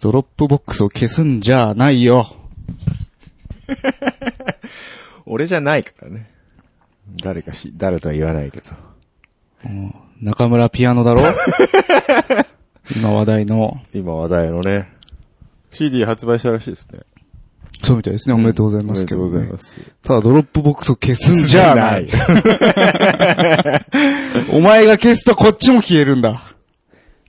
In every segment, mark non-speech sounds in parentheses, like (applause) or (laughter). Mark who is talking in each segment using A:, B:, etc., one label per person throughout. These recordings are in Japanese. A: ドロップボックスを消すんじゃないよ。
B: 俺じゃないからね。誰かし、誰とは言わないけど。
A: うん中村ピアノ (laughs) だろ今話題の。
B: 今話題のね、CD 発売したらしいですね。
A: そうみたいですね。おめでとうございますけど、ね
B: ありがとうございます。
A: ただ、ドロップボックスを消すんじゃない。。 (laughs) お前が消すとこっちも消えるんだ。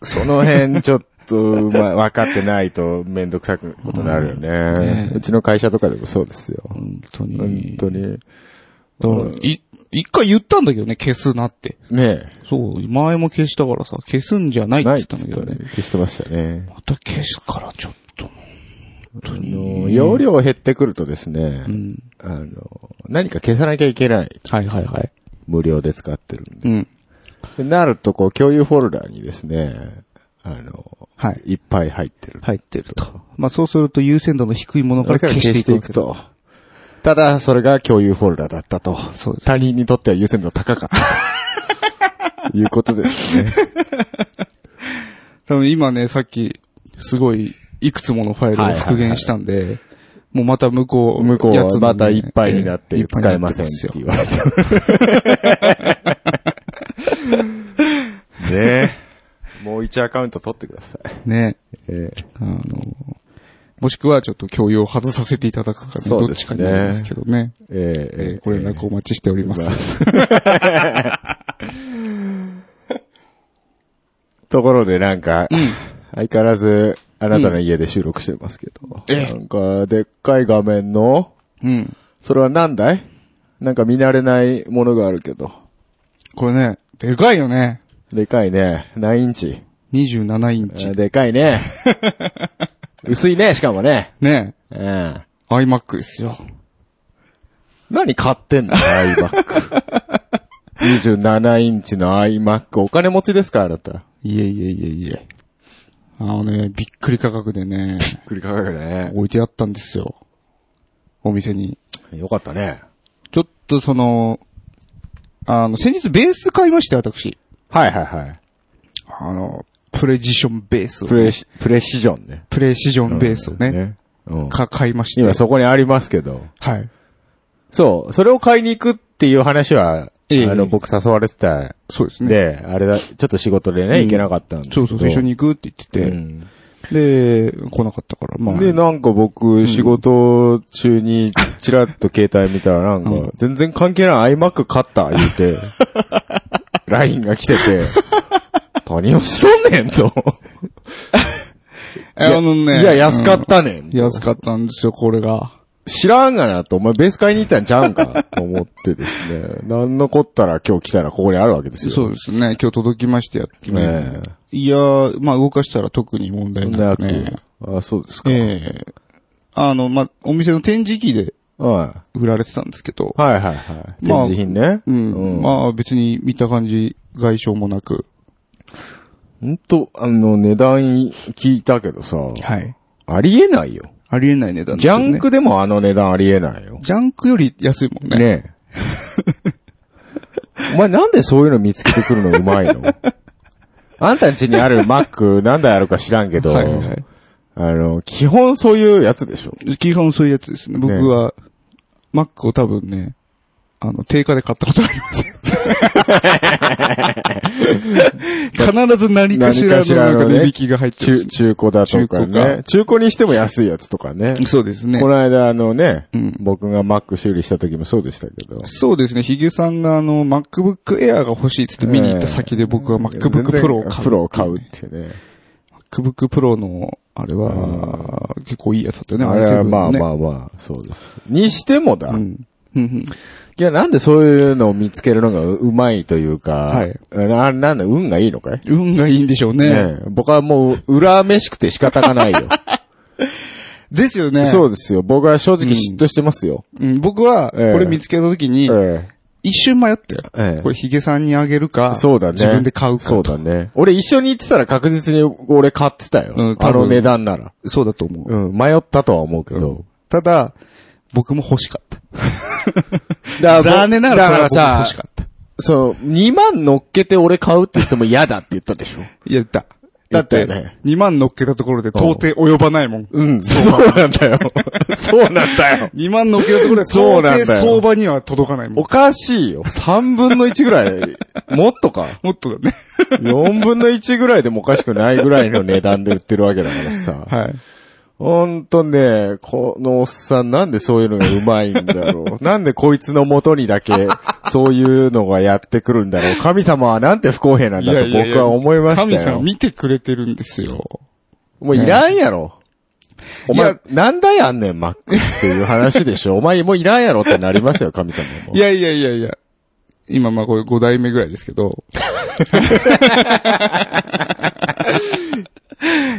B: その辺ちょっと、まあ、分かってないとめんどくさくことになるよね。うちの会社とかでもそうですよ。
A: 本当
B: 本
A: に。
B: 当に。
A: だから、い、一回言ったんだけどね、消すなって。
B: ね
A: そう、前も消したからさ、消すんじゃな
B: え。
A: いって
B: な
A: 言っ
B: いって
A: たんだけど
B: 言
A: ね
B: った。ね消してましたね。
A: また消すから、ちょっと。
B: あの容量減ってくるとですね、
A: うん。
B: あの、何か消さなきゃいけない。
A: はいはいはい。
B: 無料で使ってるんで。
A: うん。
B: でなると、こう、共有フォルダーにですね、あの、
A: はい。
B: いっぱい入ってる。
A: 入ってると。まあそうすると優先度の低いものか
B: こ
A: ら
B: れから
A: 消
B: 消
A: して
B: し
A: い
B: て
A: く
B: い
A: わ
B: く
A: けだ。
B: と。ただ、それが共有フォルダだったと。
A: そうです
B: 他人にとっては優先度高かった。ということです (laughs) ね。
A: 多分今ね、さっき、すごい、いくつものファイルを復元したんで、もうまた向こう、
B: 向こう
A: やつの
B: は
A: ね
B: またいっぱいになっ
A: ええ
B: て
A: っぱ
B: 使
A: い
B: え
A: にな
B: ま
A: っ
B: せ
A: て
B: んっ
A: す
B: て
A: よ
B: 言われた。 (laughs) ねえ。もう一アカウント取ってください。
A: ね。
B: ええ
A: あの、もしくはちょっと共有を外させていただくかね、
B: そう
A: どっ
B: で
A: ち
B: す
A: か
B: ね
A: になりますけどね。
B: ええ
A: えーご連絡お待ちしております。
B: ところでなんか、相変わらず、あなたの家で収録してますけど。
A: ええ
B: なんか、でっかい画面の、
A: うん。
B: それは何だいなんか見慣れないものがあるけど。
A: これね、でかいよね。
B: でかいね。何インチ。
A: 27イン
B: あ
A: チ
B: ー。でかい (laughs) ね。薄いね、しかもね。
A: ね。
B: うん。
A: iMac ですよ。
B: 何買ってんの ?iMac。27インチの iMac。お金持ちですかあなた。
A: いえいえいえいえ。あのね、びっくり価格でね、
B: 繰り返るね。
A: 置いてあったんですよ。お店に。
B: よかったね。
A: ちょっとその、あの、先日ベース買いまして、私。
B: はいはいはい。
A: あの、プレジションベースをね、
B: プレシ、プレシジョンね。
A: プレシジョンベースをね、
B: うん。
A: か、買いまして。
B: 今そこにありますけど。
A: はい。
B: そう、それを買いに行くっていう話は、
A: ええ
B: あの、僕誘われてた。
A: そうですね。
B: で、あれだ、ちょっと仕事でね、
A: うん
B: 行けなかったんで。
A: そうそうそう、一緒に行くって言って
B: 行
A: て、で、来なかったから、まあ。
B: で、なんか僕、仕事中に、ちらっと携帯見たら、なん
A: うん
B: か、全然関係ない iMac 買った、言う
A: (laughs)
B: て、LINE が来てて、何をしとんねんと。
A: えあのね。
B: いや、安かったね
A: うんん。。安かったんですよ、これが。
B: 知らんがなと、お前ベース買いに行ったんちゃうんか、と思ってです
A: (laughs)
B: ね。なんのこったら今日来たらここにあるわけですよ。
A: そうですね、今日届きましてやってね。
B: ね
A: いやー、まあ動かしたら特に問題な
B: な
A: く
B: く。
A: ね。
B: あ、そうですか。
A: ええあの、まあ、お店の展示機で
B: は
A: 売られてたんですけど
B: い。、はいはいはい。展
A: まあ
B: 示品ね。
A: うん。
B: まあ。
A: まあ別に見た感じ、外傷もなく。
B: ほんと、あの、値段聞いたけどさ、
A: はい。
B: ありえないよ。
A: ありえない値段です
B: ジ
A: よ
B: ャ
A: ね。
B: ンクでもあの値段ありえないよ。
A: ジャンクより安いもんね。
B: ね (laughs) え。お前なんでそういうの見つけてくるのうまいのあんたん家にあるマック何台あるか知らんけど、
A: はいはいは
B: あの、基本そういうやつでしょ。
A: い。基本そういうやつですね。僕は、マックを多分ね、あの、定価で買ったことありま (laughs) せん。必ず何かしら
B: 何かしら
A: のなん
B: の
A: か
B: ね
A: 値引きが入って
B: 中、
A: る。
B: 中古だとか
A: 中古か
B: ね。中古にしても安いやつとかね。
A: そうですね
B: こ。の間あのね、
A: うん
B: 僕が Mac 修理した時もそうでしたけど。
A: そうですね。ヒゲさんがあの、MacBook Air が欲しいってって見に行った先で僕は MacBook Pro を買う。
B: プロを買うっていうね。
A: MacBook Pro の、あれは、結構いいやつだったよね。
B: あれはまあま
A: あ。
B: あまあ、そうです。にしてもだ。
A: う
B: い
A: ん。うんうん
B: や、なんでそういうのを見つけるのがううまいというか、
A: はい
B: な、なんだ、運がいいのかい
A: 運がいいんでしょうね。
B: ねえ僕はもう、裏飯くて仕方が
A: (laughs)
B: ないよ。
A: ですよね。
B: そうですよ。僕は正直嫉妬してますよ。
A: うん。僕は、こ
B: ええ
A: れ見つけたときに、
B: え
A: 一瞬迷ったよ。
B: ええ
A: これヒゲさんにあげる
B: え
A: か、
B: そうだね。
A: 自分で買うか。
B: そうだ。ね。俺一緒に行ってたら確実に俺買ってたよ。
A: うん
B: あ
A: 多分
B: の値段なら。
A: そうだと思う。
B: うん、迷ったとは思うけど。
A: ただ、僕も欲しかった。
B: だ
A: 残念ながら、
B: だから
A: 僕も
B: さ
A: 欲し、かった。
B: そう、2万乗っけて俺買うって言っても嫌だって言ったでしょ。
A: いや、だ。だっ、
B: だってたよね
A: 2万乗っけたところで到底及ばないもん。
B: (laughs) うん、そうなんだよ。 (laughs) そうなんだよ。
A: 2万乗っけたところで
B: そうなんだ
A: 到
B: よ
A: 底相場には届かないもん
B: お。かしいよ。3分の1ぐらい、もっとか。
A: もっとだね。
B: 4分の1ぐらいでもおかしくないぐらいの値段で売ってるわけだからさ。
A: はい。
B: ほんとね、このおっさんなんでそういうのがうまいんだろう。なんでこいつのもとにだけそういうのがやってくるんだろう。神様はなんて不公平なんだと
A: いやいやいや
B: 僕は思いましたよ。
A: 神様見てくれてるんですよ。
B: もういらんやろ。お
A: い
B: 前
A: や、
B: 何台あんねん、マックっていう話でし
A: (laughs)
B: ょ。お前もういらんやろってなりますよ、神様も。
A: いやいやいやいや。今、まあこれ5代目ぐらいですけど。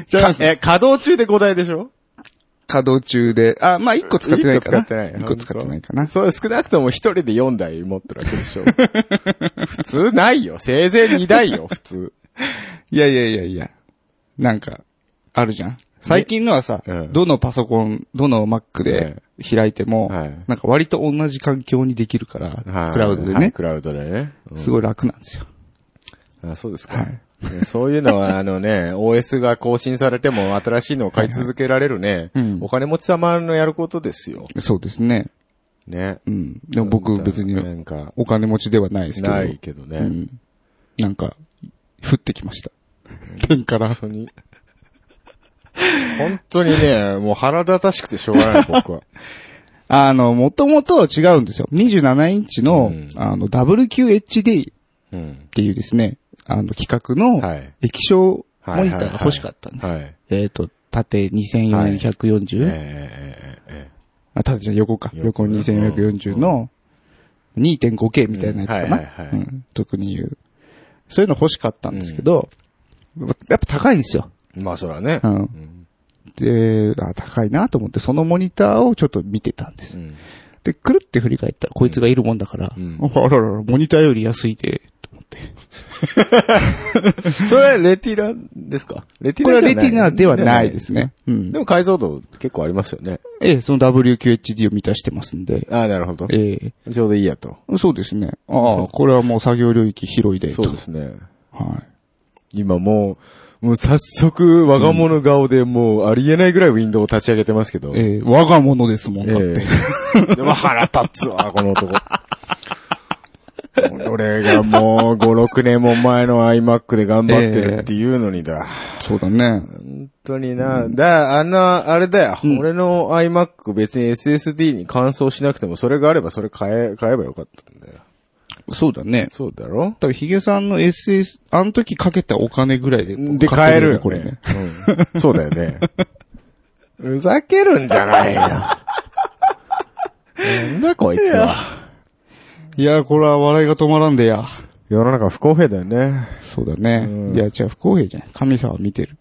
B: じゃあえ、稼働中で5台でしょ
A: 稼働中で。あ、まあ1個使ってないかな。
B: 一個使ってない
A: 一個使ってないかな。
B: そう、少なくとも1人で4台持ってるわけ
A: (laughs)
B: でしょ。普通ないよ。せいぜい2台よ、普通。
A: いやいやいやいや。なんか、あるじゃん。最近のはさ、
B: うん
A: どのパソコン、どの Mac で開いても、
B: はい
A: なんか割と同じ環境にできるから、
B: は
A: (laughs)
B: い
A: クラウドで
B: はい
A: ね、
B: クラウドでね。
A: すごい楽なんですよ。
B: あそうですか。
A: はい
B: ねそういうのは、あのね、OS が更新されても新しいのを買い続けられるね
A: はいうん、
B: お金持ち様のやることですよ。
A: そうですね。
B: ね。
A: うん。でも僕別
B: な
A: に
B: んか、
A: お金持ちではないですけど。
B: ないけどね。
A: うん。なんか、降ってきま
B: (laughs)
A: した。天から。
B: 本当に。本当にね、もう腹立たしくてしょうがない、僕は。
A: あの、もともと違うんですよ。27インチの、
B: うん
A: あの、WQHD っ
B: うん。
A: ていうですね、あの、企画の、
B: はい。
A: 液晶
B: はい
A: モニターが欲しかったんです。
B: はいはい。
A: えっ、と、縦2440、
B: えええええ
A: あ、縦じゃ横か。横
B: 横
A: 2440の 2.5K みたいなやつかな、
B: うんはいはいはい
A: うん特に言う。そういうの欲しかったんですけど、やっぱ高いんですよ。
B: えまあ、そらね
A: う。ん。
B: ん。
A: で、あ、高いなと思って、そのモニターをちょっと見てたんです。
B: うん
A: で、くるって振り返ったら、こいつがいるもんだから、
B: うん
A: あららら、モニターより安いで、と思って。
B: それはレティラですかレティ
A: これ
B: ラ
A: は
B: じゃ
A: レ
B: ない
A: ティナではないで。すね。うん
B: で。も解像度結構ありますよね。
A: ええ、その WQHD を満たしてますんで。
B: ああ、なるほど。
A: ええ
B: ちょうどいいやと。
A: そうですね。ああ、これはもう作業領域広いで、と。
B: そうですね。
A: は
B: 今もう、もう早速、我が物顔でもう、ありえないぐらいウィンドウを立ち上げてますけど。
A: い。ええ我が物ですもん、だって。
B: ええでも腹立つわ、この男。俺がもう5、6年も前の iMac で頑張ってるっていうのにだ。
A: そうだね。
B: 本当にな。だ、あんな、あれだよ。
A: うん
B: 俺の iMac 別に SSD に換装しなくても、それがあればそれ買え、買えばよかったんだよ。
A: そうだね。
B: そうだろ
A: 多分ヒゲさんの SS、あの時かけたお金ぐらいで。
B: で、買えるよ、
A: こ
B: こ
A: れ
B: れ
A: ね
B: ね。。うんそうだよね。 (laughs) ふざけるんじゃ (laughs) ないよ。なんだこいつは。
A: いや、これは笑いが止まらんでや。
B: 世の中不公平だよね。
A: そうだね。
B: うん
A: いや、じゃあ不公平じゃない。神様見てる。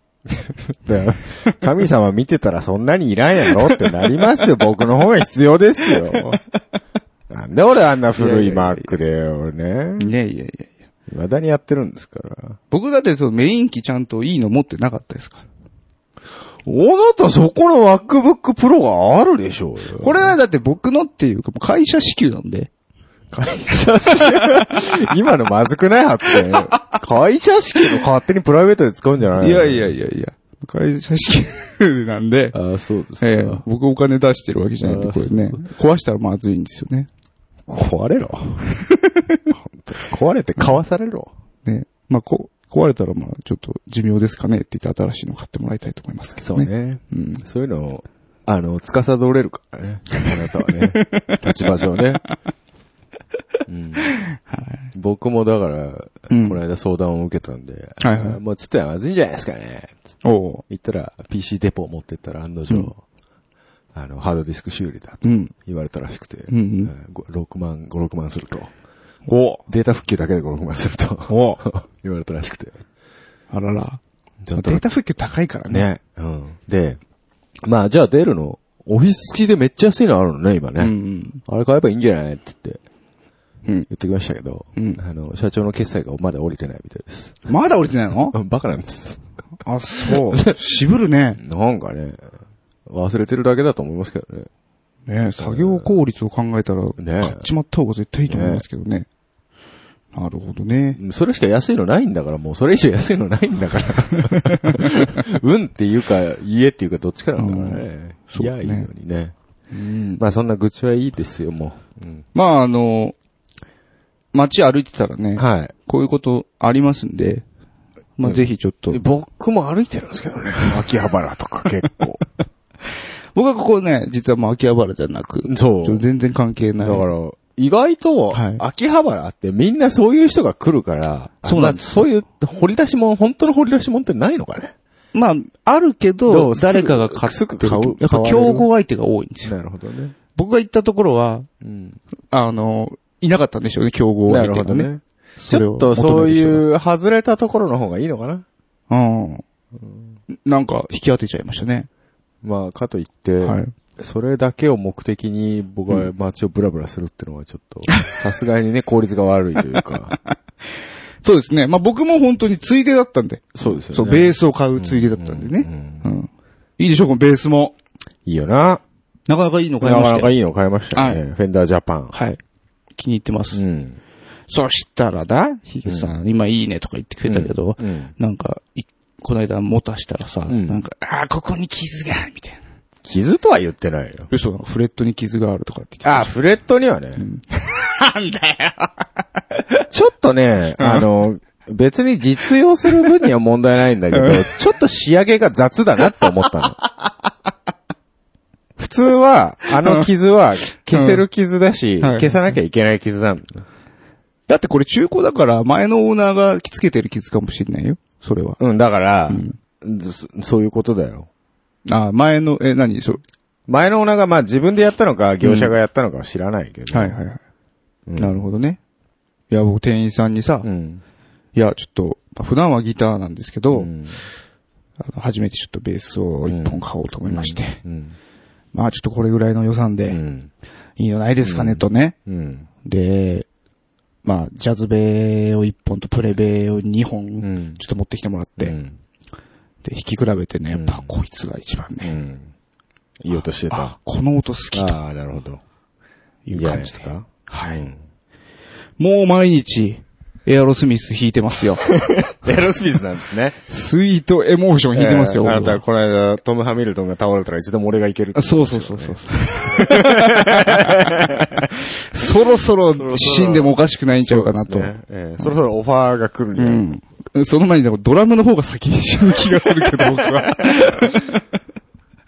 B: だよ神様見てたらそんなにいらんやろってなります (laughs) よ。僕の方が必要ですよ。 (laughs) なんで俺あんな古いマークで、俺ね。
A: ねいやいやいや。
B: 未だにやってるんですから。
A: 僕だってそのメイン機ちゃんといいの持ってなかったですから。
B: おなたそこの MacBook Pro があるでしょうよ。
A: これはだって僕のっていうか、もう会社支給なんで。
B: 会社支給今のまずくない発 (laughs) 言。会社支給の勝手にプライベートで使うんじゃないの
A: いやいや。いやいや。会社支給なんで、
B: ああ、そうで
A: ええ
B: か。
A: 僕お金出してるわけじゃないんで、
B: あ
A: これね。壊したらまずいんですよね。
B: 壊れろ。 (laughs) 本当に壊れて買わされろ。
A: ね。まあ、こ壊れたらまあ、ちょっと寿命ですかねって言って新しいの買ってもらいたいと思いますけどね。
B: ね。
A: うん。
B: そういうのを、あの、司れるからね。あなた
A: (laughs)
B: はね。立場上ね。うん、僕もだから、
A: うん
B: この間相談を受けたんで、
A: はいはい
B: あもうちょっとまずいんじゃないですかね。
A: おう。
B: 行ったら、PC デポを持ってったら案の定、
A: うん
B: あの、ハードディスク修理だと
A: うん。
B: 言われたらしくて、
A: うんうん
B: えーご6万、5、6万すると。
A: お
B: データ復旧だけで5、6万すると
A: お
B: (laughs) 言われたらしくて。
A: あらら。
B: ち
A: デ
B: ょっと
A: ータ復旧高いからね。
B: ね。うん。で、まあじゃあデールの、オフィス付きでめっちゃ安いのあるのね、今ね。
A: うん
B: あれ買えばいいんじゃないって言って、
A: うん。うん。
B: 言ってきましたけど、
A: うん
B: あの、社長の決済がまだ降りてないみたいです。
A: まだ降りてないの
B: バカなんです。
A: あ、そう。渋るね。
B: なんかね、忘れてるだけだと思いますけど (laughs) ね。
A: ね作業効率を考えたら、
B: ね
A: 買っちまった方が絶対いいと思いますけどね。なるほどね。
B: うんそれしか安いのないんだから、もうそれ以上安いのないんだ (laughs) から。うんっていうか、家っていうかどっちかなんだからね。
A: うん
B: いや、
A: そう
B: いい
A: ね
B: のにね。
A: うん。
B: まあそんな愚痴はいいですよ、もう。
A: まあ、あの、街歩いてたらね、
B: はい。
A: こういうことありますんで、まあ、
B: うん
A: ぜひちょっと。
B: 僕も歩いてるんですけどね。 (laughs) 秋葉原とか結構。
A: 僕はここね、実はもう秋葉原じゃなく、
B: そう。
A: ちょっと全然関係な
B: だ
A: い。
B: から、意外と
A: はい、
B: 秋葉原ってみんなそういう人が来るから、
A: そうなん
B: まあ
A: で
B: そういう掘り出し物、本当の掘り出し物ってないのかね。
A: まあ、あるけ
B: ど
A: ど、
B: うすぐ
A: 誰かが買ってる
B: すぐ買う
A: やっぱ
B: 買われ
A: 競
B: る
A: 合相手が多いんですよ。
B: るほどね。
A: 僕が行ったところは、
B: うん。
A: あの、いなかったんでしょうね、競合
B: な
A: 相
B: る
A: 手
B: ほど
A: がね。
B: ね。ちょっとそう
A: う。
B: いう外れたところの方がいいのかな
A: うん。なんか、引き当てちゃいましたね。
B: まあ、かといって、
A: はい。
B: それだけを目的に僕は街をブラブラするってのはちょっと、さすがに
A: (laughs)
B: ね、効率が悪いというか。
A: そうですね。まあ僕も本当についでだったんで。
B: そうで
A: (laughs)
B: す
A: そう、ベースを買うついでだったんで
B: う
A: ね。
B: ん
A: うん。いいでしょ、このベースも。
B: いいよな。
A: なかなかいいの買い
B: な
A: ま
B: か
A: し
B: な
A: た
B: か
A: よ
B: いいの買いましたよね。フェンダージャパン。
A: はい。気に入ってます。
B: うん。
A: そしたらだ、ヒゲさん、今いいねとか言ってくれたけど、
B: うん
A: なんか、いこの間持たしたらさ、
B: うん
A: なんか、ああ、ここに傷が、みたいな。
B: 傷とは言ってないよ。
A: 嘘、フレットに傷があるとかって言
B: あ、フレットにはね。
A: なんだよ。
B: ちょっとね、あの、別に実用する分には問題ないんだけど、ちょっと仕上げが雑だなって思った (laughs) の。普通は、あの傷は消せる傷だし、
A: んはい
B: 消さなきゃいけない傷なんだ。
A: だってこれ中古だから、前のオーナーが着付けてる傷かもしれないよ。それは。
B: うん、だから、そそういうことだよ。
A: ああ、前の、え、何そう。
B: 前のオーナーがまあ自分でやったのか、業者がやったのかは知らないけど。
A: はいはいはい。なるほどね。いや、僕店員さんにさ、
B: う
A: い
B: ん。
A: や、ちょっと、まあ普段はギターなんですけど、
B: うん
A: あの初めてちょっとベースを一本買おうと思いまして、
B: うん。
A: まあちょっとこれぐらいの予算
B: う
A: で、
B: ん。
A: いいのないですかね、とね。
B: うん。
A: で、まあ、ジャズベーを1本とプレベーを2
B: う
A: 本、
B: ん
A: ちょっと持ってきてもらって、
B: うん
A: で、弾き比べてね、やっぱこいつが一番
B: う
A: ね、
B: ん。言おうとしてた。
A: あ、この音好きと
B: ああ、なるほど。
A: い
B: いういじゃない
A: 感
B: で
A: じ
B: す
A: で。
B: か。
A: はい
B: うん
A: もう毎日、エアロスミス弾いて
B: (laughs)
A: ますよ。
B: エロスピースなんですね。
A: スイートエモーション弾いてますよ。
B: (laughs) えーあ
A: 僕
B: なた、
A: は
B: この間、トム・ハミルトンが倒れたらいつでも俺がいけるって
A: あそうそうそうそう。そろそろ死んでもおかしくないんちゃうかなと。
B: そうですねえーそろそろオファーが来るんじゃないか
A: うん。その前にでもドラムの方が先に死ぬ気がするけど、 (laughs) 僕は。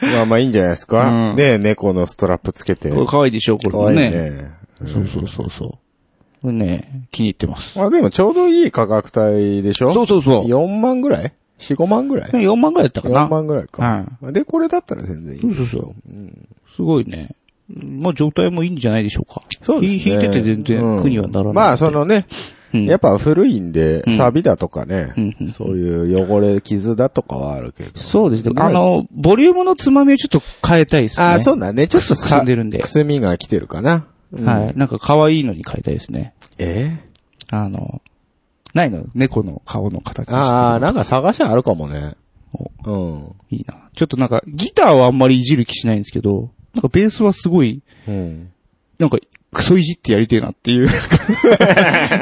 B: まあまあいいんじゃないですか。
A: うん
B: ね猫のストラップつけて。
A: これ可愛いでしょ、これ
B: か
A: も
B: わいい
A: ね。
B: ね。
A: そうそうそうそう。これね、気に入ってます。
B: まあでもちょうどいい価格帯でしょ
A: そうそうそう。
B: 4万ぐらい ?4、5万ぐらい
A: 4万ぐらいだったかな。
B: 4万ぐらいか。で、これだったら全然いい。
A: そうそうそう。すごいね。まあ状態もいいんじゃないでしょうか。
B: そうですね
A: 弾いてて全然苦にはならない。
B: まあそ、のね、
A: うん、
B: やっぱ古いんで、
A: ん
B: 錆だとかね
A: うんうん、
B: そういう汚れ、傷だとかはあるけど。
A: そうですね。
B: まあ
A: あの、ボリュームのつまみをちょっと変えたいですね。
B: ああ、そうだね。ちょっ
A: く
B: と
A: すんでるんで
B: くすみが来てるかな。。
A: はいい。なんか可愛いのに変えたいですね。
B: え
A: あの、ないの猫の顔の形してる
B: ああ、なんか探しあるかもね。うん。
A: いいな。ちょっとなんか、ギターはあんまりいじる気しないんですけど、なんかベースはすごい、
B: うん。
A: なんか、クソいじってやりてえなって
B: (laughs)
A: いう。い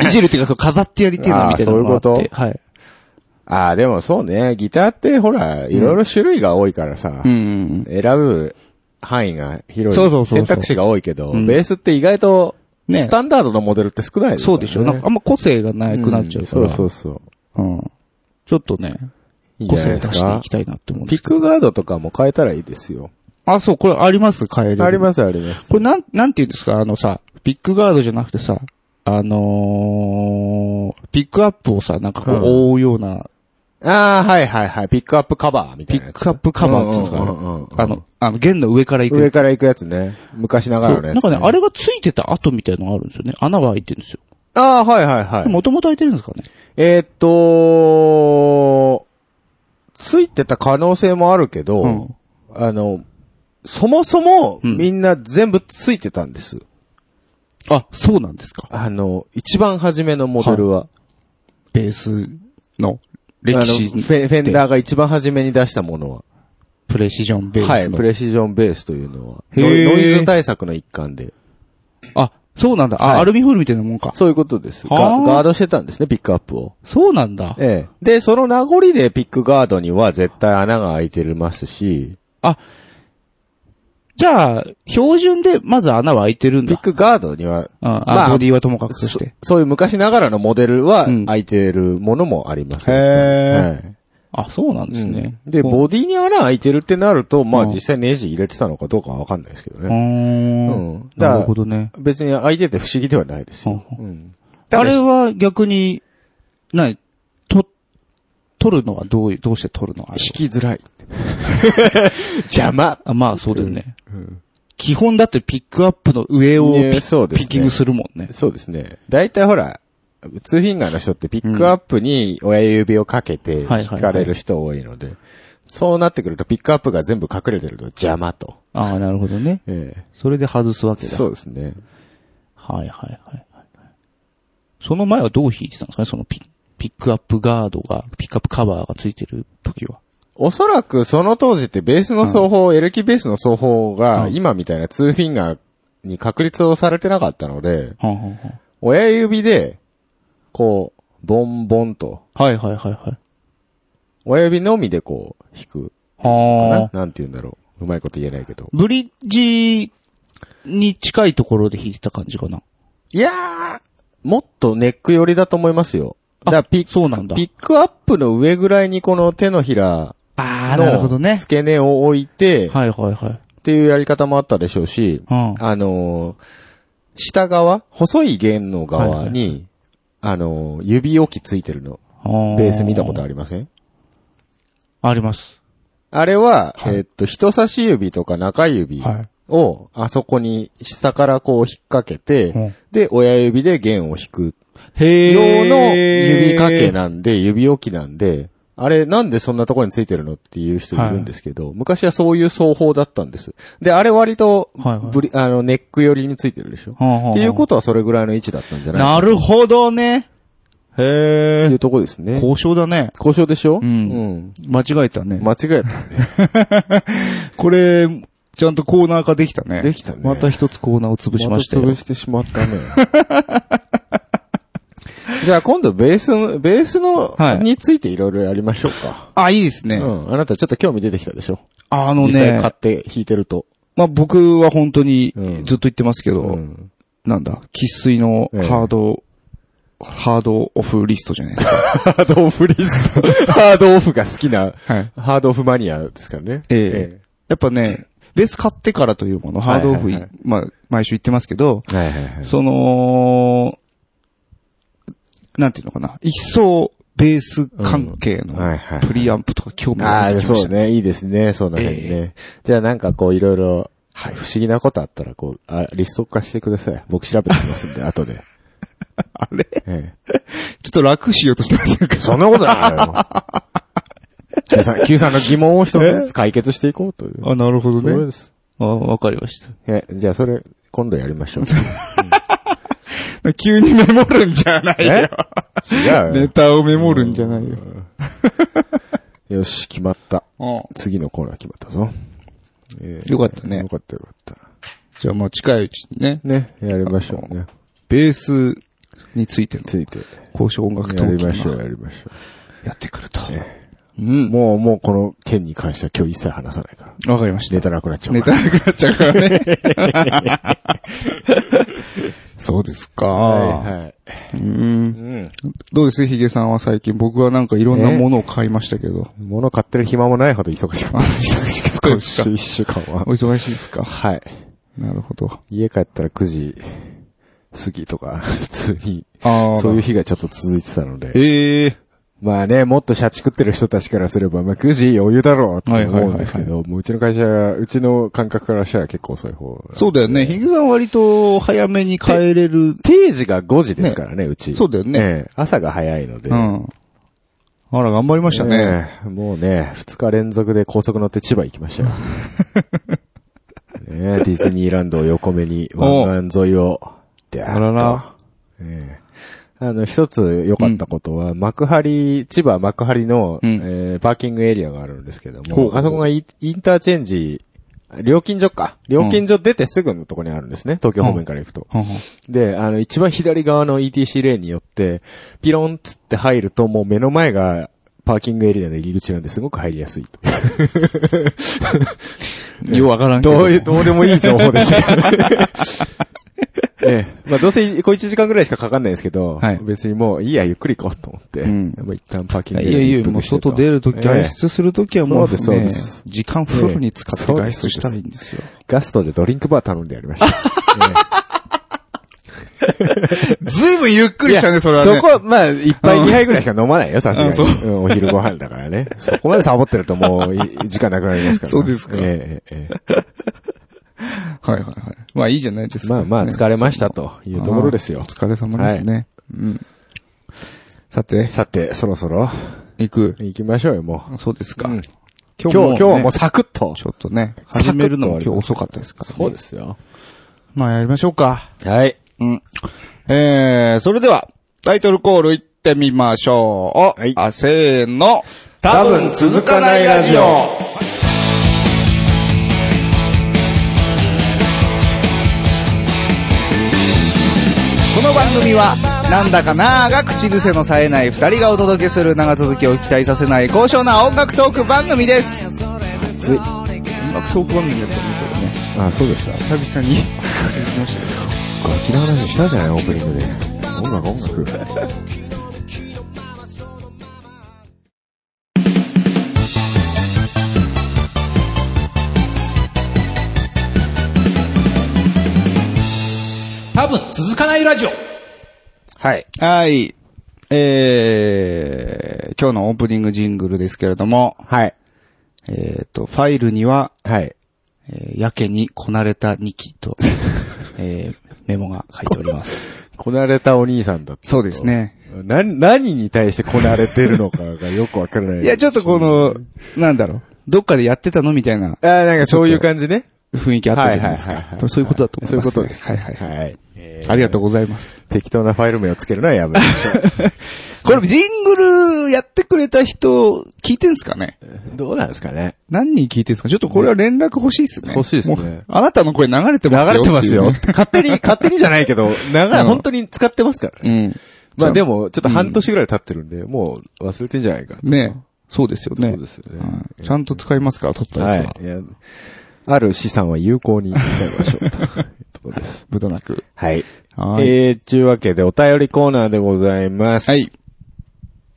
A: じるっていうか、そう飾ってやりてえなみたいなのがあって。
B: あーそういうこ
A: はい。
B: ああ、でもそうね。ギターってほら、いろいろ種類が多いからさ、
A: うんうん
B: 選ぶ範囲が広い。
A: そうそうそうそう
B: 選択肢が多いけど、
A: うん
B: ベースって意外と、
A: ね
B: スタンダードのモデルって少ない、
A: うん。そうでしょ。なんかあんま個性がなくなっちゃうから。
B: んそうそうそう。
A: うん。ちょっとね、
B: いいん
A: 個
B: じゃな
A: 性
B: いで
A: 出して
B: す
A: い
B: か
A: き。たいなって思うんで
B: ピ
A: す
B: ッ
A: けど
B: クガードとかも変えたらいいですよ。
A: あ、そう、これあります変えれる。
B: ありますあります。
A: これなん、なんて言うんですかあのさ、ピックガードじゃなくてさ、あのー、ピックアップをさ、なんかこう
B: うん
A: 覆うような、
B: ああ、はいはいはい。ピックアップカバーみた
A: ピ
B: いな
A: ッ
B: やつ。
A: クアップカバーっていうのがある。
B: うんうんうんうん
A: あの、あの、弦の上から行く
B: 上
A: やつ。
B: から行くやつね。昔ながらのやつ、
A: なんかね、あれがついてた跡みたいのがあるんですよね。穴が開いてるんですよ。
B: ああ、はいはいはい。
A: もともと開いてるんですかね。
B: えーっと、ついてた可能性もあるけど、
A: うん
B: あの、そもそも
A: うん
B: みんな全部ついてたんです。
A: あ、そうなんですか。
B: あの、一番初めのモデルは。
A: ベースの歴史
B: あのフェフェンダーが一番初めに出したものは。
A: プレシジョンベースの。
B: はい、プレシジョンベースというのは。
A: へ
B: ノ
A: ー
B: イノイズ対策の一環で。
A: あ、そうなんだ。あ、
B: はい
A: アルミホイルみたいなもんか。
B: そういうことです。ガ
A: はあ
B: ガードしてたんですね、ピックアップを。
A: そうなんだ。
B: ええ。で、その名残でピックガードには絶対穴が開いてますし、
A: あ、じゃあ、標準でまず穴は開いてるん
B: ピッ
A: だ。
B: クガードには、
A: うん、あ、
B: まあ
A: ボディはともかくとし
B: そ
A: て。
B: そういう昔ながらのモデルは
A: うん
B: 開いてるものもあります、
A: へー
B: はい
A: あ、そうなんですね。
B: うんで、ボディに穴開いてるってなると、まあ
A: うん
B: 実際ネジ入れてたのかどうかはわかんないですけど
A: う
B: ね。
A: ん。
B: うんだから
A: なるほどね。
B: 別に開いてて不思議ではないですよ。
A: う
B: うん
A: あ
B: ただ
A: れは逆に、ない、と、取るのはどうい、どうして取るのあれは
B: 引きづらい。邪魔。
A: あまあ、そうだよね。基本だってピックアップの上をピ
B: ねそう
A: ッ,、
B: ですね
A: キングするもんね。
B: そうですね。大体ほら、ツーフィンガーの人ってピックアップに親指をかけて引
A: はいはい
B: かれる人多いので、そうなってくるとピックアップが全部隠れてると邪魔と。
A: ああ、なるほどね。
B: ええ
A: それで外すわけだ。
B: そうですね。
A: はいはいはいはい。その前はどう引いてたんですかねそのピピックアップガードが、ピックアップカバーがついてる時は。
B: おそらくその当時ってベースの奏法、エレキベースの奏法が
A: うん
B: 今みたいなツーフィンガーに確立をされてなかったので、
A: はんはんはん
B: 親指で、こう、ボンボンと、
A: はいはいはいはい。
B: 親指のみでこう、弾くか
A: あ
B: な
A: あ。
B: なんて言うんだろう。うまいこと言えないけど。
A: ブリッジに近いところで弾いてた感じかな。
B: いやー、もっとネック寄りだと思いますよ。だからピック、
A: そうなんだ。
B: ピックアップの上ぐらいにこの手のひら
A: ああ、なるほど
B: の
A: ね。
B: 付け根を置いて、っ
A: はいはいはい。
B: ていうやり方もあったでしょうし、
A: うん。
B: あのー下側、細い弦の側
A: はい
B: に、あのー指置きついてるの、ベース見たことありません
A: あります。
B: あれは、
A: はい
B: えーっと、人差し指とか中指
A: は
B: を、あそこに下からこう引っ掛けて、
A: うん
B: で、親指で弦を弾く
A: へ
B: 用の指掛けなんで、指置きなんで、あれなんでそんなところについてるのっていう人いるんですけど、昔はそういう奏法だったんです。で、あれ割と
A: はいはい
B: ブリ、あの、ネック寄りについてるでしょ。
A: っ
B: っていうこととはそれぐらいの位置だったんじゃないか
A: なるほどね。へ
B: ってい
A: え
B: う。とこですね。
A: 交渉だね。
B: 交渉でしょ
A: うん間違えたね
B: うん。間違えた。
A: これ、ちゃんとコーナー化できたね。
B: できたね
A: また一つコーナーを潰しました
B: ま
A: よ
B: 潰。してしまったね。 (laughs) じゃあ今度ベースの、ベースの
A: はい
B: についていろいろやりましょうか。
A: あ、いいですね。
B: うん。あなたちょっと興味出てきたでしょ
A: あの
B: 実際買
A: ね
B: っ、て弾いてると。
A: まあ、僕は本当に
B: うん
A: ずっと言ってますけど、
B: うん
A: なんだ、喫水の
B: ええ
A: ハード、ハードオフリストじゃないですか。
B: ハードオフリスト。ハードオフが好きな、
A: (laughs) はい。
B: ハードオフマニアですからね。
A: ええやっぱね、ベース買ってからというもの、ハードオフい、
B: はいはいはい
A: まあ、毎週言ってますけど、
B: えはいはいはい。
A: その、なんていうのかな、一層ベース関係
B: は
A: の
B: いはい。
A: プリアンプとか興味
B: あ
A: が出
B: あ、
A: てきま
B: そ
A: し
B: う
A: たね。
B: ね。いいですね。そうなんね。じゃあなんかこういろいろ、はい、不思議なことあったら、こう、あ、リスト化してください。僕調べてみますんで、
A: (laughs)
B: 後で。
A: あれちょ
B: え
A: っと楽しようとしてませんか
B: え、そんなことないよ。Q さん、Q さんの疑問を一つずつ解決していこうという。
A: (laughs) あ、なるほど
B: そう
A: ね。
B: です。
A: あわかりました。
B: え、じゃあそれ、今度やりましょう。
A: 急にメモるんじゃ (laughs) ない (laughs)
B: え
A: よ。(laughs)
B: 違う
A: ネ
B: よ。
A: タをメモるんじゃないよ。
B: よし、決まった。
A: うん。
B: 次のコーナー決まったぞ。えー
A: よかったね
B: よかったよかった。
A: じゃあもう近いうちにね、
B: ね、やりましょうね。
A: ベースについての
B: ついて。
A: 交渉音楽ト
B: や
A: ー
B: り
A: ク
B: ましょう、
A: が
B: やりましょ
A: やってくると。う
B: う。
A: ん。
B: もう、もうこの件に関しては今日一切話さないから。
A: わかりました
B: ネ。タなくなっちゃう
A: ネ
B: か
A: タ
B: ら。
A: なくなっちゃうからね。 (laughs) そうですか、
B: はい、はい。
A: うん。
B: うん。
A: どうですヒゲさんは最近僕はなんかいろんなものを買いましたけど。
B: (laughs) 物買ってる暇もないほど忙しかったです。
A: か
B: 今週一週間は
A: (laughs) お。忙しいですか
B: はい。
A: なるほど。
B: 家帰ったら9時過ぎとか、普通に、
A: あ
B: そういう日がちょっと続いてたので。
A: ええ
B: まあね、もっと社畜ってる人たちからすれば、まあ9時余裕だろうと思うんですけ
A: はいはいはい
B: ど、もううちの会社は、うちの感覚からしたら結構遅い方。
A: そうだよね。ヒゲさん割と早めに帰れる。
B: 定時が5時ですからね、うち。
A: そうだよね。
B: ええ朝が早いので。
A: うん。あら、頑張りましたね。
B: ええもうね、2日連続で高速乗って千葉行きま
A: (laughs)
B: したよ。ねえディズニーランドを横目に、湾岸沿いを、で
A: あらら。
B: ええあの、一つ良かったことは、幕張、千葉幕張の、
A: うん
B: えーパーキングエリアがあるんですけど
A: ほうほ
B: も、
A: う
B: あそこがインインターチェンジ料金所か。料金所出てすぐのとこにあるんですね。東京方面から行くと。
A: ほんほん
B: で、あの、一番左側の ETC レーンによって、ピロンっつって入ると、もう目の前が、パーキングエリアの入り口なんですごく入りやすいと。
A: ようわからんけど。
B: どういう、どうでもいい情報で
A: (laughs)
B: したけどねええ。まあ、どうせ、こう1時間ぐらいしかかかんないんですけど、
A: はい
B: 別にもう、いいや、ゆっくり行こうと思って、
A: うん
B: まあ、一旦パーキングエ
A: い
B: リア
A: や
B: に
A: い
B: 一
A: や、もう
B: 服してと
A: 外出るとき、
B: ええ
A: 外出するときはもう、ね、
B: そうですそうです
A: 時間フルに使って
B: え
A: 外
B: え
A: 出したいんですよ。
B: ガストでドリンクバー頼んでやりました。ええ
A: ずいぶんゆっくりしたね、それはね。
B: そこは、まあ、一杯二杯ぐらいしか飲まないよ、さすが
A: あそう
B: に。うんお昼ご飯だからね。そこまでサボってるともう、い時間なくなりますか
A: (laughs)
B: ら。
A: そうですか
B: ええええ
A: はいはいはい。まあいいじゃないですか、
B: まあまあ、疲れましたというところです
A: あ
B: よ
A: ーお。疲れ様ですね。うん。さて、
B: さて、そろそろ、
A: 行く。
B: 行きましょうよ、もう。
A: そうですか。
B: うん
A: 今
B: 今日、今日はもう
A: ね
B: サクッと。
A: ちょっとね、
B: サクッと
A: 始めるのも今
B: 終わ
A: 日
B: ります
A: 遅かったですから、ね。す。
B: すよ。
A: まあやりましょうか。
B: はい。
A: うん。えー、それでは、タイトルコール行ってみましょう。
B: はい
A: あ、せーの。
B: 多分続かないラジオ。
A: この番組は、なんだかなーが口癖の冴えない二人がお届けする長続きを期待させない高尚な音楽トーク番組です。
B: 熱い。
A: 音楽トーク番組だったんですよね。
B: あ、そうでした。
A: (laughs) 久々に。きましたけど。
B: 楽器の話したじゃない、オープニングで。音楽、音楽。
C: 多分続かないラジオ
B: はい。
A: はい。えー、今日のオープニングジングルですけれども、
B: はい。
A: えっ、と、ファイルには、
B: はい。
A: えーやけにこなれた2期
B: (laughs)
A: と、えー、メモが書いております。
B: こなれたお兄さんだった。
A: そうですね。
B: な、何に対してこなれてるのかがよくわからない。
A: いや、ちょっとこの、なんだろう、どっかでやってたのみたいな
B: あーなんかそういう感じね。
A: 雰囲気あったじゃないです
B: はいはいはい
A: か。
B: はい
A: そういうことだと思います、
B: そういうことです
A: はいはいはい。
B: はい。
A: ありがとうございます。
B: 適当なファイル名をつけるのはやめまし
A: これ、ジングルやってくれた人、聞いてんすかね
B: ょう。 (laughs) どうなんですかね。
A: 何人聞いてんすかちょっとこれは連絡欲しいっすね。
B: 欲しいっすね
A: もうあなたの声流れて
B: 流
A: ますよ。
B: れてます
A: っ
B: よ。
A: ていうね
B: 勝手に、勝手にじゃないけど、長
A: う
B: い、
A: ん
B: 本当に使ってますから
A: う
B: ね。
A: ん。
B: まあで
A: も、
B: も、ちょっと半年ぐらい経ってるんで、もう忘れてんじゃないか。
A: ねそうですよね。
B: そうですよね
A: うんちゃんと使いますから、取ったやつは。
B: はい。いやある資産は有効に使いましょう。というところです。
A: 無駄なく。
B: (laughs) はい。
A: はい
B: えー、ちゅうわけで、お便りコーナーでございます。
A: は。い。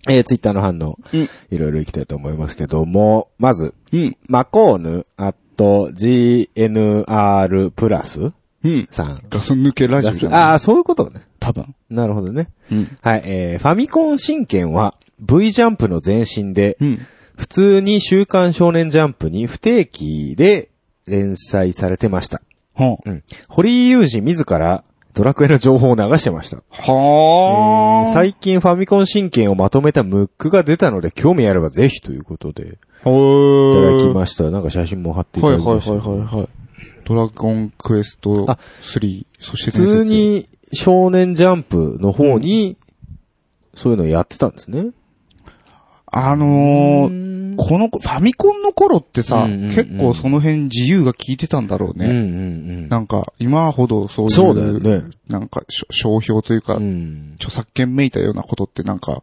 B: えー、ツイッターの反応、
A: うん
B: いろいろいきたいと思いますけども、まず、
A: うん。
B: マコーヌ、アット、GNR プラス
A: うん。
B: さん。
A: ガス抜けラジオじゃない
B: ああー、そういうことね。
A: 多分。
B: なるほどね。
A: うん。
B: はい、えー、ファミコン神剣は V ジャンプの前身で、
A: うん。
B: 普通に週刊少年ジャンプに不定期で連載されてました。
A: は
B: うん。堀井雄二自らドラクエの情報を流してました。
A: あ。は
B: えー
A: 最
B: 最近ファミコン神剣をまとめたムックが出たので、興味あればぜひということで、い
A: 高。
B: ただき
A: は
B: ました。なんか写真も貼って
A: い
B: いた
A: はい
B: だ
A: は
B: き
A: いはい
B: ました。
A: はい。ドラゴンクエスト
B: あ
A: 3、そして
B: 普
A: 伝説
B: 通。に少年ジャンプの方に、そういうのやってたんですね。
A: あのー、
B: ん
A: この、ファミコンの頃ってさ、
B: うんうんうん
A: 結構その辺自由が効いてたんだろう
B: うんうん
A: ね。
B: うん。
A: なんか、今ほどそういう、
B: そうだよね。
A: なんか、しょ商標というか、
B: ん。
A: 著作権めいたようなことってなんか、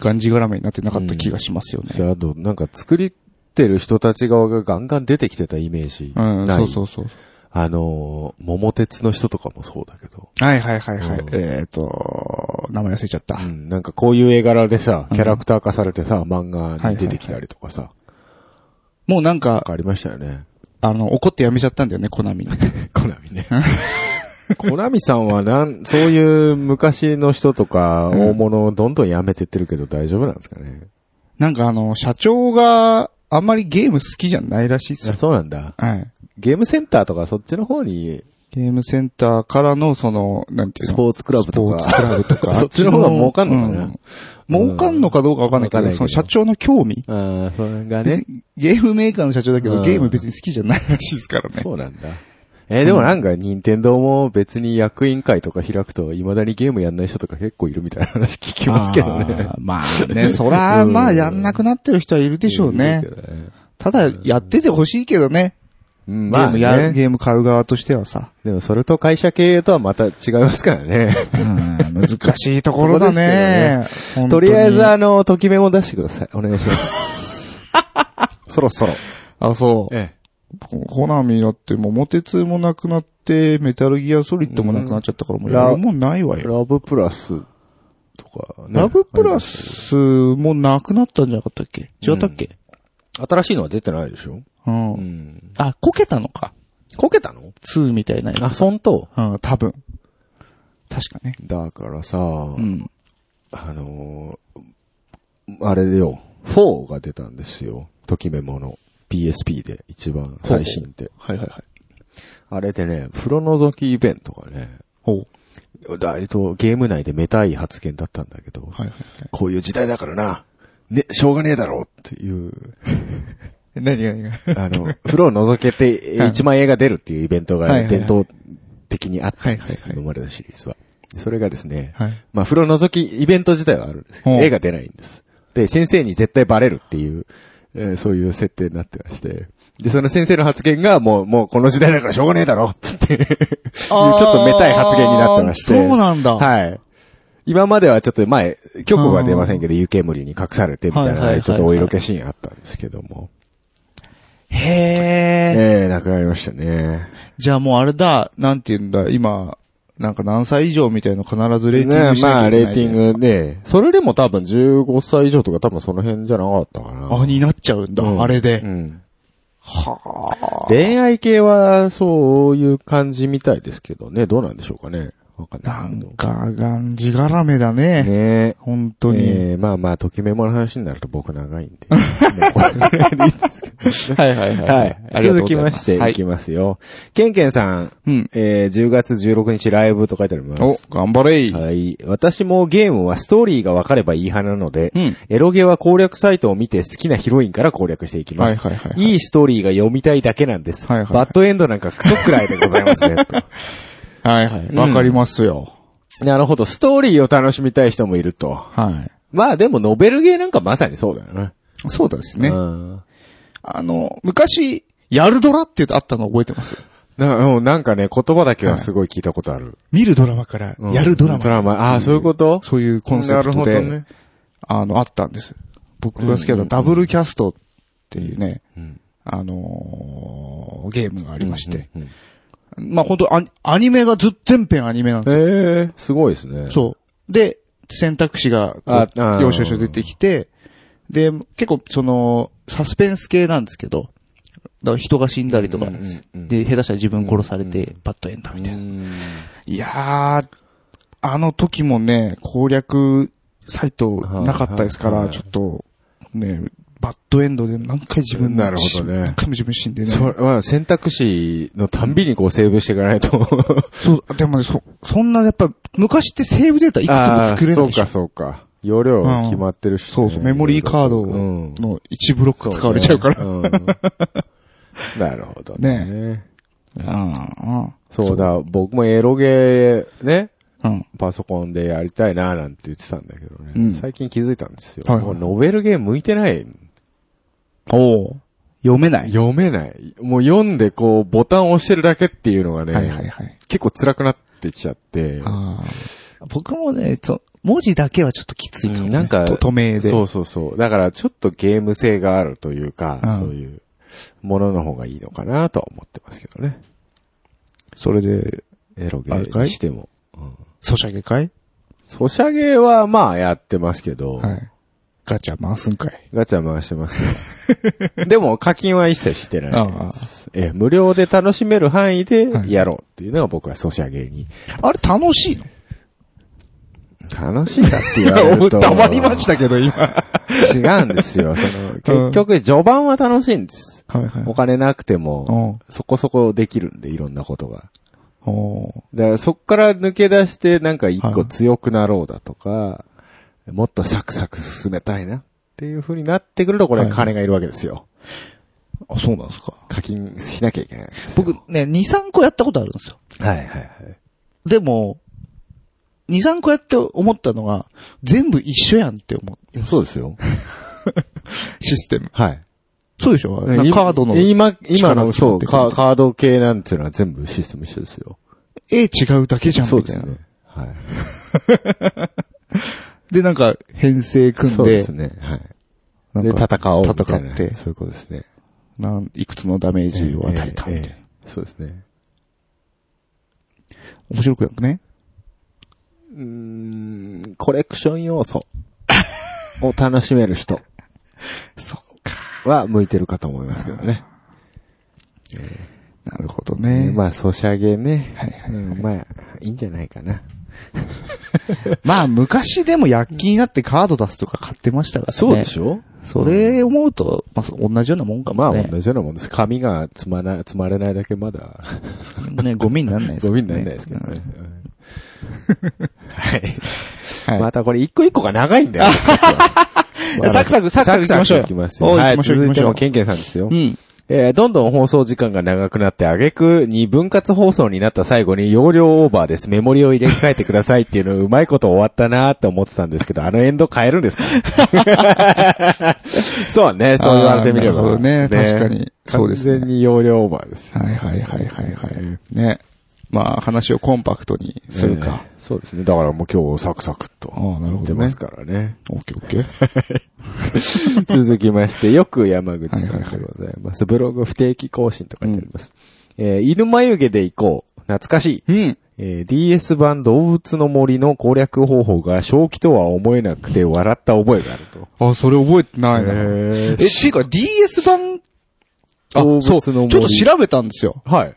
A: がんじがらめになってなかった気がしますよね。
B: あと、なんか作りてる人たち側がガンガン出てきてたイメージ。
A: うん、
B: ない
A: そうそうそう。
B: あのー、桃鉄の人とかもそうだけど。
A: はいはいはいはい。
B: うん
A: えっ、と、名前忘れちゃった。
B: うん、なんかこういう絵柄でさ、
A: うん
B: キャラクター化されてさ、漫画に出てきたりとかさ、
A: もうなん
B: なんか
A: か、
B: ありましたよね。
A: あの、怒ってやめちゃったんだよね、 (laughs) コナミに。 (laughs)
B: コナミね。 (laughs) コナミさんはなん、そういう昔の人とか、
A: うん
B: 大物をどんどんやめてってるけど大丈夫なんですかね。
A: なんかあの、社長があんまりゲーム好きじゃないらしいっすよ。
B: そうなんだ。
A: はい。
B: ゲームセンターとかそっちの方に、
A: ゲームセンターからの、その、なんていうの
B: スポーツクラブとか
A: スポーツクラブと (laughs) か。
B: そっちの方が儲かんのかな
A: う儲かんのかどうかわかんないけ
B: わかん
A: ど、
B: ないけど
A: その社長の興味。
B: ああ、それが
A: 別
B: ね。
A: にゲームメーカーの社長だけ
B: う
A: ど、
B: ん
A: ゲーム別に好きじゃないらしいですからね。
B: そうなんだ。えーでもなんか、任天堂も別に役員会とか開くと、未だにゲームやんない人とか結構いるみたいな話聞きますけどね。
A: あー。まあ (laughs) ね、そら、まあやんなくなってる人はいるでしょうね
B: いる。けどね
A: ただ、やっててほしいけどね。
B: う
A: ゲ
B: ん、ま
A: ー
B: あ、
A: ムや、
B: ね、
A: ゲーム買う側としてはさ。
B: でもそれと会社経営とはまた違いますから (laughs) ね。
A: 難しいところだね。本当
B: と
A: に
B: りあえず、あの、ときめも出してください。お願いします。 (laughs) そろそろ。
A: あ、そう。
B: え
A: コナミだってもうモテツもなくなって、メタルギアソリッドもなくなっちゃったから、もうやるもんないわよ。
B: ラブプラスとか、
A: ラブプラスもなくなったんじゃなかったっけ違ったっけ
B: 新しいのは出てないでしょ
A: うん。
B: ん。
A: あ、こけたのか。
B: こけたの
A: 2みたいなや
B: あ、
A: つ。
B: そんと。
A: うん、多分。確かね。
B: だからさ、
A: うん。
B: あのーあれよ、4が出たんですよ。ときめもの。PSP で一番最新って。
A: はいはいはい。
B: あれでね、風呂覗きイベントがね、
A: ほう。
B: 割とゲーム内でめたい発言だったんだけど、
A: はいはい
B: こういう時代だからな、ね、しょうがねえだろうっていう、
A: 何が何が。
B: あの、風呂を覗けて
A: はい
B: 1万円が出るっていうイベント
A: は
B: が
A: いはいはい
B: 伝統的にあったんです
A: はいはいはい
B: 生まれたシリーズは。それがですね、
A: はい。
B: まあ、風呂覗きイベント自体はあるんですけど
A: ほう
B: 絵が出ないんです。で、先生に絶対バレるっていう、えーそういう設定になってまして。で、その先生の発言がもう、もうこの時代だからしょうがねえだろつって、いうちょっとめたい発言になってまして。
A: あーそうなんだ
B: はい。今まではちょっと前、局は出ませんけど、湯煙に隠されてみたい
A: はいはいはいは
B: な、
A: い
B: ちょっとお色気シーンあったんですけども。
A: へー。
B: ええ、なくなりましたね。
A: じゃあもうあれだ、なんて言うんだ、今、なんか何歳以上みたいなの必ずレーティングし
B: ねま
A: なきゃ
B: あ、
A: いけ
B: レ
A: な
B: ー
A: い
B: テ
A: じゃ
B: ィ
A: ないですか。
B: ングで、それでも多分15歳以上とか多分その辺じゃなかったかな。
A: あ、になっちゃうんだ、
B: うん
A: あれで。
B: うん
A: はあ。
B: 恋愛系は、そういう感じみたいですけどね。どうなんでしょうかね。わかん
A: な
B: ないけ
A: ん
B: ど。
A: か、がんじがらめだね。
B: ねえ。
A: 本当に。
B: えーまあまあ、ときメモの話になると僕長
A: (laughs)
B: いんで。もうこれぐらいでいいですけど
A: はいはいはい
B: はい。続きまして、
A: はい
B: きますよ。ケンケンさん、
A: うん。
B: えー10月16日ライブと書いてあります。
A: お、頑張れい。
B: はい。私もゲームはストーリーが分かればいい派なので、
A: うん
B: エロゲは攻略サイトを見て好きなヒロインから攻略していきます。
A: はいはいはいはい
B: いストーリーが読みたいだけなんです。
A: はいはい
B: バッドエンドなんかクソくらいでございま
A: (laughs)
B: すね。と
A: はいはい。わかりますよ。
B: なるほど。ストーリーを楽しみたい人もいると。
A: は
B: まあでもノベルゲーなんかまさにそうだよね。
A: い。そうですね。
B: うん
A: あの、昔、ヤルドラって言ってあったの覚えてます
B: なうんなんかね、言葉だけはすごい聞いたことある。
A: 見るドラマから、やるドラマ。
B: ドラマ。ああ、そういうこと
A: そういうコンセプトで。
B: なるほどね。
A: あの、あったんです。僕が好きだったダブルキャストっていうね、
B: ん
A: あのーゲームがありまして。
B: うんうん
A: まあ本当アニアニメがずっ全編アニメなんですよ。
B: ええ、すごいですね。
A: そう。で、選択肢がこう
B: ああー
A: 要所要所出てきて、で、結構その、サスペンス系なんですけど、だから人が死んだりとか、
B: うんうんうん
A: で、下手したら自分殺されて、バッドエンドみたいな。
B: うん。
A: いやー、あの時もね、攻略サイトなかったですか
B: はい
A: ら、
B: はい
A: ちょっと、ね、バッドエンドで何回自分
B: なるほどね
A: 何回も自分死んでね。
B: それは選択肢のたんびにこうセーブしていかない
A: (laughs)
B: と。
A: そう、でもね、そ、そんなやっぱ、昔ってセーブデータいくつも作れないでし
B: あー
A: ょ。
B: そうか、そうか。容量が決まってるしね、
A: そうそう、メモリーカード
B: うん
A: の1ブロック使われちゃうから。
B: んなるほどね。
A: うん
B: そうだ、僕もエロゲー、ね、
A: うん。
B: パソコンでやりたいなーなんて言ってたんだけどね。
A: うん
B: 最近気づいたんですよ。
A: はいはい
B: もうノベルゲー向いてない。
A: おお読めな。
B: 読めない。もう読んでこうボタンを押してるだけっていうのがね、
A: はいはいはい。
B: 結構辛くなってきちゃって。
A: あー僕もね、そ文字だけはちょっときついかも
B: う
A: ね。
B: んなんか、
A: と透明で。
B: そうそうそう。だからちょっとゲーム性があるというか、
A: うん
B: そういうものの方がいいのかなとは思ってますけどね。
A: それで、
B: エロゲ
A: あれか
B: ー
A: い
B: にしても。
A: ソシャゲかい
B: ソシャゲはまあやってますけど、
A: はい。ガチャ回すんかい。
B: ガチャ回してます
A: (laughs)
B: よでも課金は一切してない
A: あ
B: です。ええ無料で楽しめる範囲で
A: はい
B: やろうっていうのが僕はソシャゲに。
A: あれ楽しいの
B: 楽しいかって言われる
A: (laughs)
B: と。
A: 黙りましたけど、今。は
B: 違うんですよ。その、結局序盤は楽しいんです。
A: いは
B: お金なくても、
A: お
B: そこそこできるんで、いろんなことが。
A: お
B: だからそっから抜け出してなんか一
A: は
B: 個
A: い
B: 強くなろうだとか、もっとサクサク進めたいなっていう風になってくるとこれ
A: はい
B: 金がいるわけですよ。
A: あ、そうなんですか。
B: 課金しなきゃいけない。
A: 僕ね、2、3個やったことあるんですよ。
B: はいはいはい。
A: でも、2、3個やって思ったのが、全部一緒やんって思う。
B: そうですよ。
A: システム。
B: はい。
A: そうでしょなんかカードの。え、
B: 今、今
A: 力を
B: の、
A: 使
B: そ
A: っ
B: う、
A: てくる
B: カカード系なんていうのは全部システム一緒ですよ。
A: 違うだけじゃん、
B: そう
A: み
B: で
A: たい
B: す
A: な。
B: ね。はい。
A: で、なんか、編成組ん
B: そうで、
A: です
B: ね。はい。
A: なん
B: で、
A: か
B: 戦おうみたいな。
A: 戦って
B: そういうことですね。
A: なん、いくつのダメージを与えた、みたいな。
B: ええそうですね。
A: 面白くなくね
B: うん、コレクション要素を楽しめる人
A: そっか。
B: は向いてるかと思いますけどね。
A: なるほどね。まあ、
B: まあ、ソシャゲね。
A: はいはい
B: うんまあ、いいんじゃないかな。
A: 昔でも躍起になってカード出すとか買ってましたからね。
B: ょ
A: それ思うと、まあ、そ同じようなもんか
B: ま
A: も
B: あ、
A: ね。
B: 同じようなもんです。紙が積まな、積まれないだけまだ、
A: ね、ゴミになんないです
B: ゴ
A: からね
B: ミにならないですけどね。
A: は
B: はいい。またこれ一個一個が長いんだよ。
A: い (laughs) やサクサクサクサク行きましょうよ
B: サクサク行きますよ
A: おう
B: は
A: 行き
B: い、
A: ましょう
B: 続いて
A: 行
B: も
A: きましょ
B: ケンケンさんですよ。
A: うん。
B: えーどんどん放送時間が長くなって、あげくに分割放送になった最後に容量オーバーです。メモリを入れ替えてくださいっていうの、うまいこと終わったなーって思ってたんですけど、あのエンド変えるんですか (laughs) そうね、そう言われてみれば。
A: あーなるほどね確かにそうですね
B: 完全に容量オーバーです。
A: はいはいはいはいはい。ね。まあ、話をコンパクトにするか。
B: えー。そうですね。だからもう今日サクサクっと。
A: ああなるほどね
B: 出ますからね。
A: オッケーオッケー。
B: 続きまして、よく山口さんで
A: はいはいはい
B: ございます。ブログ不定期更新と書いてあります。えー犬眉毛で行こう。懐かしい。
A: うん。
B: えー DS 版動物の森の攻略方法が正気とは思えなくて笑った覚えがあると。
A: あ、それ覚えてないな。
B: え
A: え、ていうか DS 版、あ、
B: 動物
A: そ
B: の
A: う、ちょっ
B: 森
A: と調べたんですよ。
B: はい。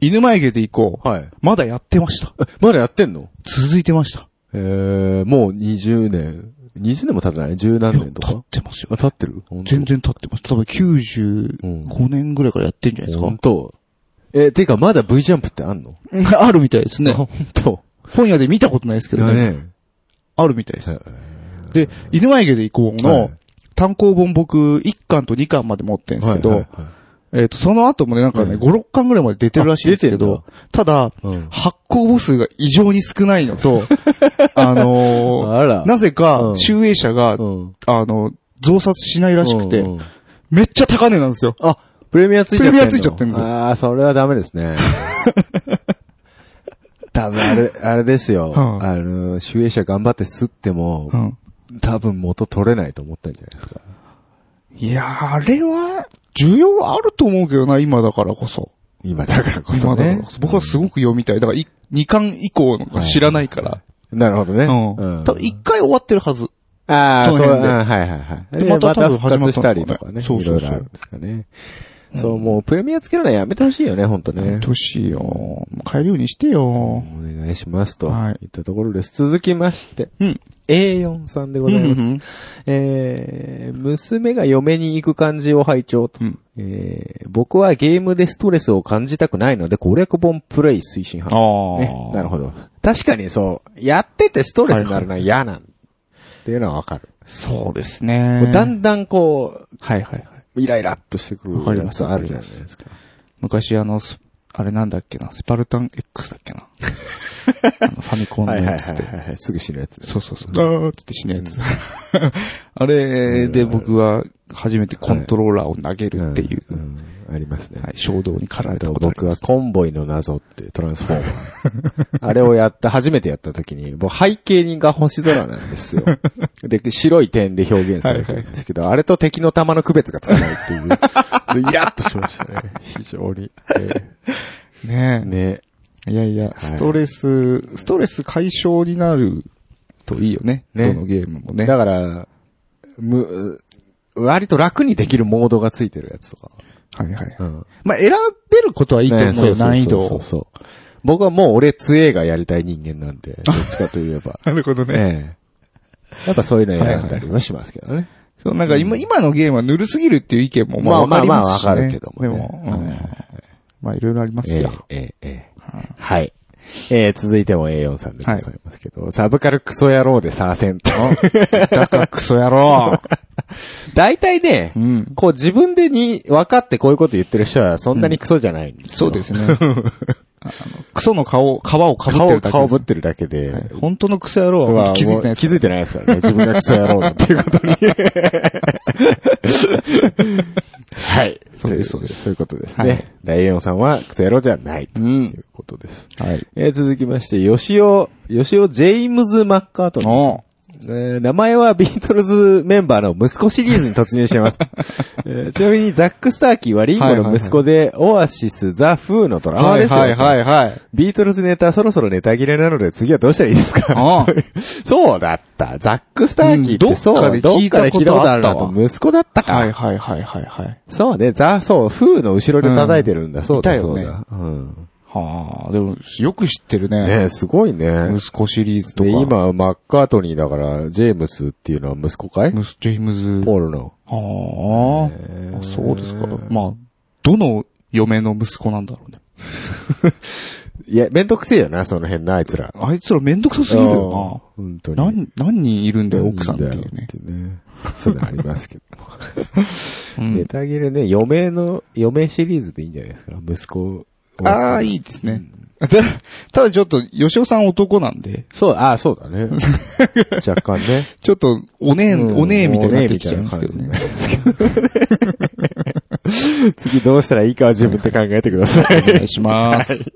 A: 犬眉毛で行こう。
B: はい。
A: まだやってました。
B: まだやってんの
A: (laughs) 続いてました。
B: えー、もう20年。20年も経ってない十何年と
A: 経っ
B: か
A: てますよ
B: あ。経ってる
A: 全然経ってます。多分95年ぐらいからやってんじゃないですか。
B: 本当えーてかまだ V ジャンプってあんの
A: (laughs) あるみたいですね。
B: 本当
A: 本屋で見たことないですけどね。あるみたいです。で、犬眉毛で行こう
B: は
A: の
B: い
A: 単行本僕1巻と2巻まで持ってるんですけど、えっと、その後もね、なんかね、5、
B: うん
A: 6巻ぐらいまで出てるらしいんですけど、ただ、
B: うん
A: 発行部数が異常に少ないの
B: (laughs)
A: と、あの
B: あら
A: ー、なぜ
B: う
A: か、
B: ん
A: 集英社が、
B: うん
A: あの、増刷しないらしくて
B: うんう、ん
A: めっちゃ高値なんですよ。
B: あ、プレミアついちゃってんの
A: プレミアついちゃってんですよ
B: ああ、それはダメで
A: (laughs)
B: すね。多分あれ、あれですよ。
A: うん
B: あの、集英社頑張って吸っても、
A: うん
B: 多分元取れないと思ったんじゃないですか。
A: いやー、あれは、需要はあると思うけどな、今だからこそ。
B: 今だからこそ
A: 今だから
B: ね
A: こ。そ。僕はすごく読みたい。だから、2巻以降のが知らないから。
B: なるほどね。
A: うん。多分1回終わってるはず。
B: ああ、
A: そ
B: そ
A: の
B: う、
A: 辺
B: うん
A: で
B: はいはいはい。
A: で
B: で
A: ま
B: ま
A: た
B: た
A: 多分
B: 復活したりと
A: 始まったん
B: か
A: で
B: ね。
A: すかね
B: いろいろあるんですかね。そう、もうプレミアつけるのはやめてほしいよね、ほんとね。
A: 年よ。もう買えるようにしてよ。
B: お願いしますと。
A: はい
B: い。ったところです。続きまして。
A: うん。
B: A4 さんでございます。えー、娘が嫁に行く感じを拝聴と。
A: うん
B: えー、僕はゲームでストレスを感じたくないので、攻略本プレイ推進
A: あ
B: 派。
A: あ。
B: ね。なるほど。確かにそう、やっててストレスになるのは嫌なん。っていうのはわかる。
A: そうですね
B: こう。だんだんこう、
A: はいはいはい。
B: イライラっとしてくる
A: わかります
B: やつあるじゃないですか。
A: 昔あの、スあれなんだっけな、スパルタン X だっけ (laughs) な。あのファミコンの
B: はいは
A: や
B: い
A: つ
B: は
A: で。
B: いはい。すぐ死ぬやつ。
A: そうそうそう。あーっつって死ぬやつ。 (laughs) あれで僕は初めてコントローラーを投げるっていう、
B: んんありますね。
A: はい、衝動に駆られたことあり
B: 僕
A: ま
B: は
A: す。
B: コンボイの謎ってトランスフォーマ
A: (laughs)
B: ー。あれをやった、初めてやった時に、もう背景にが星空なんで
A: (laughs)
B: すよ。で、白い点で表現されてるんですけど、あれと敵の弾の区別がつかな
A: (laughs)
B: いっていう、イラッとしましたね。非常に。え
A: ね
B: ーね。
A: え。いやいや、ストレス、ストレス解消になるといいよね。
B: ね
A: どのゲームもね。
B: だから、む、割と楽にできるモードがついてるやつとか。
A: はいはい。
B: うん。
A: まあ、選べることはいいと
B: ね
A: 思う
B: そう
A: よ、
B: そうそう
A: 難易度
B: そう
A: を。。
B: そう。僕はもう俺、杖がやりたい人間なんで、どっちかといえば
A: なるほどね。
B: ええ。やっぱそういうの選んだりはしますけどね。
A: そう、なんか今、今のゲームはぬるすぎるっていう意見も、まあ、わ
B: ま
A: か
B: あ
A: り
B: まあ
A: ますし、ね。
B: まあわかるけどもね
A: でも、うん
B: はいはいは
A: まあ、いろいろあります
B: え
A: よ。
B: え、ええ、ええ。はい。えー、続いても A4 さんでございますけど、サブカルクソ野郎でサー
A: (laughs)
B: セント。
A: だからクソ野郎。
B: 大体ね、
A: (laughs) うん。
B: こう自分でに分かってこういうこと言ってる人はそんなにクソじゃないんです
A: そう
B: よ、
A: ですね。あの、クソの顔、皮をかぶってるだけ
B: 顔
A: です
B: ぶってるだけで、
A: はい本当のクソ野郎は
B: は
A: 気づいてない
B: もう
A: です
B: 気づい
A: (laughs)
B: てないですからね。自分がクソ野郎だっていうことに。はい。。
A: そうですそうです
B: そういうことです
A: はい
B: ね。ライオンさんはクソ野郎じゃない。と
A: ん
B: いうことです。
A: はい。
B: えー続きまして、吉尾、吉尾ジェイムズ・マッカートニーさん。
A: お
B: えー名前はビートルズメンバーの息子シリーズに突入し
A: (laughs)
B: てます。えーちなみにザック・スターキーはリンゴの息子で、オアシス・ザ・フーのドラマーですよ。
A: いはい。
B: ビートルズネタそろそろネタ切れなので次はどうしたらいいです
A: あ
B: か
A: あ
B: (laughs) そうだった。ザック・スターキーってそう、
A: うんどっかで聞いたこと
B: どっかで聞いたことあるな
A: あった
B: と息子だったか。
A: はいはいはいはいはい。
B: そうね、ザ・そう、フーの後ろで叩いてるんだ。そうだ、
A: いたよ
B: そう
A: ね
B: だ。うん。
A: はあ、でも、よく知ってるね。
B: ねえすごいね。
A: 息子シリーズとか。
B: で、、今、マッカートニーだから、ジェームスっていうのは息子かい
A: ムス・ジェイムズ。
B: ポールの。
A: はあ、そうですか。まあ、どの嫁の息子なんだろうね。
B: いや、めんどくせえよな、その辺な、あいつら。
A: あいつらめんどくさすぎるよ
B: うん本当
A: な。
B: に。
A: 何、何人いるんだよ、奥さんってい
B: だよ
A: うね。
B: ね。そういうのありますけど。
A: (laughs) うん
B: ネタ切れね、余命の、余命シリーズでいいんじゃないですか息子を。
A: ああ、いいですね。ただ、 (laughs) ただちょっと、吉尾さん男なんで、
B: そう、ああ、そう
A: (laughs)
B: だね。若干ね。
A: ちょっと、お姉、お姉みたいになってきちゃいますけど
B: お姉みたい
A: ね。
B: な感じね (laughs) 次どうしたらいいかは自分で考えてください。
A: お願いします。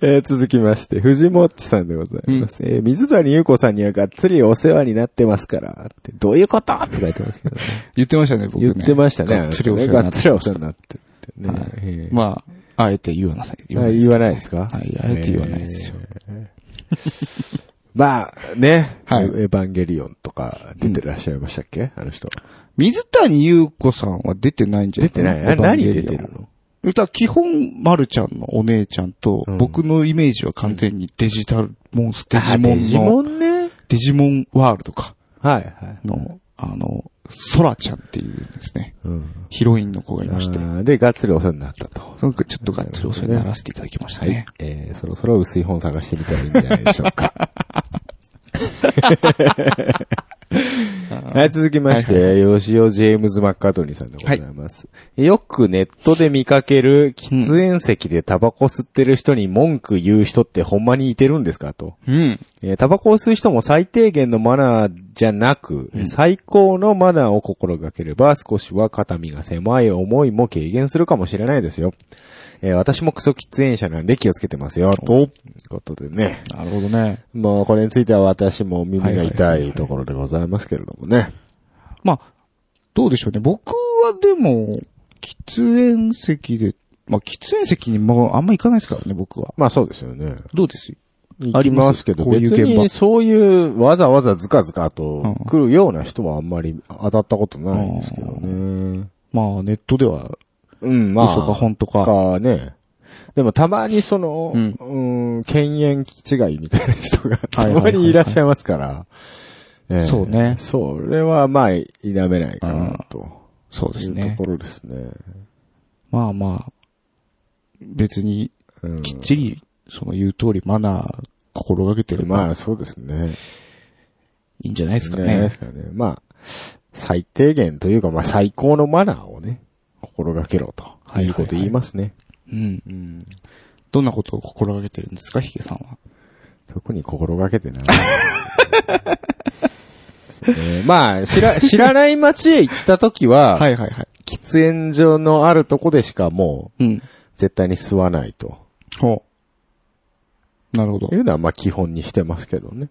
B: えー続きまして、藤もっちさんでございます。えー水谷優子さんにはがっつりお世話になってますから、って、どういうことって書いてますけどね。
A: 言ってましたね、僕
B: 言
A: ね。
B: ってましたね。
A: がっつりお世話にな
B: がっ
A: って
B: つりお世話になってってね。えー
A: まあ、あえて言わなさい。
B: あ言わないですか
A: はいあえて言わないですよ。
B: えーまあ、ね。
A: はい
B: エヴァンゲリオンとか出てらっしゃいましたっけあの人。
A: 水谷優子さんは出てないんじゃない
B: あ何出てるの
A: のだから基本、まるちゃんのお姉ちゃんと、
B: うん
A: 僕のイメージは完全にデジタルモンス、デジ
B: あ
A: モ
B: デ
A: ン
B: ジ
A: の、
B: モンね。
A: デジモンワールドか、
B: はいはい。
A: の、あの、ソラちゃんっていうですね、
B: うん。
A: ヒロインの子がいまして、
B: あーで、がっつりお世話になったと。
A: なんかちょっとがっつりお世話にならせていただきましたね。
B: えー、そろそろ薄い本探してみたらいいんじゃないでしょうか。 (laughs) はい、続きまして、吉尾ジェームズ・マッカートニーさんでございます。よくネットで見かける喫煙席でタバコ吸ってる人に文句言う人ってほんまにいてるんですかと。
A: うん。
B: えータバコを吸う人も最低限のマナーじゃなく、最高のマナーを心がければ少しは肩身が狭い思いも軽減するかもしれないですよ。えー私もクソ喫煙者なんで気をつけてますよ、ということでね。
A: なるほどね。
B: もうこれについては私も耳が痛いところでございますけれどもね。
A: まあ、どうでしょうね。僕はでも、喫煙席で、まあ、喫煙席にもあんま行かないですからね、僕は。
B: まあそうですよね。
A: どうです
B: ありますけど、
A: こういう
B: 別
A: 現場
B: にそういうわざわざずかずかと
A: うん
B: 来るような人はあんまり当たったことないんですけどね。
A: まあ、ネットでは、
B: うん、まあ。
A: 嘘か本当か。
B: かね。でもたまにその、
A: う
B: うんーん、犬猿違いみたいな人が
A: は
B: た
A: いはいはいはい
B: まにいらっしゃいますから。ええ
A: そうね
B: それはまあ、否めないかな、と
A: そうで
B: い
A: す
B: うと
A: ね
B: こ。ろですね。
A: まあまあ、別に、
B: うん
A: きっちり、その言う通りマナー心がけてれば、
B: まあ、そうですね。
A: いいんじゃないですか
B: ね
A: ね
B: です。からね。まあ、最低限というか、まあ、最高のマナーをね、心がけろと。
A: いはいはい
B: いいこと言いますね。
A: うん。どんなことを心がけてるんですか、ヒゲさんは。
B: 特に心がけてない。 (laughs) えーまあ、知ら、知らない街へ行った時は、
A: はいはいはい。
B: 喫煙所のあるとこでしかもう、
A: うん。
B: 絶対に吸わないと。
A: ほう。なるほど
B: い。うのはまあ基本にしてますけどね。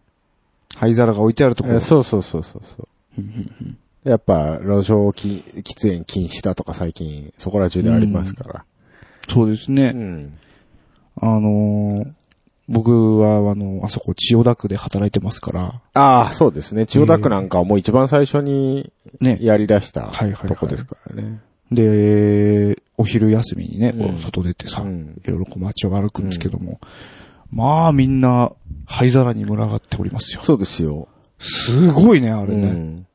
A: 灰皿が置いてあるとこ
B: え
A: ろ
B: ー。そうそうそうそうそう。やっぱ、路上き喫煙禁止だとか最近、そこら中でありますから。
A: そうですね。
B: うん。
A: あのー僕は、あの、あそこ、千代田区で働いてますから、
B: ああ、そうですね。千代田区なんかはもう一番最初に
A: ね。
B: やり出した
A: はいはいはい
B: とこですからね。
A: で、お昼休みにね、こ
B: うん
A: う、外出てさ、
B: うん
A: いろいろこう街を歩くんですけども、まあ、みんな、灰皿に群がっておりますよ。
B: そうですよ。
A: すごいね、あれ
B: う
A: ね。
B: ん。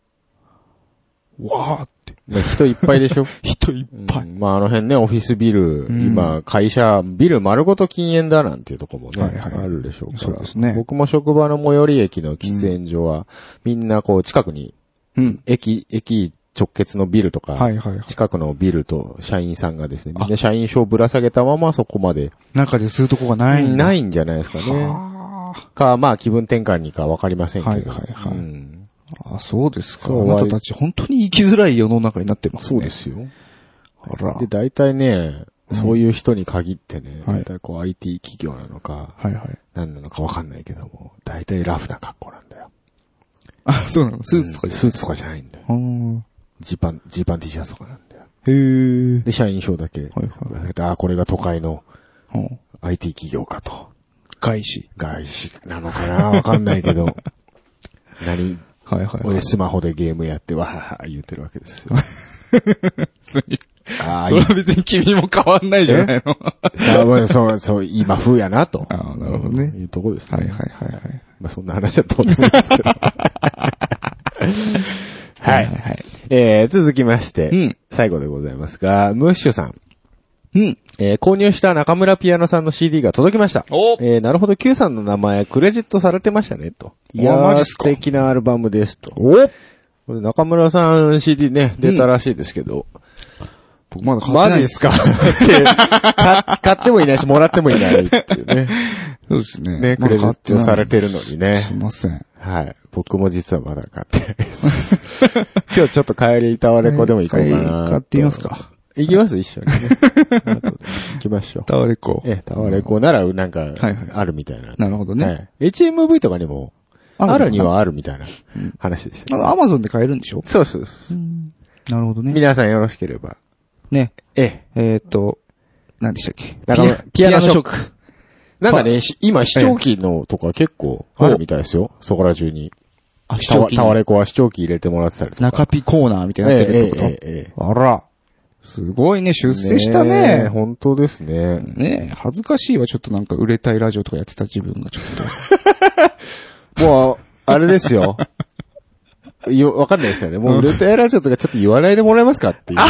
A: わーって。
B: ね人いっぱ
A: (laughs)
B: いでしょ
A: 人いっぱい。
B: うんまああの辺ね、オフィスビル、
A: うん
B: 今、会社、ビル丸ごと禁煙だなんていうとこもね、
A: はいはい
B: あるでしょうから。
A: そうですね
B: 僕も職場の最寄り駅の喫煙所は、みんなこう近くに、
A: うん。
B: 駅、駅直結のビルとか、
A: はいはいはい。
B: 近くのビルと社員さんがですね、
A: あ
B: みんな社員証ぶら下げたままそこまで、
A: 中で吸うとこがないんだ。。
B: ないいんじゃないですかね。
A: はー
B: か、まあ気分転換にかわかりませんけど。
A: はいはいはい
B: うん
A: あ、そうですか。あ
B: そう
A: なたたち本当に生きづらい世の中になってます
B: そ
A: ね。
B: うで。すよ。
D: ほら。
B: で、大体ね、そういう人に限ってね、
D: はい
B: 大体こう IT 企業なのか、
D: はいはい。
B: 何なのかわかんないけども、大体ラフな格好なんだよ。
D: あ、そうなのスーツとか
B: うんスーツとかじゃないんだよ。
D: は
B: ジーパン、ジーパン T シャツとかなんだよ。
D: あ。へえ。
B: で、社員証だけ。
D: はい
B: ああ、これが都会の
D: はい。
B: IT 企業かと。
D: 外資。
B: 外資なのかなわかんないけど。 (laughs) 何
D: はいはいはい。
B: 俺スマホでゲームやってわはは言ってるわけですよ。
D: それ
B: ああ、
D: (laughs) それは別に君も変わんないじゃないの。
B: あごめんそう、そう、今風やなと。
D: ああ、なるほどね。
B: いうとこですね。
D: はいはいはいはい。
B: まあそんな話はどうでもいいですけど。は
D: はい
B: い。
D: はい。
B: えー、続きまして、
D: うん
B: 最後でございますが、ムッシュさん。
D: うん。
B: えー購入した中村ピアノさんの CD が届きました。
D: お
B: えー、なるほど Q さんの名前、クレジットされてましたね、と。
D: お
B: いや
D: マジ
B: ー、
D: っす
B: 素
D: か
B: 敵なアルバムです、と。
D: お
B: これ中村さん CD ね、出たらしいですけど。
D: 僕まだ買って
B: マ
D: な
B: ジ
D: い
B: ですか (laughs) ってか買ってもいないし、もらってもいないっていう
D: (laughs)
B: ね。
D: そうですね。
B: ね、
D: ま
B: ク
D: だ
B: レジ
D: 買
B: ッ
D: ってな
B: ト
D: い
B: されてるのにね。
D: すいません。
B: はい。僕も実はまだ買ってないです。 (laughs) 今日ちょっと帰り、タワレコでも行こうかな
D: はい
B: と。
D: 買ってみますか。
B: 行きます一緒にね。
D: (laughs)
B: 後で行きましょう。
D: タワレコ。
B: ええ、タワレコなら、なんか
D: はい、
B: あるみたいな。
D: なるほどね
B: はい。HMV とかにも、
D: あるのかな
B: あるにはあるみたいな話でした
D: な
B: よ。
D: んかアマゾンで買えるんでしょ
B: そうそうそう。
D: なるほどね。
B: 皆さんよろしければ。
D: ね。
B: え
D: えーっと、何でしたっけ
B: え。なんかピアノショッ
D: ク。
B: ク。なんかね、し今、視聴器のとか結構あるみたいですよ。そこら中に。
D: あ、視
B: タ
D: 聴
B: ワ
D: 器
B: タワレコは視聴器入れてもらってたりとか。
D: 中ピコーナーみたいになってるってこと、
B: ええええええ
D: あら。すごいね、出世した
B: え
D: ね。
B: 本当ですね。
D: ねえ恥ずかしいわ、ちょっとなんか売れたいラジオとかやってた自分がちょっと。 (laughs)
B: もう、あれですよ。よ、わかんないですからね。もう、売れたいラジオとかちょっと言わないでもらえますかって (laughs) いう。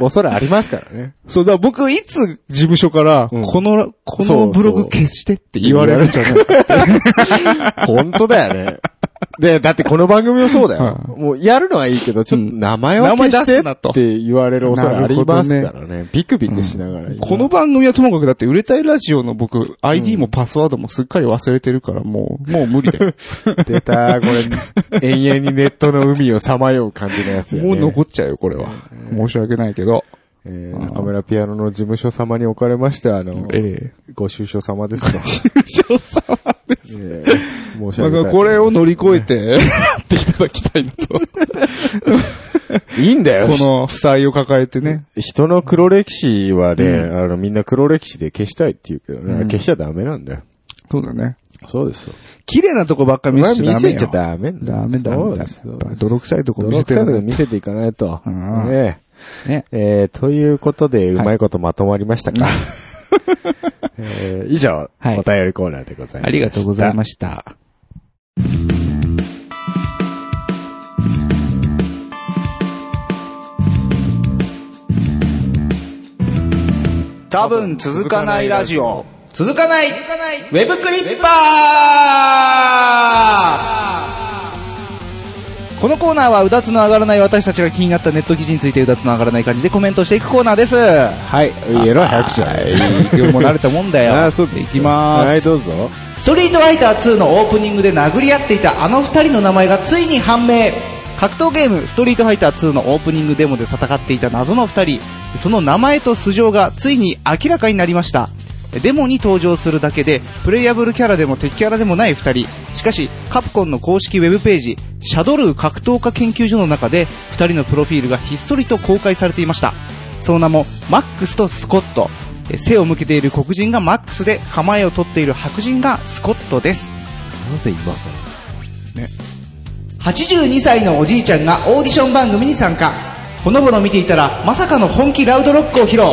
B: おそらありますからね。
D: そう、だから僕、いつ事務所から、
B: うん
D: この、
B: そ
D: こ
B: うそ
D: の
B: う
D: ブログ消してって言われるんじゃない
B: (laughs)
D: か。
B: 本当だよね。で、だってこの番組もそうだよ。
D: う
B: もう、やるのはいいけど、ちょっと名前は
D: うん
B: 消して
D: 名前出すなと
B: って言われるおそらありますか
D: な
B: らね。ビクビクしながら、
D: (laughs) この番組はともかくだって、売れたいラジオの僕、ID もパスワードもすっかり忘れてるから、もう、もう無理だ (laughs) よ。
B: 出た、これ、永遠にネットの海をさまよう感じのやつやね。
D: もう残っちゃうよ、これは。 (laughs) 申し訳ないけど。
B: えー、中村ピアノの事務所様におかれましては、あの、
D: ええ。
B: ご愁傷様ですと。
D: (laughs) 少佐はです。
B: えー申し
D: な
B: 訳
D: ん
B: ない。
D: かこれを乗り越えて、やっていただきたいなと。こ
B: いいんだよ。
D: の、負債を抱えてね。
B: 人の黒歴史はね、あの、みんな黒歴史で消したいって言うけどね、消しちゃダメなんだよ。
D: そうだね。
B: そうですよ。
D: 綺麗なとこばっか見せちゃダメよ。
B: 見せちゃダメだよ
D: ダメだ
B: そ
D: よ
B: うですよ。
D: 泥臭いとこ見
B: 泥
D: せて
B: 臭い
D: る
B: とこ見せていかないと。
D: うん
B: ね
D: ね。
B: ええーということで、うまいことまとまりましたか。 (laughs) えー以上、
D: はい
B: お便りコーナーでございます。
D: ありがとうございました。多分続かないラジオ。続かないウェブクリッパーこのコーナーはうだつの上がらない私たちが気になったネット記事についてうだつの上がらない感じでコメントしていくコーナーです。 (laughs)
B: はい、えらい早口だね。
D: 今日も慣れたもんだよ。
B: あーそうです
D: いきまーす。
B: はい、どうぞ。
D: ストリートファイター2のオープニングで殴り合っていたあの二人の名前がついに判明格闘ゲーム、ストリートファイター2のオープニングデモで戦っていた謎の二人、その名前と素性がついに明らかになりました。デモに登場するだけで、プレイヤブルキャラでも敵キャラでもない二人。しかし、カプコンの公式ウェブページ、シャドルー格闘家研究所の中で、二人のプロフィールがひっそりと公開されていました。その名も、マックスとスコット。え背を向けている黒人がマックスで、構えを取っている白人がスコットです。
B: なぜ今さ
D: 82歳のおじいちゃんがオーディション番組に参加ほのぼの見ていたらまさかの本気ラウドロックを披露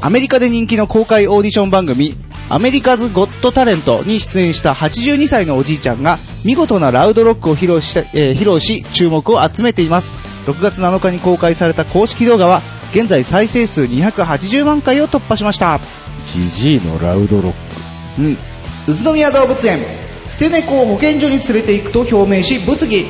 D: アメリカで人気の公開オーディション番組「アメリカズ・ゴット・タレント」に出演した82歳のおじいちゃんが見事なラウドロックを披露した、えー披露し注目を集めています6月7日に公開された公式動画は現在再生数280万回を突破しました
B: ジジイのラウドロック。
D: うん、宇都宮動物園捨て猫を保健所に連れて行くと表明し物議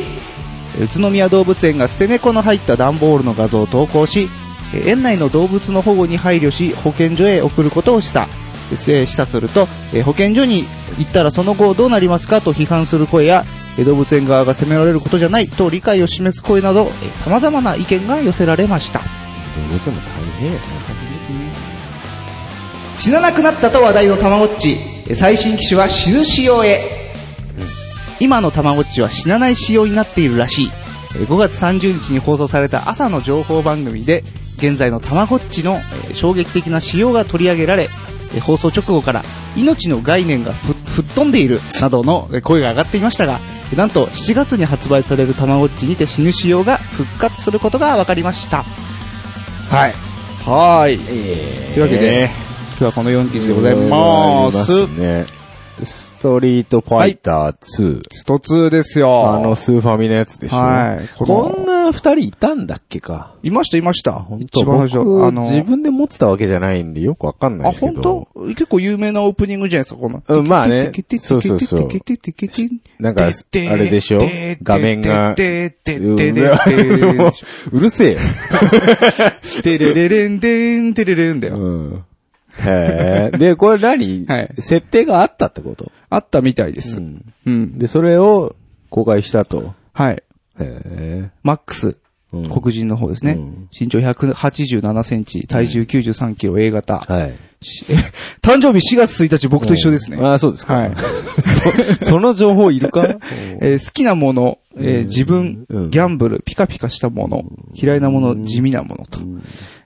D: 宇都宮動物園が捨て猫の入った段ボールの画像を投稿しえー園内の動物の保護に配慮し保健所へ送ることを示唆えー示唆するとえー保健所に行ったらその後どうなりますかと批判する声やえー動物園側が責められることじゃないと理解を示す声などさまざまな意見が寄せられました
B: 弁護士も大変やね。
A: 死ななくなったと話題のたまごっち最新機種は死ぬ仕様へ、今のたまごっちは死なない仕様になっているらしいえー5月30日に放送された朝の情報番組で現在のたまごっちのえー衝撃的な仕様が取り上げられえー放送直後から命の概念がふ吹っ飛んでいるなどのえー声が上がっていましたがえーなんと7月に発売されるたまごっちにて死ぬ仕様が復活することが分かりましたはいはーい
B: え
A: というわけで、今日はこの4記事でござい
B: ご
A: ま
B: ざい
A: す。
B: ね。ストリートファイター2。
A: スト2ですよ。
B: あの、スーファミのやつでしょ。
A: はい
B: こんな二人いたんだっけか。
A: いました、いました。一
B: 一
A: 番
B: 番
A: 最
B: 最
A: 初。あ
B: 初、
A: の、
B: 自分で持ってたわけじゃないんでよくわかんない
A: あ、
B: ですけ
A: 本
B: ど。
A: 当結構有名なオープニングじゃないですか、この。
B: うんまあね
A: テケテケテケ
B: そうそうそう
A: テケテケテケテケ
B: なんか、あれでしょ画面が。
A: テテテテテテ
B: もううるせえよ。
A: テレレレンデン、テレレンだよ。
B: うん。へえ。で、これ何、
A: はい
B: 設定があったってこと
A: あったみたいです。うん。
B: で、それを公開したと。
A: はい。
B: へえ。
A: マックス。
B: うん
A: 黒人の方ですね
B: うん。
A: 身長187センチ、体重93キロ、A 型。
B: はい。
A: し (laughs) 誕生日4月1日僕と一緒ですね。
B: ああ、そうですか。
A: はい。 (laughs)
B: その情報いるか
A: えー好きなもの、えー自分、
B: うん
A: ギャンブル、ピカピカしたもの、嫌いなもの、地味なものと。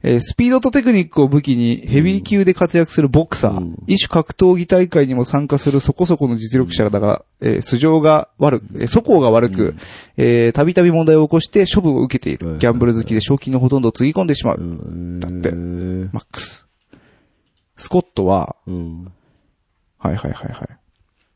A: えースピードとテクニックを武器にヘビー級で活躍するボクサー、異種格闘技大会にも参加するそこそこの実力者だが、えー素性が悪く、えー素行が悪く、えーたびたび問題を起こして処分を受けている。ギャンブル好きで賞金のほとんどをつぎ込んでしまう。だって、
B: うん。
A: マックス。スコットは、
B: うん。
A: はいはいはいはい。 (laughs)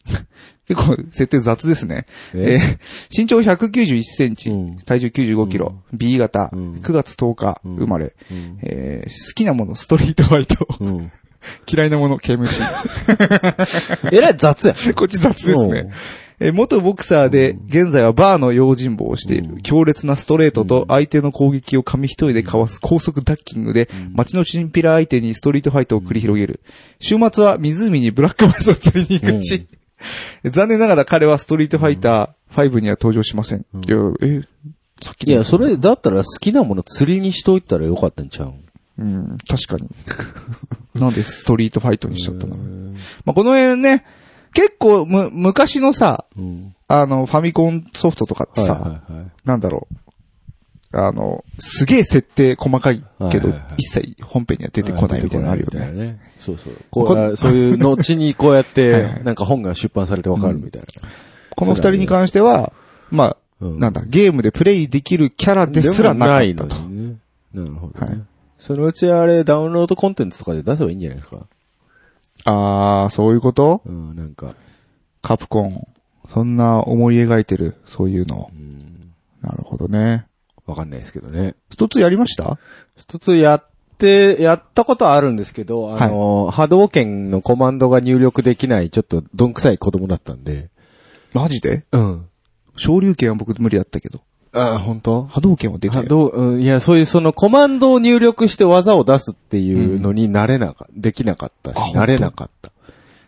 A: 結構、設定雑ですね。
B: え
A: えー身長191センチ、
B: うん
A: 体重95キロ、B 型、
B: うん
A: 9月10日、
B: ん
A: 生まれ、
B: うん
A: えー好きなもの、ストリートファイト、
B: うん。
A: (laughs) 嫌いなもの、刑務所。
B: えらい雑や。
A: (laughs) こっち雑ですね。えー元ボクサーで、現在はバーの用心棒をしている。強烈なストレートと相手の攻撃を紙一重でかわす高速ダッキングで、街のチンピラ相手にストリートファイトを繰り広げる。週末は湖にブラックバイスを釣りに行くし、 (laughs) 残念ながら彼はストリートファイター5には登場しません。いや、え、さっき
B: い
A: の
B: や、それだったら好きなもの釣りにしといたらよかったんちゃう
A: うん、確
B: (laughs)
A: かに。なんでストリートファイトにしちゃったのまあ、この辺ね、結構む、昔のさ、
B: うん。
A: あの、ファミコンソフトとかって
B: はい
A: さ、
B: はいはい。
A: なんだろう。あの、すげえ設定細かいけど、
B: はいはいはい
A: 一切本編には出てこないみたいなのあるよね。
B: ね。そうそう。
A: こ
B: こうあ、そういう後にこうやっ
A: (laughs) はいは
B: て、
A: い
B: なんか本が出版されてわかるみたいな。
A: この二人に関しては、まあ、
B: うん
A: なんだ、ゲームでプレイできるキャラですらなかったと
B: で。もないのにね。なるほどね。
A: はい
B: そのうちあれ、ダウンロードコンテンツとかで出せばいいんじゃないですか。
A: あー、そういうこと
B: うん、なんか。
A: カプコン。そんな思い描いてる、そういうのを
B: う。ん。
A: なるほどね。
B: わかんないですけどね。
A: 一つやりました
B: 一つやって、やったことあるんですけど、あの、波動拳のコマンドが入力できない、ちょっとどんくさい子供だったんで。
A: マジで
B: うん。
A: 昇竜拳は僕無理だったけど。
B: あ、本当
A: 波動拳は出て
B: あどう、うん、いや、そういうそのコマンドを入力して技を出すっていうのになれなか、できなかったし
A: あ本当
B: なれなかった。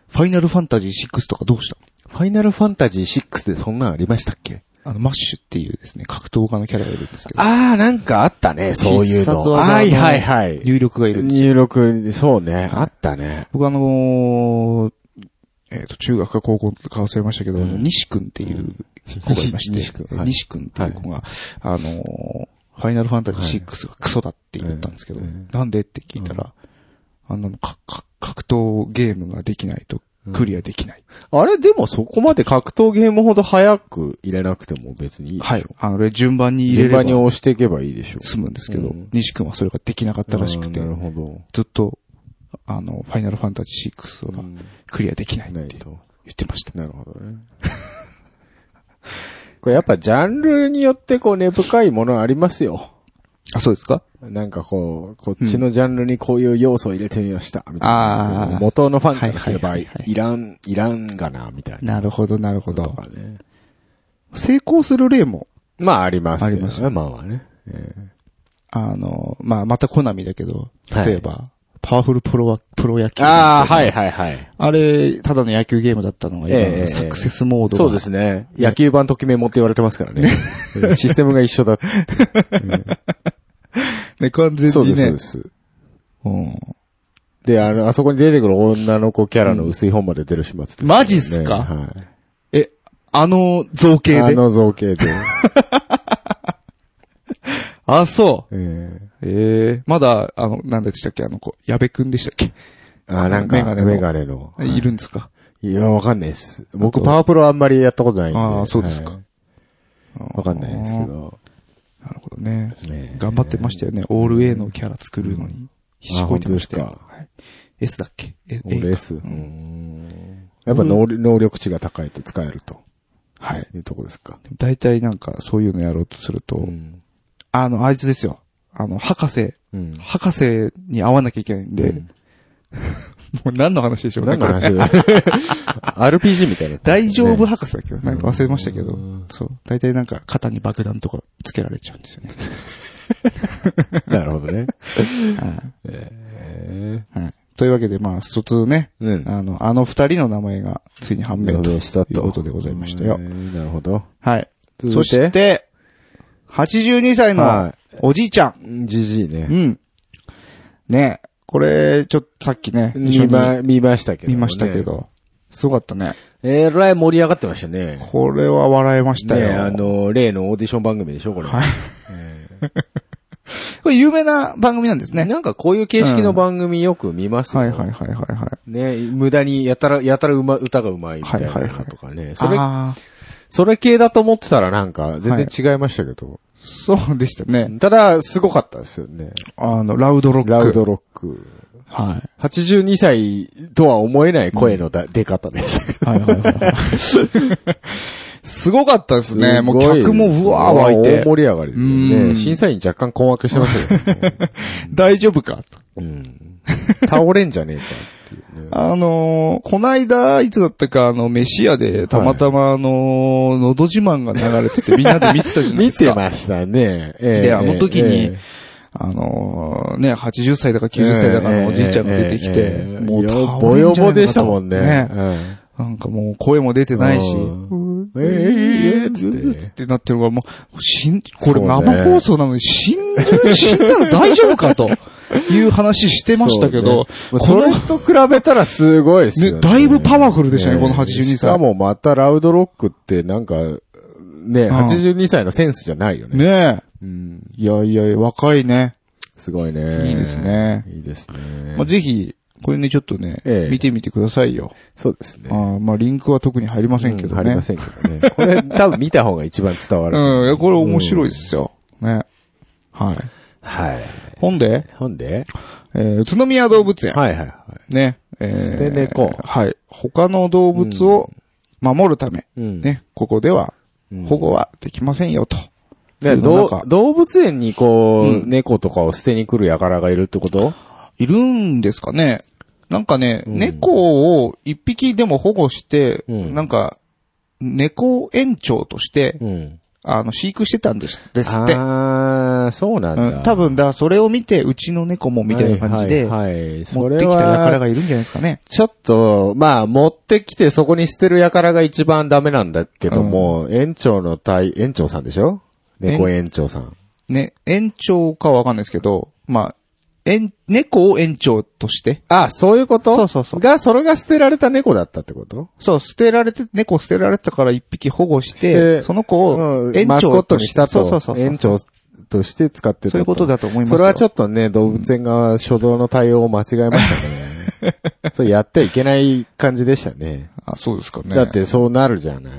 A: ファイナルファンタジー6とかどうした
B: ファイナルファンタジー6でそんなんありましたっけ
A: あの、マッシュっていうですね、格闘家のキャラがいるんですけど。
B: ああ、なんかあったね、そういう
A: 必殺
B: の。
A: 技の
B: はいはいはい。
A: 入力がいるんですよ
B: 入力、そうね、あったね。
A: 僕あのーえっ、と、中学か高校か忘れましたけど、あの西くんっていう子がいまして、
B: 西西くんはい
A: 西くんっていう子が、あのーファイナルファンタジー6がクソだって言ったんですけど、
B: はいうん
A: なんでって聞いたら、あの、か、か、格闘ゲームができないとクリアできない。
B: あれ、でもそこまで格闘ゲームほど早く入れなくても別にいいでしょ。
A: はい。あの、順番に入れ
B: 入
A: れば
B: 場に押していけばいいでしょ。
A: 済むんですけど、
B: うん
A: 西くんはそれができなかったらしくて
B: あー、なるほど。
A: ずっと、あの、ファイナルファンタジー6はクリアできないって
B: ない
A: 言
B: と。
A: ってました。
B: なるほどね。 (laughs) これやっぱジャンルによってこう根深いものありますよ。
A: あ、そうですか
B: なんかこう、こっちのジャンルにこういう要素を入れてみました、みたい
A: あー
B: な。元のファンからすれば、
A: はい
B: い
A: はいはいはい
B: らん、いらんがな、みたいな。
A: なるほど、なるほ
B: と
A: ど。
B: かね。
A: 成功する例も、
B: まあありますけどね。
A: あります
B: ね。まあまあね。え
A: あの、まあ、またコナミだけど、
B: はい
A: 例えば、パワフルプロは、プロ野球。
B: えああ、はいはいはい。
A: あれ、ただの野球ゲームだったのが今、
B: ええ
A: サクセスモードが
B: そうですね。野球 (laughs) 版ときメモって言われてますからね。システムが一緒だって。
A: ね、完全にね。
B: そうです、そうです。
A: うん。
B: で、あの、あそこに出てくる女の子キャラの薄い本まで出る始末ですね、
A: マジっすか
B: はい。
A: え、あの造形で。
B: あ
A: あ
B: の造形で。 (laughs)
A: そう。
B: ええ
A: ええまだ、あの、なんでしたっけ、あの子、矢部くんでしたっけ。
B: あ、なんか、
A: メ
B: メ
A: ガ
B: ガ
A: ネ
B: ネ
A: の
B: の。
A: いるんですか。
B: いや、わかんないです。
A: あ
B: 僕、
A: と
B: パワープロあんまりやったことないんで。
A: ああそうですか
B: はいわかんないですけど。
A: なるほどね。
B: ねえ
A: 頑張ってましたよね。オール A のキャラ作るのに。必死こいてました
B: あ
A: よ
B: 本。当
A: はい。S だっけ ?S。
B: 俺
A: A か
B: S。うんやっぱ能力能力値が高いと使えると
A: はい。
B: いうとこですか。
A: 大体なんか、そういうのやろうとすると、
B: うん。
A: あの、あいつですよ。あの、博士。
B: うん。
A: 博士に会わなきゃいけないんで、
B: うん
A: (laughs) もう何の話でしょうね、
B: 何の
A: これ
B: 話だよ (laughs) RPG みたいな。
A: 大丈夫博士だっけど、なんか忘れましたけど
B: うん、
A: そう。大体なんか肩に爆弾とかつけられちゃうんですよね。
B: (laughs) なるほどね。
A: はい。というわけで、まあ、疎通ね、
B: うん
A: あの、あの二人の名前がついに判明ということでございましたよ
B: え。ーなるほど。
A: はい。
B: 続
A: そ
B: いて
A: して、82歳の
B: は
A: おじいちゃん。
B: じじいうね。
A: ん。ねこれ、ちょっとさっきね、一緒
B: 見
A: に
B: ま、見ましたけど。
A: 見ましたけ。ど、すごかったね。
B: えらい盛り上がってましたね。
A: これは笑えました
B: ね
A: よ。
B: あの、例のオーディション番組でしょ、これ。
A: はいこれ有名な番組なんですね。
B: なんかこういう形式の番組よく見ますよ
A: はいはいはいはいはい。
B: ね、無駄にやたら、やたらうま、歌がうまいみたいな
A: はいはいはい
B: のとかね。それ、
A: あー
B: それ系だと思ってたらなんか全然違いましたけど。
A: そうでしたね。
B: ただ、すごかったですよね。
A: あの、ラウドロック。
B: ラウドロック。
A: は
B: 82歳とは思えない声のだ出方でしたけど。
A: い。はいはいはいはい。 (laughs) すごかったですね。もう
B: すご
A: 客もうわー湧い
B: 大
A: て。
B: 盛り上がりですよ
A: う
B: ね。
A: ん
B: 審査員若干困惑してまし
A: (laughs)
B: たけどね。
A: 大丈夫かと
B: うん。倒れんじゃねえかっていうね。
A: あのー、こないだ、いつだったか、あの、飯屋で、たまたま、あのー、のど自慢が流れてて、みんな (laughs) で見てたじゃないで
B: 見
A: すか。
B: てましたね。ええ
A: で、あの時
B: え
A: に
B: え、
A: あのー、ね、80歳だか90歳だかのおじいちゃんが出てき
B: ええ
A: て
B: ええ、
A: もう
B: よ
A: 倒
B: ぼ
A: れ
B: よ
A: んじゃな
B: ぼ
A: いの
B: で
A: かと
B: した
A: 思
B: も
A: って
B: んね。
A: ね。
B: うん
A: なんかもう声も出てないし、
B: うん
A: えええ
B: ええ
A: つ
B: つ
A: っ
B: ってて
A: ってなってるから、もう、死ん、これ
B: そうね
A: 生放送なのに死んでる、死んだら大丈夫かという話してましたけど、こ
B: そうね
A: の
B: もう、それと比べたらすごいですよ
A: ね
B: ね。
A: だいぶパワフルでしたね
B: ええ
A: この82歳
B: しかもまたラウドロックってなんか、ね、
A: ん
B: 82歳のセンスじゃないよね。
A: ね
B: うん。
A: え、いやいや、若いね。
B: すごいね。
A: いいですね
B: いいですね。
A: まあ、ぜひ、これね、ちょっとね、
B: ええ
A: 見てみてくださいよ。
B: そうですね。
A: あーまあ、リンクは特に入りませんけどね。
B: ありませんけどね。これ多分見た方が一番伝わる。
A: うん、いやこれ面白いですよ。ね。はい。
B: はい。
A: ほんで、
B: ほんで
A: えー宇都宮動物園。
B: はいはいはい。
A: ね。えー
B: 捨て猫
A: はい。他の動物を守るため、
B: うん
A: ね、ここでは
B: うん
A: 保護はできませんよと。
B: ね、
A: ど
B: どう動物園にこう、
A: うん
B: 猫とかを捨てに来る輩がいるってこと
A: いるんですかね。なんかね、
B: うん
A: 猫を一匹でも保護して、
B: うん
A: なんか、猫園長として、
B: ん。
A: あの、飼育してたんですですって。
B: あー、そうなん
A: う
B: だ。
A: ん、多分だ、それを見て、うちの猫もみたいな感じで、
B: はいはいはい、
A: 持
B: そ
A: っ
B: れ
A: てきた輩
B: は、
A: がいるんじゃないですかね。
B: ちょっと、まあ、持ってきてそこに捨てる輩が一番ダメなんだけども、園長の対、園長さんでしょ猫園長さん。
A: ね、園長かはわかんないですけど、まあ、園、猫を園長として、
B: あ、そういうこと
A: そうそうそう
B: が、それが捨てられた猫だったってこと
A: そう、捨てられて、猫捨てられたから一匹保護し
B: して
A: て、その子を園
B: マスコ
A: 長
B: ット
A: と
B: に
A: し、
B: してた
A: そう
B: と。
A: そうそう。
B: 園長として使ってた
A: そういうことだと思いますよ
B: それはちょっとね、動物園側、初動の対応を間違えました
A: (laughs)
B: ね。それやってはいけない感じでしたね。
A: あ、そうですかね。
B: だっ、てそうなるじゃない。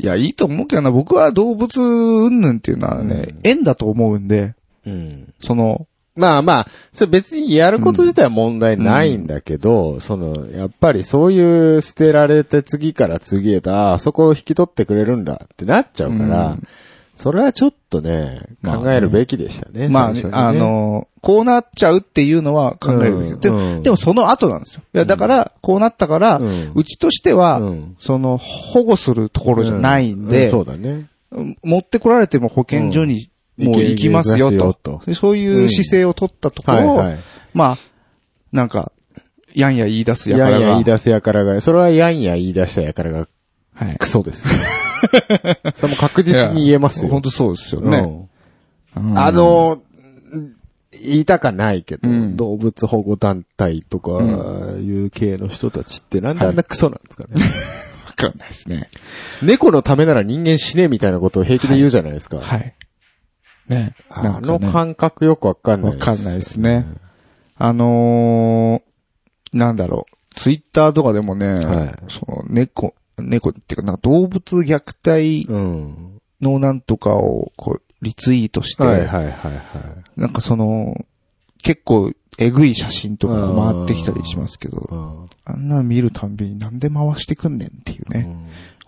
A: いや、いいと思うけどな、僕は動物云々っていうのはね、縁だと思うんで、
B: うん。
A: その、
B: まあまあ、それ別にやること自体は問題ないんだけど、その、やっぱりそういう捨てられて次から次へと、ああそこを引き取ってくれるんだってなっちゃうから、
A: うん
B: それはちょっとね、
A: まあね
B: 考えるべきでしたね。
A: まあ、
B: 最初にね
A: あ、の、こうなっちゃうっていうのは考えるべき。
B: うん
A: で
B: うん
A: でもその後なんですよ。いや、だから、こうなったから、う
B: うん
A: ちとしては、
B: うん
A: その、保護するところじゃないん
B: う
A: で、
B: そうだね。
A: 持ってこられても保健所に、
B: うん
A: もう行きますよ
B: 行きま
A: と
B: すよと
A: でそういう姿勢を取ったところ、
B: い。
A: まあ、なんか、やんや言い出すや
B: や
A: か
B: ん
A: ら
B: や
A: が。
B: 言い出すやからが、それはやんや言い出したやからが、
A: はい。
B: クソ (laughs) ですよ。それも確実に言えますよ。
A: 本当そうですよ
B: うん
A: ね。うん
B: あ、の、言いたかないけど、
A: うん
B: 動物保護団体とかいう系の人たちってなんであんなクソなんですかね。 (laughs)
A: わかんないですね。
B: 猫のためなら人間死ねえみたいなことを平気で言うじゃないですか。
A: はい。ね。な
B: あ
A: んか
B: の
A: ね
B: 感覚よくわかんない
A: わかんないですね。あのー、なんだろう。ツイッターとかでもね、
B: はい
A: その猫、猫っていうかな、動物虐待
B: うん。
A: のなんとかをこう、リツイートして、
B: はいはいはいはい。
A: なんかその、結構、えぐい写真とかが回ってきたりしますけ
B: う
A: ど、
B: ん
A: あんなの見るたんびになんで回してくんねんっていうね、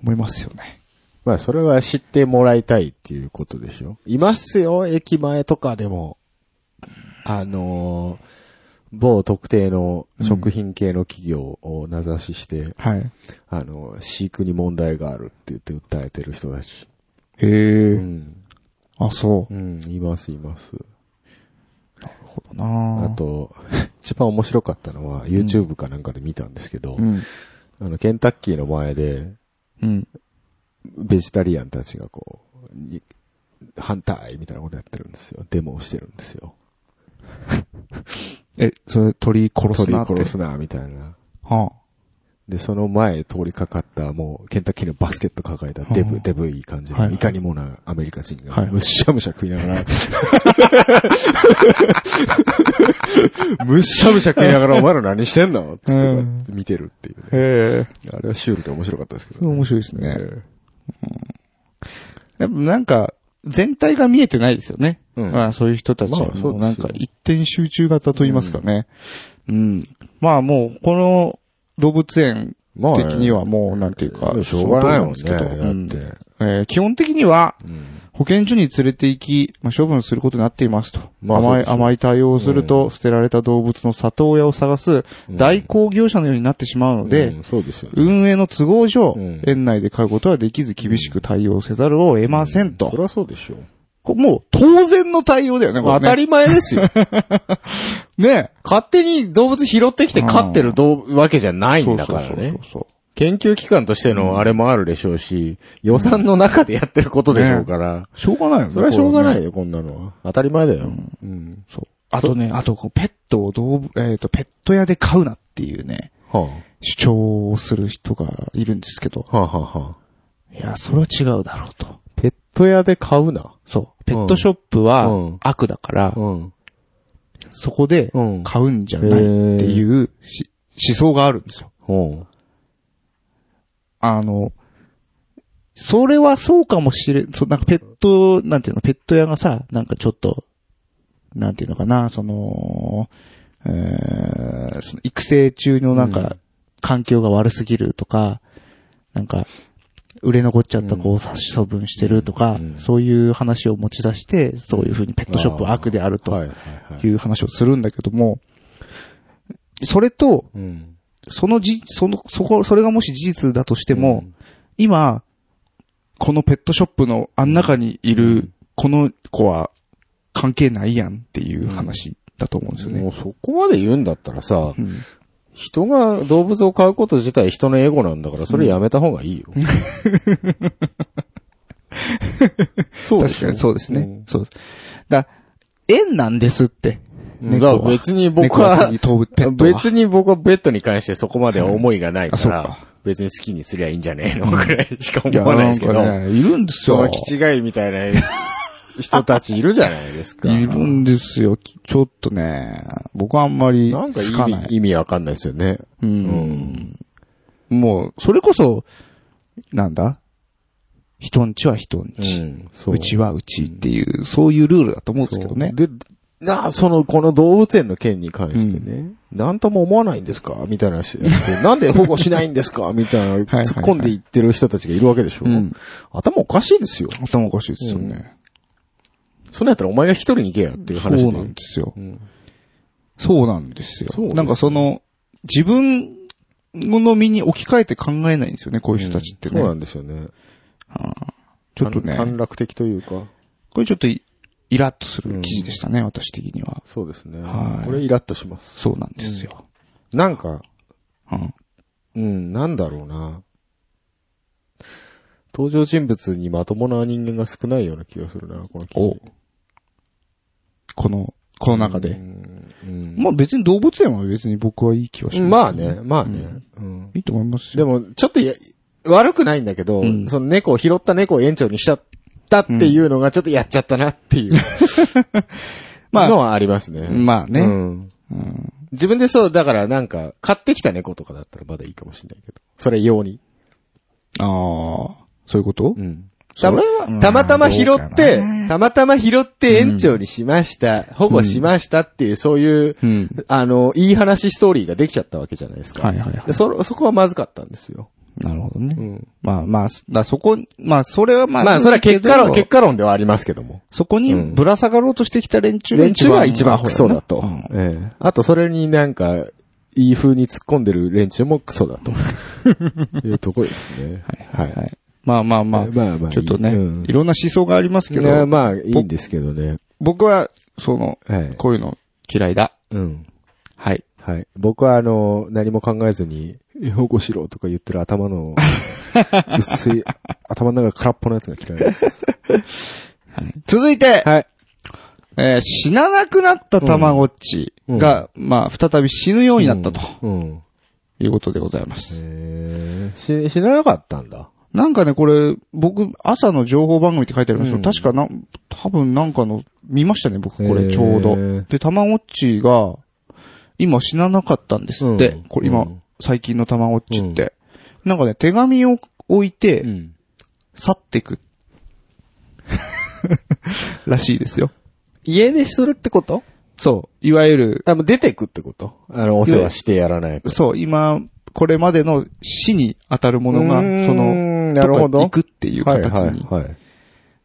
A: 思いますよね。
B: まあそれは知ってもらいたいっていうことでしょ。いますよ、駅前とかでも。あのー某特定の食品系の企業を名指しして、
A: はい。
B: あの、飼育に問題があるって言って訴えてる人たち。
A: へえ、
B: うん。
A: あ、そうう。
B: ん、います、います。
A: なるほどな
B: あ、と、 (laughs) 一番面白かったのは、YouTube かなんかで見たんですけど、
A: うん。
B: あの、ケンタッキーの前で、
A: うん。
B: ベジタリアンたちがこう、に反対みたいなことやってるんですよ。デモをしてるんですよ。
A: え、それ鳥殺す
B: 鳥
A: なって。
B: 殺すな、みたいな。
A: は
B: で、その前通りかかった、もう、ケンタッキーのバスケット抱えたデ
A: う
B: ブ、
A: ん
B: デブいい感じ
A: は
B: の、
A: い
B: いかにもなアメリカ人が、
A: はい
B: むしゃむしゃ食いながら、むしゃむしゃ食いながら、お前ら何してんのつってこうやって見てるっていう
A: あ。
B: ね。
A: へえ。
B: あれはシュールで面白かったですけ
A: それ
B: どね。
A: 面白いですね。
B: え
A: やっぱなんか、全体が見えてないですよね。
B: うん
A: まあそういう人たちは
B: まあそうですよ
A: もうなんか一点集中型と言いますかね。うん。まあもう、この動物園
B: ま
A: 的にはもうなんていうか、
B: しょうがないもんね。
A: そうだと思
B: だっ
A: うんですけど、う
B: て。
A: んえー基本的には
B: うん
A: 保健所に連れて行き、まあ、処分することになっていますと。
B: まあそう
A: 甘
B: で
A: い、
B: しょう
A: 甘い対応をすると、捨てられた動物の里親を探す代行業者のようになってしまうので、
B: うんそうですよね。
A: 運営の都合上、
B: うん
A: 園内で飼うことはできず厳しく対応せざるを得ませんと。
B: そりゃそうでしょ。
A: これもう当然の対応だよね、これね
B: 当たり前ですよ。
A: ね
B: 勝手に動物拾ってきて飼ってる動物わけじゃないんだから
A: そうそう
B: ね
A: そう。そう
B: 研究機関としてのあれもあるでしょうし、予算の中でやってることでしょうから。
A: しょうがないよね。
B: それはしょうがない
A: よ。
B: よ、こんなのは。当たり前だよ。うん。
A: そう。あとね、あとこう、ペットを動物、えっ、と、ペット屋で飼うなっていうね、
B: は
A: 主張をする人がいるんですけど、
B: あ、はあはあはあ、
A: いや、それは違うだろうと。
B: ペット屋で買うな。
A: そう。ペットショップは
B: うん
A: 悪だから、
B: うん。
A: そこで
B: うん
A: 買うんじゃないっていうし思想があるんですよ。
B: うん。
A: あの、それはそうかもしれん、そう、なんかペット、なんていうの、ペット屋がさ、なんかちょっと、なんていうのかな、その、えー、その育成中のなん
B: うん
A: か、環境が悪すぎるとか、なんか、売れ残っちゃった子を殺処分してるとか、
B: うんうん
A: そういう話を持ち出して、そういうふうにペットショップは悪であると
B: はいはいはい。
A: いう話をするんだけども、それと、
B: うん。
A: そのじ、その、そこ、それがもし事実だとしても、
B: うん
A: 今、このペットショップのあん中にいる、この子は関係ないやんっていう話だと思うんですよ
B: も
A: ね
B: う。そこまで言うんだったらさ、
A: うん
B: 人が動物を飼うこと自体人のエゴなんだから、それやめた方がいいよ。そう
A: 確
B: でし
A: か
B: ょ
A: にそうですね。
B: うん
A: そう。だ、縁なんですって。猫
B: だ
A: は
B: から別に僕
A: 猫は
B: は
A: 手に、飛ぶペットは。
B: 別に僕はベッドに関してそこまで思いがない
A: う
B: か
A: んあそう
B: ら、別に好きにすりゃいいんじゃねえのぐらいしか
A: いや
B: 思わないですけど、
A: んかねいるんです
B: そ
A: よ
B: の。気違いみたいな人たちいるじゃ (laughs) ないですか。
A: いるんですよ。ちょっとね、僕はあんまり
B: なんか
A: 好かない
B: 意味。意味わかんないですよね。
A: う。
B: うん
A: もう、それこそ、なんだ人んちは人んち。
B: んそう
A: ちはうちっていう、そういうルールだと思うんですけどね。
B: で、なあ、その、この動物園の件に関してね、なんとも思わないんですかみたいな話で。なんで保護しないんですかみた (laughs) いな、
A: はい
B: 突っ込んでいってる人たちがいるわけでしょ、
A: うん
B: 頭おかしいですよ。
A: 頭おかしいですよね。
B: そんなんやったらお前が一人に行けやっていう
A: そ
B: 話で。
A: うなんですよ
B: う。ん
A: そうなんですよ。
B: そうです
A: なんかその、自分の身に置き換えて考えないんですよね、こういう人たちってね。
B: そうなんですよね。
A: ちょっとね、
B: 短絡的というか。
A: これちょっとイイラッとする記事でしたね、私的には。
B: そうですね。
A: はい
B: これイラッとします。
A: そうなんですよ。
B: なんか、
A: うん
B: うん、なんだろうな。登場人物にまともな人間が少ないような気がするな、この記事
A: おこのこの中で。
B: うん
A: まあ別に動物園は別に僕はいい気はします。
B: まあね、まあね。うん
A: いいと思います
B: で
A: よ。
B: も、ちょっとや悪くないんだけど、
A: ん
B: その猫を拾った猫を園長にしちゃったっていうのが、ちょっとやっちゃったなっていう
A: (laughs) まあ
B: のはありますね。
A: まあね
B: うん
A: うん
B: 自分でそう、だからなんか、買ってきた猫とかだったらまだいいかもしれないけど。それ用に。
A: ああ、そういうこと
B: うん。
A: そ
B: た
A: れ
B: ま
A: はうん
B: たまたま拾
A: どう
B: っ
A: か
B: て
A: な、
B: たまたま拾って園長にしました、保護しましたっていう、そういう、
A: うん
B: あの、いい話ストーリーができちゃったわけじゃないですか。
A: はいはいはい
B: でそ、そこはまずかったんですよ。
A: なるほどね。
B: うん
A: まあまあ、だそこ、まあそれはまあ、
B: まあ、それは結
A: い
B: 果
A: い
B: 論、
A: けど
B: 結果論ではありますけども。
A: そこにぶら下がろうとしてきた連中が
B: 連中は一番
A: アホ
B: クソ
A: な
B: だと。
A: うん
B: ええあと、それになんか、いい風に突っ込んでる連中もクソ
A: (laughs)
B: だと。いうとこですね。
A: はいはい。まあまあまあ、
B: まあまあいい
A: ちょっとね、
B: うん
A: いろんな思想がありますけ
B: いや
A: ど、
B: まあ、いいんですけどね。
A: 僕は、その、
B: はい
A: こういうの嫌いだ。
B: うん。
A: はい。
B: はい。僕はあの、何も考えずに、保護しろとか言ってる頭 (laughs) の、薄い、頭の中空っぽのやつが嫌いです。
A: 続いて、
B: はい。
A: えー死ななくなったたまごっちが、まあ、再び死ぬようになったと
B: うん。
A: いうことでございます。
B: えー、し、死ななかったんだ。
A: なんかね、これ、僕、朝の情報番組って書いてありますけど、
B: うん
A: 確かな、多分なんかの、見ましたね、僕、こ
B: へ
A: れ、
B: ー
A: ちょうど。で、たまごっちが、今死ななかったんですって。
B: うん
A: これ今、
B: うん
A: 最近のたまごっちって。なんかね、手紙を置いて、
B: ん。
A: 去ってく。 (laughs) らしいですよ。
B: 家出するってこと
A: そう。いわゆる、
B: あ、もう出てくってことあの、お世話してやらないと。
A: そう、今、これまでの死に当たるもの
B: うー
A: が、
B: ん
A: その、
B: なるほ
A: とか
B: ど
A: 行くっていう形に。
B: はいはいはい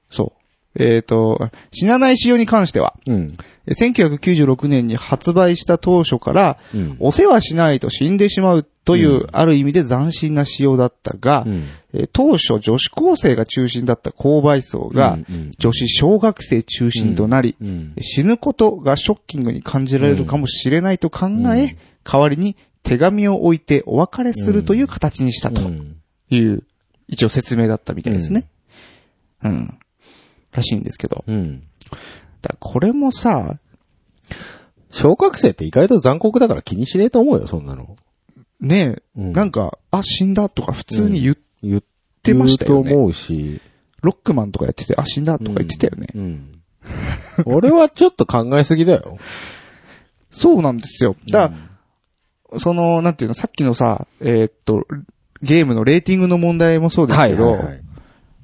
A: そう。えっ、と、死なない仕様に関しては、
B: うん。
A: え1996年に発売した当初から、
B: うん
A: お世話しないと死んでしまうという、ある意味で斬新な仕様だったが、
B: うん
A: えー当初女子高生が中心だった購買層が、
B: うんうん
A: 女子小学生中心となり、
B: うん
A: 死ぬことがショッキングに感じられるかもしれないと考え、代わりに手紙を置いてお別れするという形にしたと
B: うん
A: いう、一応説明だったみたいですね。うん。らしいんですけど。
B: うん。
A: だからこれもさ、
B: 小学生って意外と残酷だから気にしねえと思うよ、そんなの。
A: ねえ、
B: うん
A: なんか、あ、死んだとか普通に言っ
B: 言って
A: ましたよね。
B: と思うし。
A: ロックマンとかやってて、あ、死んだとか言ってたよね。
B: うん。 (laughs) 俺はちょっと考えすぎだよ。
A: そうなんですよ。だから、その、なんていうの、さっきのさ、えーっと、ゲームのレーティングの問題もそうですけど、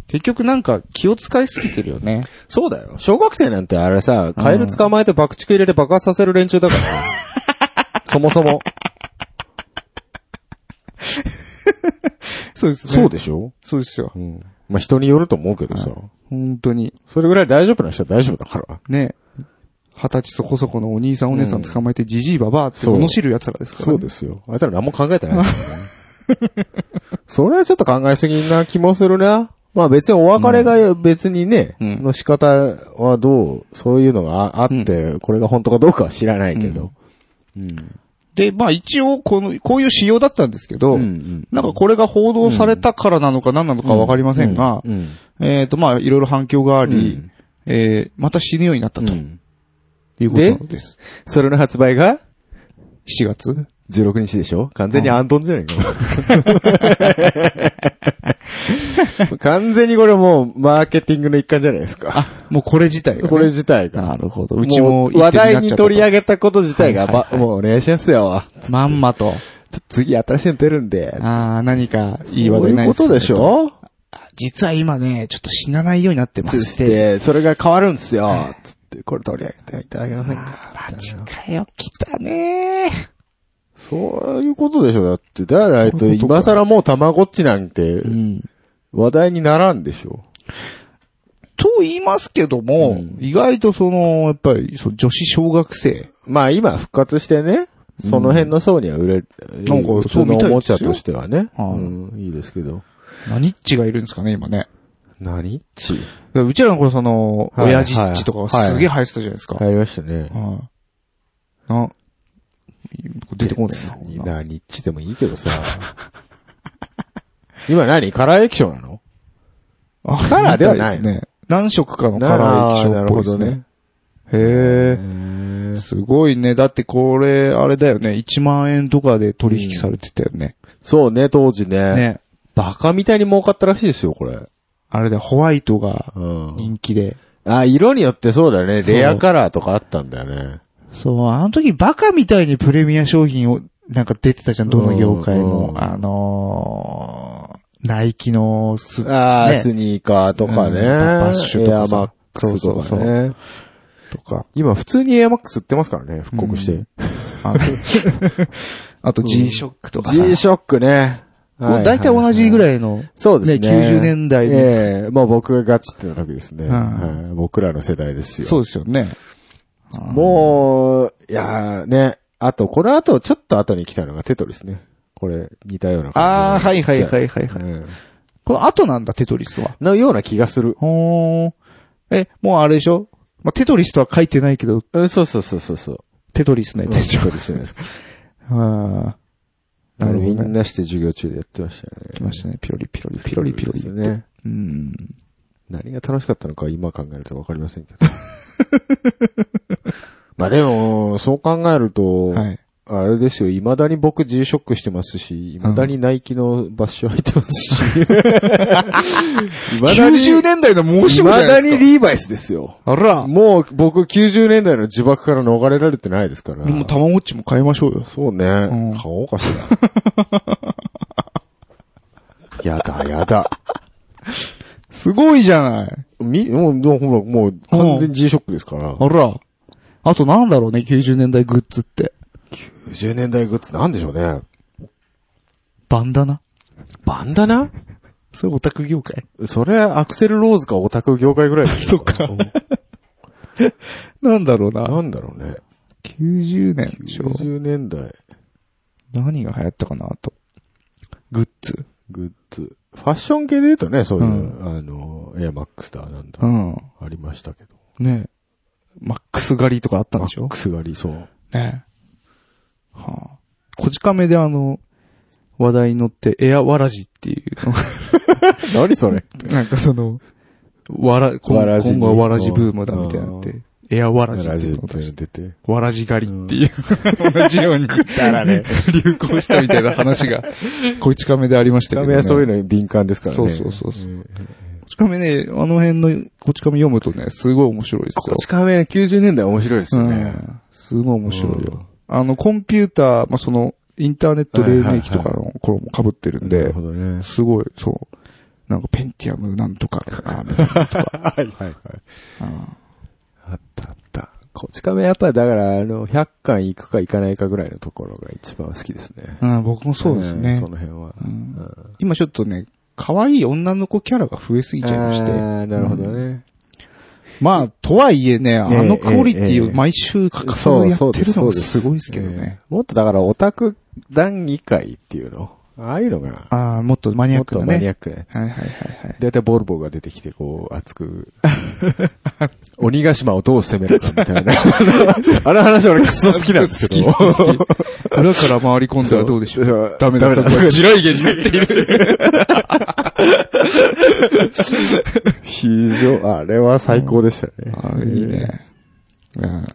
A: 結局なんか気を使いすぎてるよね。
B: そうだよ。小学生なんてあれさ、カエル捕まえて爆竹入れて爆発させる連中だから。
A: (laughs)
B: そもそも。
A: そうです
B: そうでしょ
A: そうですよ
B: う。ん。まあ、人によると思うけどさ。
A: 本当に。
B: それぐらい大丈夫な人は大丈夫だから。
A: ね。二十歳そこそこのお兄さんお姉さん捕まえてじじいばばあって
B: そう
A: 罵る奴らですから、ね。
B: そうですよ。あいつら何も考えてない (laughs) からね。それはちょっと考えすぎな気もするな。まあ別にお別れが別にね、
A: うん
B: の仕方はどう、そういうのがああって、これが本当かどうかは知らないけど。
A: で、まあ一応、この、こういう仕様だったんですけど、
B: うんうん
A: なんかこれが報道されたからなのか何なのかわかりませんが、
B: うん
A: えっ、と、まあいろいろ反響があり、
B: うん
A: えー、また死ぬようになったと
B: うん
A: いうことなんです。
B: それの発売が
A: 7月
B: 16日でしょ完全にアンドンじゃないか。 (laughs) 完全にこれもうマーケティングの一環じゃないですか。
A: もうこれ自体がね、
B: これ自体が。
A: なるほど。うちも
B: う話題に取り上
A: げ、
B: げたこと自体が、
A: はいはいはい
B: まもうお願いしますよ。
A: まんまと。
B: ちょっと次新しいの出るんで。
A: ああ、何かいい話
B: そう
A: 題
B: い
A: な
B: う
A: い
B: こ
A: すか
B: とでしょ
A: あ実は今ね、ちょっと死なないようになってま
B: つ
A: し。
B: ってて、それが変わるんですよ。つって、これ取り上げていただけませんか。
A: マジかよ、来たね
B: そういうことでしょだって、だからないと、今更もうたまごっちなんて
A: う、ん。
B: 話題にならんでしょ。
A: と言いますけども、
B: うん
A: 意外とその、やっぱり、そう女子小学生。
B: まあ今復活してね、その辺の層には売れ、
A: なんか
B: 普通のおもちゃとしてはね。
A: はい
B: うんいいですけど。
A: 何っちがいるんですかね、今ね。
B: 何ち。
A: うちらの頃その、
B: はい
A: 親父っちとかがすげえ流行ってたじゃないですか。
B: 入りましたね。
A: はいな、出てこないな。
B: な、ニッチでもいいけどさ。 (laughs) 今何カラー液晶なの
A: あ
B: カラーではない
A: みたですね。何色かのカラー液晶っぽいですね。へえ。ね。すごいね。だってこれ、あれだよね。1万円とかで取引されてたよね。
B: そうね、当時ね。
A: ね。
B: バカみたいに儲かったらしいですよ、これ。
A: あれだよ、ホワイトが
B: うん。
A: 人気で。
B: あ、色によってそうだね。
A: そう
B: レアカラーとかあったんだよね。
A: そう、あの時バカみたいにプレミア商品を、なんか出てたじゃん、どの業界
B: う
A: も。
B: ん
A: あのー、ナイキのス、
B: あー
A: ね
B: スニーカーとか
A: う
B: ね。
A: んバッシュと
B: エア
A: かさ
B: マックスとかね。
A: そうそうそうとか。
B: 今、普通にエアマックス売ってますからね、復刻して。
A: うんあ
B: (laughs)
A: のあと G ショックとかさ。
B: ショックね。
A: もう大体同じぐ
B: い。
A: らいの。
B: そうですね。
A: ね90年代の
B: ええもう僕がガチってな時ですね、
A: うん
B: はい僕らの世代ですよ。
A: そうですよね。
B: もう、いやーね。あと、この後、ちょっと後に来たのがテトリスね。これ、似たような感じ。
A: ああ、はいはいはいはいはい。
B: うん
A: この後なんだ、テトリスは。
B: のような気がする。
A: ほー。え、もうあれでしょまあ、テトリスとは書いてないけど、
B: うん、そうそうそうそうそう。
A: テトリスのやつでし
B: テ
A: ょ。
B: トリスね。
A: (laughs) あーなるほ
B: み
A: ど
B: ん
A: ね。
B: なして授業中でやってましたよね。
A: 来ましたね。ピロリピロリピロリピロリ
B: そう
A: っ
B: です
A: て。
B: ね。
A: うん。
B: 何が楽しかったのか今考えるとわかりませんけ
A: (laughs)
B: ど。まあでも、そう考えると、
A: はい。
B: あれですよ、未だに僕 G ショックしてますし、未だにナイキのバッシュ履いてますし。 (laughs) 未だに
A: 90年代の申し子じゃな
B: 未だ
A: いです
B: に
A: か。
B: リーバイスですよ。
A: あら。も
B: もう僕90年代の呪縛から逃れられてないですから。
A: う、たまごっちも買いましょうよ。
B: そうね、
A: ん
B: 買おうかし
A: (laughs)
B: ら。やだ、やだ。
A: すごいじゃない。
B: み、もう、もうほら、もう完全 G ショックですから。
A: あら。あとなんだろうね、90年代グッズって。
B: 90年代グッズなんでしょうね。
A: バンダナ
B: バンダナ
A: それオタク業界
B: それ、アクセルローズかオタク業界ぐらい (laughs) です
A: そっか。なんだろうな。
B: なんだろうね。
A: 90年でしょ。
B: 90年代、
A: 何が流行ったかな、あと。グッズ。
B: グッズ。ファッション系で言うとね、そういう、
A: う
B: あの、エアマックスだ、なんだ、
A: うん。
B: ありましたけど。
A: ねえマックス狩りとかあったん
B: マ
A: でし
B: ッ
A: ょ
B: クス狩り、そう。
A: ねえはあ。こち亀であの、話題に乗って、エアわらじっていうのが
B: 何それ
A: なんかその、わら、今
B: わらじに
A: 今後はわらじブームだみたいになって、エアわらじっ
B: ラ
A: てい
B: ジ
A: う
B: オ
A: のを出して
B: 出て。
A: わらじ狩りっていう、同じように、 (laughs) 流行したみたいな話が、こち亀でありましたけ
B: ダ
A: ど、
B: メ
A: ね。
B: はそういうのに敏感ですからね。
A: そうそうそうそう
B: うん。
A: こち亀ね、あの辺のこち亀読むとね、すごい面白いですよ。
B: こち亀90年代面白いですよね
A: う。んすごい面白いよ。あの、コンピューター、まあ、その、インターネット黎明期とかの頃も被ってるん
B: な
A: で
B: る、ほどね。
A: すごい、そう。なんか、ペンティアムなんとか、あみたい (laughs) な
B: (laughs) はいはいはい。あったあった。こち亀やっぱだから、あの、100巻行くか行かないかぐらいのところが一番好きですね。
A: うん、僕もそうです
B: ん
A: ね
B: そ。の辺は。
A: うん今ちょっとね、可愛い女の子キャラが増えすぎちゃいまして。
B: あーなるほどね。
A: まあ、とはいえね、あ
B: え
A: の
B: え
A: クオリティ
B: え
A: を
B: え
A: 毎週欠かさ
B: そう
A: ずや
B: そ
A: っ
B: う
A: て
B: で
A: るの
B: そう
A: がすごいですけどね。。
B: えーもっとだからオタク談議会っていうの。ああいうのが、
A: ああ、もっとマニアッ
B: もっ
A: ク
B: と
A: だ
B: マニ
A: ね。
B: アックなやつ。
A: はいはいはいはい。
B: だいたいボルボが出てきて、こう、熱く、 (laughs) 鬼ヶ島をどう攻めるかみたいな。 (laughs) あの話俺クソ好きなんですけど。
A: (laughs) 好き好き裏から回り込んではどうでしょう。
B: ょ
A: ダメだ、そこは地雷原になっている。
B: (laughs) 非常、あれは最高でしたね。
A: あいいね。うん、好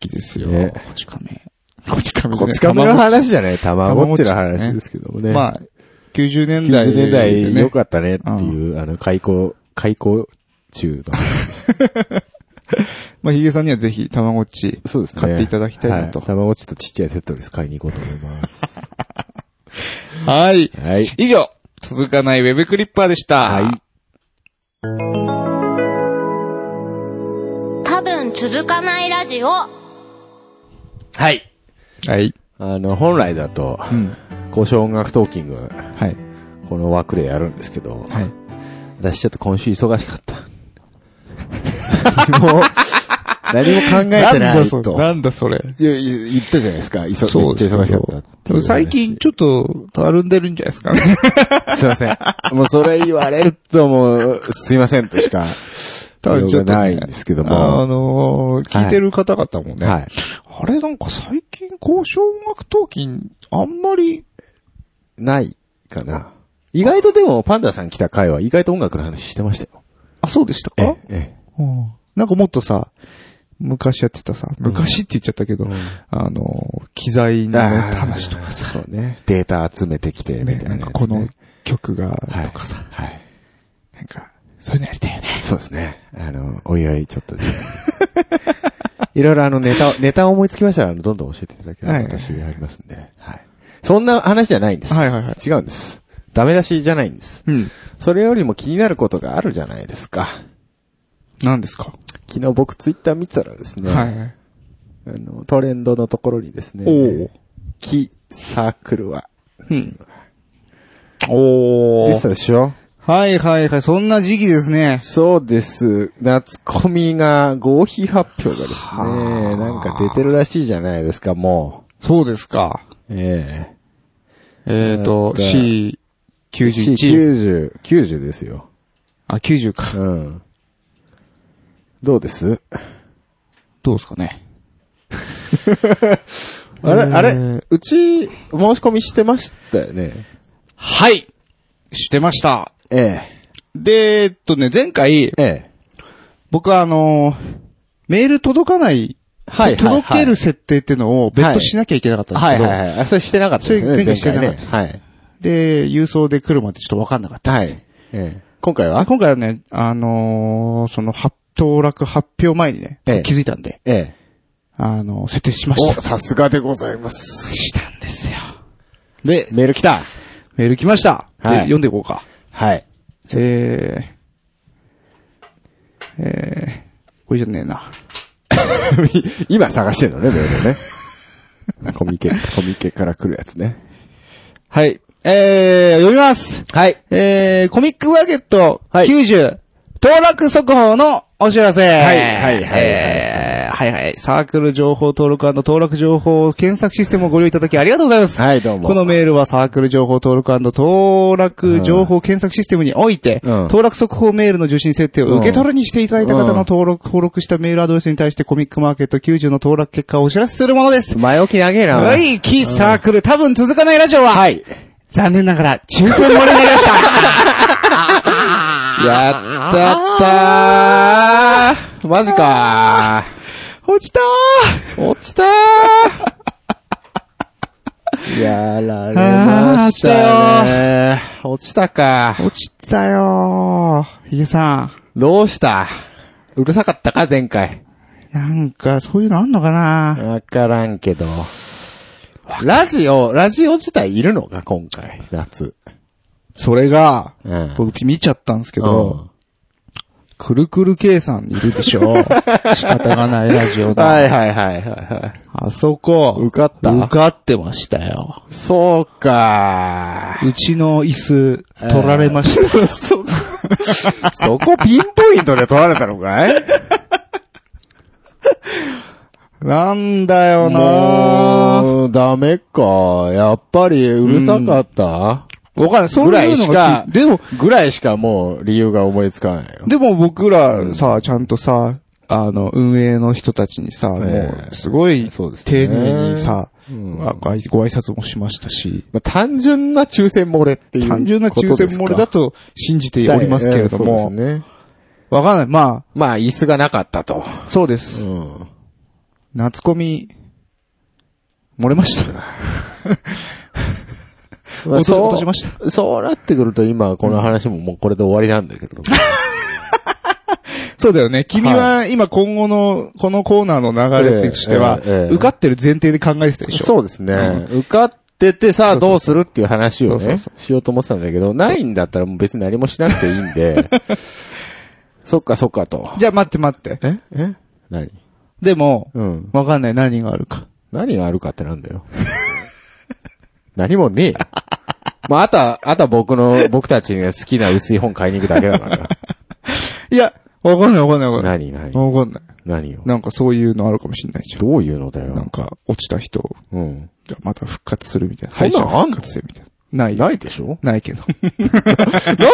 A: きですよ。
B: ね
A: こち亀。こち亀、ね。
B: こち亀の話じゃない、たまごっちの
A: たまごっちですね
B: 話ですけどもね。
A: まあ、90年代
B: 90
A: で、ね。
B: 年代良かったねっていう、あの、開口、開口中の。
A: まあ、ヒゲさんにはぜひ、たまごっち。
B: (laughs) そうですね。
A: 買っていただきたいなと
B: はたまごっちとちっちゃいテトリス買いに行こうと思います。
A: はい。
B: はい。
A: 以上、続かないウェブクリッパーでした。
B: はい。
E: 多分続かないラジオ
B: はい。
A: はい。
B: あの、本来だと、
A: うん。
B: 交渉音楽トーキング、
A: はい。
B: この枠でやるんですけど、
A: はい。
B: 私ちょっと今週忙しかった。 (laughs) もう、何も考えてない
A: それ
B: と。
A: なんだそれ。
B: いやいや言ったじゃないですか。忙
A: そう
B: めっちゃ忙しかったっていう
A: でも最近ちょっと、たるんでるんじゃないですかね。
B: (laughs) すいません。もうそれ言われるともう、すいませんとしか、
A: 多分ちょっとね
B: 言いようがないんですけども。
A: あのー、聞いてる方々もね。
B: はい。
A: あれなんか最近、交渉音楽闘金、あんまり、
B: ないかな。意外とでも、パンダさん来た回は意外と音楽の話してましたよ。
A: あ、そうでしたか
B: ええ。
A: うんなんかもっとさ、
D: 昔やってたさ、昔って言っちゃったけど、あの、機材の話とかさ、
B: そうね。データ集めてきて、みたいな
D: ね、
B: やつ
D: な
B: ね、
D: んかこの曲が、
B: はい、
D: とかさ、
B: はい。
D: なんか、そういうのやりたいよね。
B: そうですね。あの、おいおい、ちょっと。 (laughs) いろいろあの、ネタを、ネタを思いつきましたら、あのどんどん教えていただければ、
D: はい
B: 私やりますんで。はい。そんな話じゃないんです。
D: はいはいはい
B: 違うんです。ダメ出しじゃないんです。
D: うん。
B: それよりも気になることがあるじゃないですか。
D: 何ですか
B: 昨日僕ツイッター見てたらですね、
D: はいはい。
B: あのトレンドのところにですね、
D: お
B: 木サークルは。
A: うん。お
B: で
A: ー
B: し。たでしょ
A: はいはいはい、そんな時期ですね。
B: そうです。夏コミが合否発表がですね、なんか出てるらしいじゃないですか、も
D: そうですか。
B: う。ええ
D: えっ、ー、と、
B: なんか
D: C91。
B: 90、90ですよ。
D: あ、90か。
B: うん。どうです
D: どうですかね。
B: あれ、
D: えー
B: あれうち、申し込みしてましたよね。
A: はいしてました。
B: ええ
A: で、えっとね、前回、
B: ええ
A: 僕はあのーメール届かない、
B: はいはいはい
A: 届ける設定っていうのを別途しなきゃいけなかったんです
B: は
A: け
B: い
A: ど、
B: はいはい。あ、それしてなかったですね。
A: それ前回してなかった
B: 前回ね
A: で、郵送で来るまでちょっとわかんなかった
B: はい。は
A: です。
B: い。ええ今回は
A: 今回はね、あのーその、発、当落発表前にね、
B: ええ
A: 気づいたんで、
B: ええ。
A: あのー設定しました。
B: さすがでございます。
A: したんですよ。で、
B: メール来た。
A: メール来ました。で
B: はい
A: 読んでいこうか。
B: はい。
A: えー、えー、これじゃねえな。
B: 今探してんのね、メール (laughs) ね。コミケ、コミケから来るやつね。
A: はい。えー、読みます。
B: はい。
A: えー、コミックマーケット
B: はい
A: 90、当落速報のお知らせ。はい
B: はいはいはい
A: えー、はいはい。サークル情報登録当落情報検索システムをご利用いただきありがとうございます。
B: はい、どうも。
A: このメールはサークル情報登録当落情報検索システムにおいて、
B: うん
A: 登録速報メールの受信設定を受け取るにしていただいた方の登録、登録したメールアドレスに対してコミックマーケット90の登録結果をお知らせするものです。
B: 前置き長えな。
A: は。い、キーサークル、多分続かないラジオは、
B: はい。
A: 残念ながら、抽選漏れになりました。
B: やったったーマジか
A: (laughs) 落ちたー
B: ー落ちたー (laughs) やられ
A: あー
B: ま
A: 落
B: し
A: ちた
B: たね落ちたか
A: 落ちたよー。ヒゲさ
B: どうしたうるさかったか前回。
A: ん。なんか、そういうのあんのかな
B: わからんけど。ラジオ、ラジオ自体いるのか今回、夏。
A: それが、
B: うん
A: 僕見ちゃったんですけ
B: け
A: ど、、くるくる K さんいるでしょ
B: (laughs)
A: 仕方がないラジオ
B: はい
A: だ。
B: はいはいはいはい。
A: あそこ、
B: 受かった
A: 受かってましたよ。
B: そうか
A: うちの椅子、取られま
B: (laughs)
A: した。そ
B: そこピンポイントで取られたのかい
A: なんだよなー。
B: もう、ダメか。やっぱりうるさかった、
A: わかんない。そう
B: ぐら
A: い
B: いうし
A: のが
B: か、
A: き、でも、
B: ぐらいしかもう理由が思いつかないよ。
A: でも僕らさ、ちゃんとさ、あの、運営の人たちにさ、もう、すごい、
B: そうですね
A: 丁寧にさ、
B: うん
A: あご挨ご挨拶もしましたし、
B: まあ単純な抽選漏れっていう。
A: 単純な抽選漏れだ
B: と
A: と信じておりますけれど
B: そう
A: も、
B: ですね。
A: わ、かんない。ま
B: まあ、椅子がなかったと。
A: あ、そうです。
B: うん。
A: 夏コミ、漏れました。
B: まあ
A: 落と
B: そう
A: 落としまし
B: そうなってくると今、この話ももうこれで終わりなんだけれども。
A: そうだよね。君は今今後の、このコーナーの流れとしては、
B: ええええええ
A: 受かってる前提で考えてたでしょ。
B: (laughs) そうですね。受かっててさあどうするっていう話を
A: そうそう
B: ね、しようと思ってたんだけど、ないんだったらもう別に何もしなくていいんで、 (laughs) そっかそっかと。
A: じゃあ待って待って。
B: ええ何
A: でも、
B: うん。
A: わかんない何があるか。
B: 何があるかってなん (laughs) だよ。何もねえよ。まあ、あとは、あとは僕の、僕たちが好きな薄い本買いに行くだけだ (laughs) から。
A: いや、わかんないわかんないわかんない。
B: 何何
A: わかんない。
B: 何よ。
A: なんかそういうのあるかもしれないじゃん。
B: どういうのだ
A: なん
B: よ。
A: か、落ちた人が
B: うん。
A: また復活するみたいな。
B: そんなのあんの
A: 敗者復活するみたいな。ないよ。
B: ないでしょ
A: ないけど。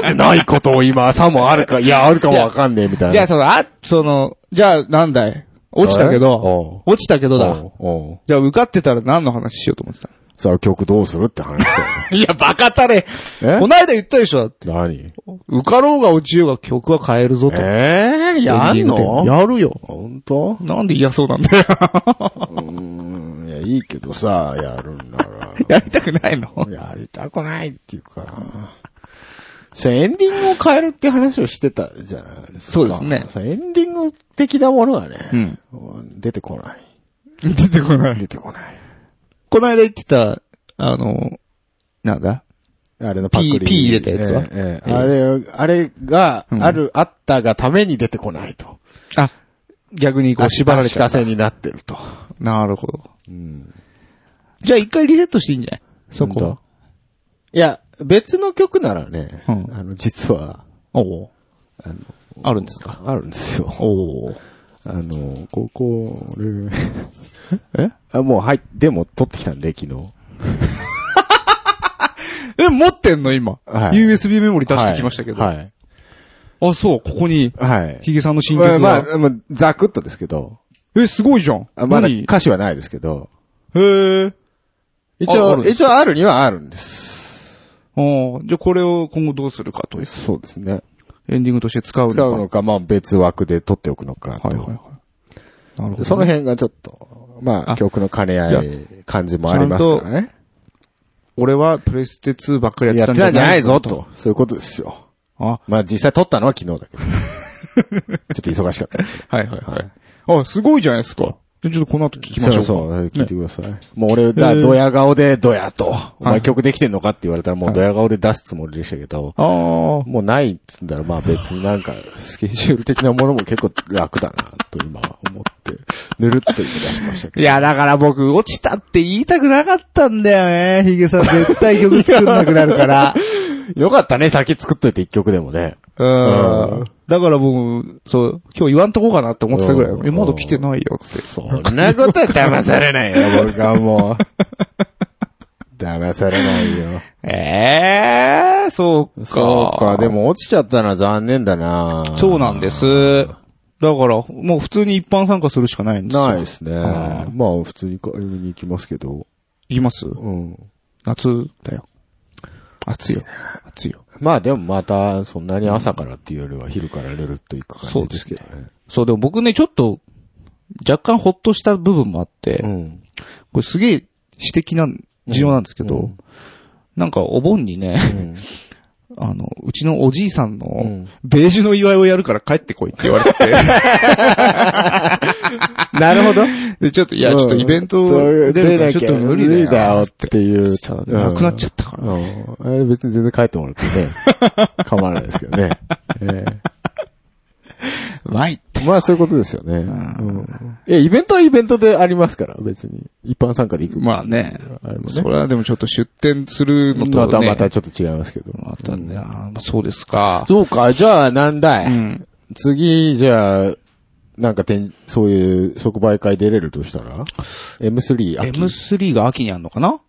B: なんでないことを今、さもあ
A: (laughs)
B: るか、いや、あるかもわかんねえみたいな。
A: じゃあ、その、あ、その、じゃあ、なんだい落ちたけど、落ちたけどだ。
B: おう
A: じゃあ、受かってたら何の話しようと思ってた
B: さあ、曲どうするって話だよ。 (laughs)
A: のいや、バカたれ
B: え
A: こないだ言ったでしょ、だって。
B: 何
A: 受かろうが落ちようが曲は変えるぞと。
B: ええー、やんの
A: やるよ。
B: 本当
A: なんで嫌そうなんだよ。 (laughs)
B: うん、いや、いいけどさ、やるんな
A: (laughs)
B: ら。
A: やりたくないの
B: やりたくないっていうか。そう、エンディングを変えるって話をしてたじゃないですか。
A: そうですね
B: そうエンディング的なものはね、
A: うん
B: 出てこない。
A: 出てこない。
B: 出てこない。
A: この間言ってた、あの、なんだ
B: あれのパック
A: P-
B: リ。
A: P 入れたやつは
B: ええ
A: え
B: ええ
A: え
B: あれ、あれが、
A: うん
B: ある、あったがために出てこないと。
A: あ、逆にこう縛られちゃっ
B: 足
A: た
B: かせになってると。
A: なるほど。
B: うん
A: じゃあ一回リセットしていいんじゃないそこは。
B: いや、別の曲ならね、
A: うん
B: あの、実は、
A: おう
B: あの、
A: あるんですか
B: あるんですよ。
A: おう
B: あの、ここ、
A: (laughs)
B: えあ、もう、はい、でも、撮ってきたんで、昨日。
A: え、持ってんの今。
B: はい
A: USB メモリ出してきましたけど。
B: はい。
A: あ、そう、ここに、
B: はい。はい
A: ヒゲさんの新曲
B: まあ、
A: が。
B: まあ、まあざくっとですけど、
A: え、すごいじゃん。
B: あまだ
A: 何
B: 歌詞はないですけど、
A: へえ。
B: 一
A: ああるん
B: 応、
A: です
B: 一応あるにはあるんです。
A: ああ、じゃあこれを今後どうするかという。
B: そうですね。
A: エンディングとして使うのか。
B: 使うのか、まあ別枠で撮っておくのかと。
A: はいはいはい。なるほどね、
B: その辺がちょっと、まあ
A: あ
B: 曲の兼ね合い感じもありますからね。
A: 俺はプレステ2ばっかりや
B: や
A: っ
B: って
A: て
B: た
A: た
B: ん
A: ん
B: じ
A: じ
B: ゃ
A: ゃ
B: な
A: ないい
B: ぞ
A: ぞ
B: と
A: と。。
B: そういうことですよ。
A: あ、
B: まあ実際撮ったのは昨日だけ (laughs) ど。ちょっと忙しかった。
A: はいはいはい。あ、すごいじゃないですか。じゃあちょっとこの後聞きましょうか。
B: そうそう、聞いて
A: ね
B: ください。もう俺、だ、
A: へー
B: ドヤ顔でドヤと。お
A: は
B: 前
A: い
B: 曲できてんのかって言われたらもうドヤ顔で出すつもりでしたけど、
A: ああ、
B: もうないっつうんだらまあ別になんか、スケジュール的なものも結構楽だな、と今は思って、ぬるっと言い出しましたけど。
A: いや、だから僕、落ちたって言いたくなかったんだよね。ヒゲさん絶対曲作んなくなる (laughs) から。
B: よかったね、先作っといて一曲でもね。
A: うん。だから僕、そう、今日言わんとこうかなって思ってたぐら
B: うん
A: い。え、まだ来てないよって。
B: そんなことは騙されないよ、 (laughs) 僕はもう。騙されないよ。
A: ええー、そうか。
B: そうか、で。も落ちちゃったのは残念だな
A: そうなんです。だから、もう普通に一般参加するしかないんですよ。
B: ないですね。
A: あ
B: まあ、普通に買いに行きますけど。
A: いきます
B: うん。
A: 夏だよ。暑いよ。暑いよ。
B: まあ、でもまた、そんなに朝からっていうよりは昼からぬるっと行く感じ、
A: そうですけどそう、でも僕ね、ちょっと、若干ほっとした部分もあって、
B: うん。
A: これすげえ私的な事情なんですけど、
B: うん
A: なんかお盆にね、
B: うん。
A: あの、うちのおじいさんの、
B: ん
A: ベージュの祝いをやるから帰ってこいって言われて。
B: (laughs)
A: なるほど。で、ちょっと、いや、ちょっとイベント出るからちょっと無理だよ。
B: っていう。
A: さ、なくなっちゃったから。
B: うん。あれ別に全然帰ってもらってね。構わないですけどね。
A: (laughs)
B: え
A: わいって
B: え。まあそういうことですよね。うん。いや、イベントはイベントでありますから、別に。一般参加で行く。
A: まあね。
B: あれもね
A: それはでもちょっと出店するのとね。
B: またまたちょっと違いますけど。
A: またね、あーそうですか。
B: そうか、じゃあなんだ
A: う
B: い。
A: ん。
B: 次、じゃあ、なんかてん、そういう即売会出れるとしたら ?M3 秋
A: M3 が秋にあんのかな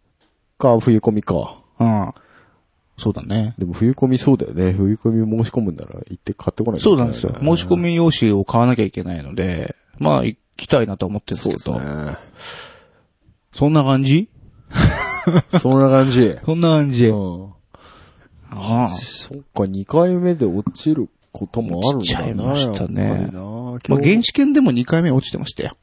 B: か冬込みか。
A: うん。そうだね。
B: でも冬込みそうだよね。冬込み申し込むなら行って買ってこないと
A: そ
B: いうけ
A: ないんですよ。申し込み用紙を買わなきゃいけないので、まあ、行きたいなとは思ってるん
B: そう
A: で
B: ですす
A: けど。
B: ね。
A: そんな感じ
B: そんな
A: (laughs)
B: 感じ。
A: そんな感じ。
B: うん。
A: ああ
B: そっか、二回目で落ちることもあるんだな。
A: 落ちちゃいましたね
B: やっぱりな今日
A: まあ、原始圏でも2回目落ちてましたよ。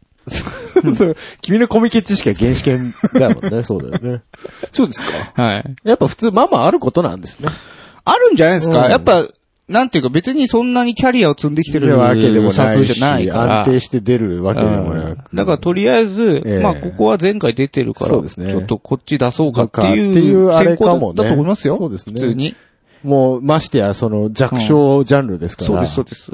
B: そう君のコミケ知識は原始圏だもんね。そうだよ
A: (laughs)
B: ね。そうですか。
A: はい。
B: やっぱ普通、まあまああることなんですね。
A: あるんじゃないですか、
B: うん
A: やっぱ、なんていうか別にそんなにキャリアを積んできてる作じゃないから。
B: 安定して出るわけでもな
A: うん
B: く。
A: だからとりあえず、
B: ええ
A: まあここは前回出てるから、
B: そうですね
A: ちょっとこっち出そうかって
B: ってい
A: いうう
B: あれ
A: 選考
B: か
A: だ,、
B: もね
A: と思いますよ。
B: そうですね
A: 普通に。
B: もう、ましてや、その弱小ジャンルですから。
A: そうです、そうです。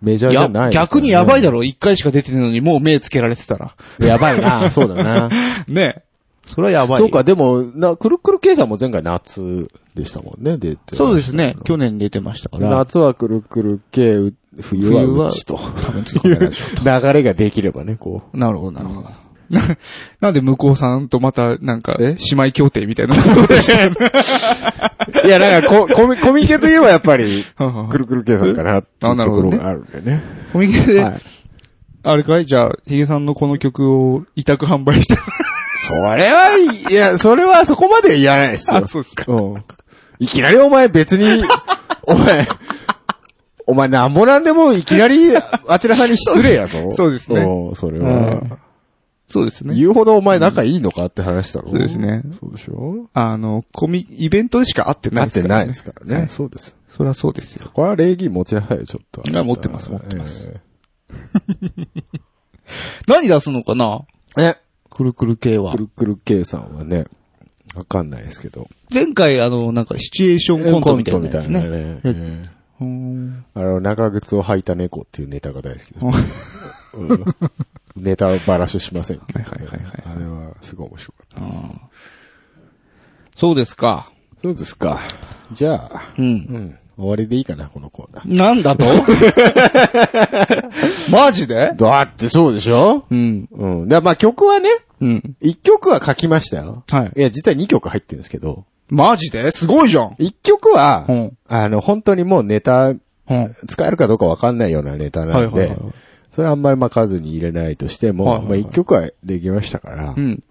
B: メジャ
A: い
B: ーじゃ
A: や
B: ない、
A: 逆にやばいだ
B: ろ。
A: ろ。一回しか出てないのにもう目つけられてたら。
B: やばいな、
A: (laughs)
B: そうだな。
A: ねそれはやばい。
B: そうか、。でも、な、くるくる計算も前回夏でしたもんね、出て。
A: そうですね。去年出てましたから。
B: 夏はくるくる系、う冬はうちと。
A: 多分ちょっと考えないでしょう
B: 流れができればね、こ
A: なるほど、なるほど。な、 (laughs) なんで向こうさんとまた、なんか、姉妹協定みたい
B: (laughs)
A: なの (laughs) そうでしたよね。
B: う。いや、なんか (laughs) こ、コミ、コミケといえばやっぱり、く
A: コ
B: るくる計算かな、っていう
A: あな
B: と
A: るほ
B: ころ
A: どね
B: があるんでね。
A: ミケで、
B: はい。
A: あれかいじゃあ、ヒゲさんのこの曲を委託販売して。
B: それ
A: (laughs)
B: は、いや、それはそこまでは言わないですよ。
A: そうですか。
B: (laughs) うん。いきなりお前別に、お前、お前なんぼなんでもいきなりあちらさんに失礼やぞ。
D: そうですね
B: おう (laughs) それ
D: う
B: は。
D: んそうですね。
B: 言うほどお前仲いいのかって話だろ。
D: そうですね
B: そうでしょ
D: あの、コミ、イベントでしか会って
B: な
D: な
B: いっ
D: です
B: て
D: から
B: ない
D: ね。
B: ですからね。そうです。
D: そりゃそうですよ。
B: そこは礼儀持ちなさいよ、ちょっと。
D: いや持ってます持ってます
B: え
A: 何出すのかな
B: え。え、
A: くるくる系は
B: く。るくる K さんはね、わかんないですけど。
A: 前回、あの、なんか、シチュエーションコントみたいな
B: コ
A: や
B: ン
A: つ
B: トみた
A: ね。
B: いなね。ええあの、長靴を履いた猫っていうネタが大好きです。うんネタをばらししませんけどね。
D: はいはいはいはい
B: あれは、すごい面白かった。
A: そうですか。
B: そうですか。じゃあ、
A: うん。
B: うん。終わりでいいかな、このコーナー。
A: なん
B: (laughs)
A: だとマジで
B: だってそうでしょ
A: うん。
B: うん。だからまあ曲はね、
A: うん。
B: 1曲は書きましたよ。
A: はい
B: いや、実は2曲入ってるんですけど、
A: マジですごいじゃん。
B: 1曲は
A: うん、
B: あの、本当にもうネタ、
A: うん。
B: 使えるかどうかわかんないようなネタなん
A: はいはい
B: で
A: はいはい、
B: それあんまりまあ数に入れないとしても、
A: はいはいはい
B: まあ1曲はできましたから、
A: うん。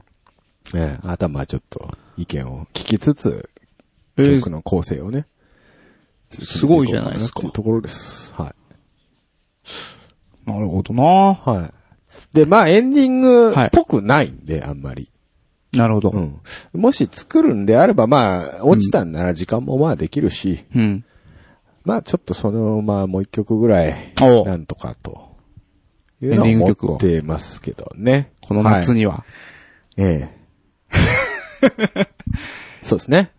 B: ええ、あとはまあちょっと意見を聞きつつ、
A: えー
B: 曲の構成をね。
A: すごいじゃないですか
B: ってうところです。はい。
A: なるほどな
B: はい。で、まあエンディング
A: はい
B: っぽくないんで、あんまり。
A: なるほど。
B: うん。もし作るんであれば、まあ、落ちたんなら時間もまあできるし、
A: うん。
B: まあちょっとその、まあもう一曲ぐらい、
A: おう
B: なんとかと。
A: エンディング曲を
B: 思ってますけどね。
A: この夏には。
B: はい。ええ。 (laughs) そうですね。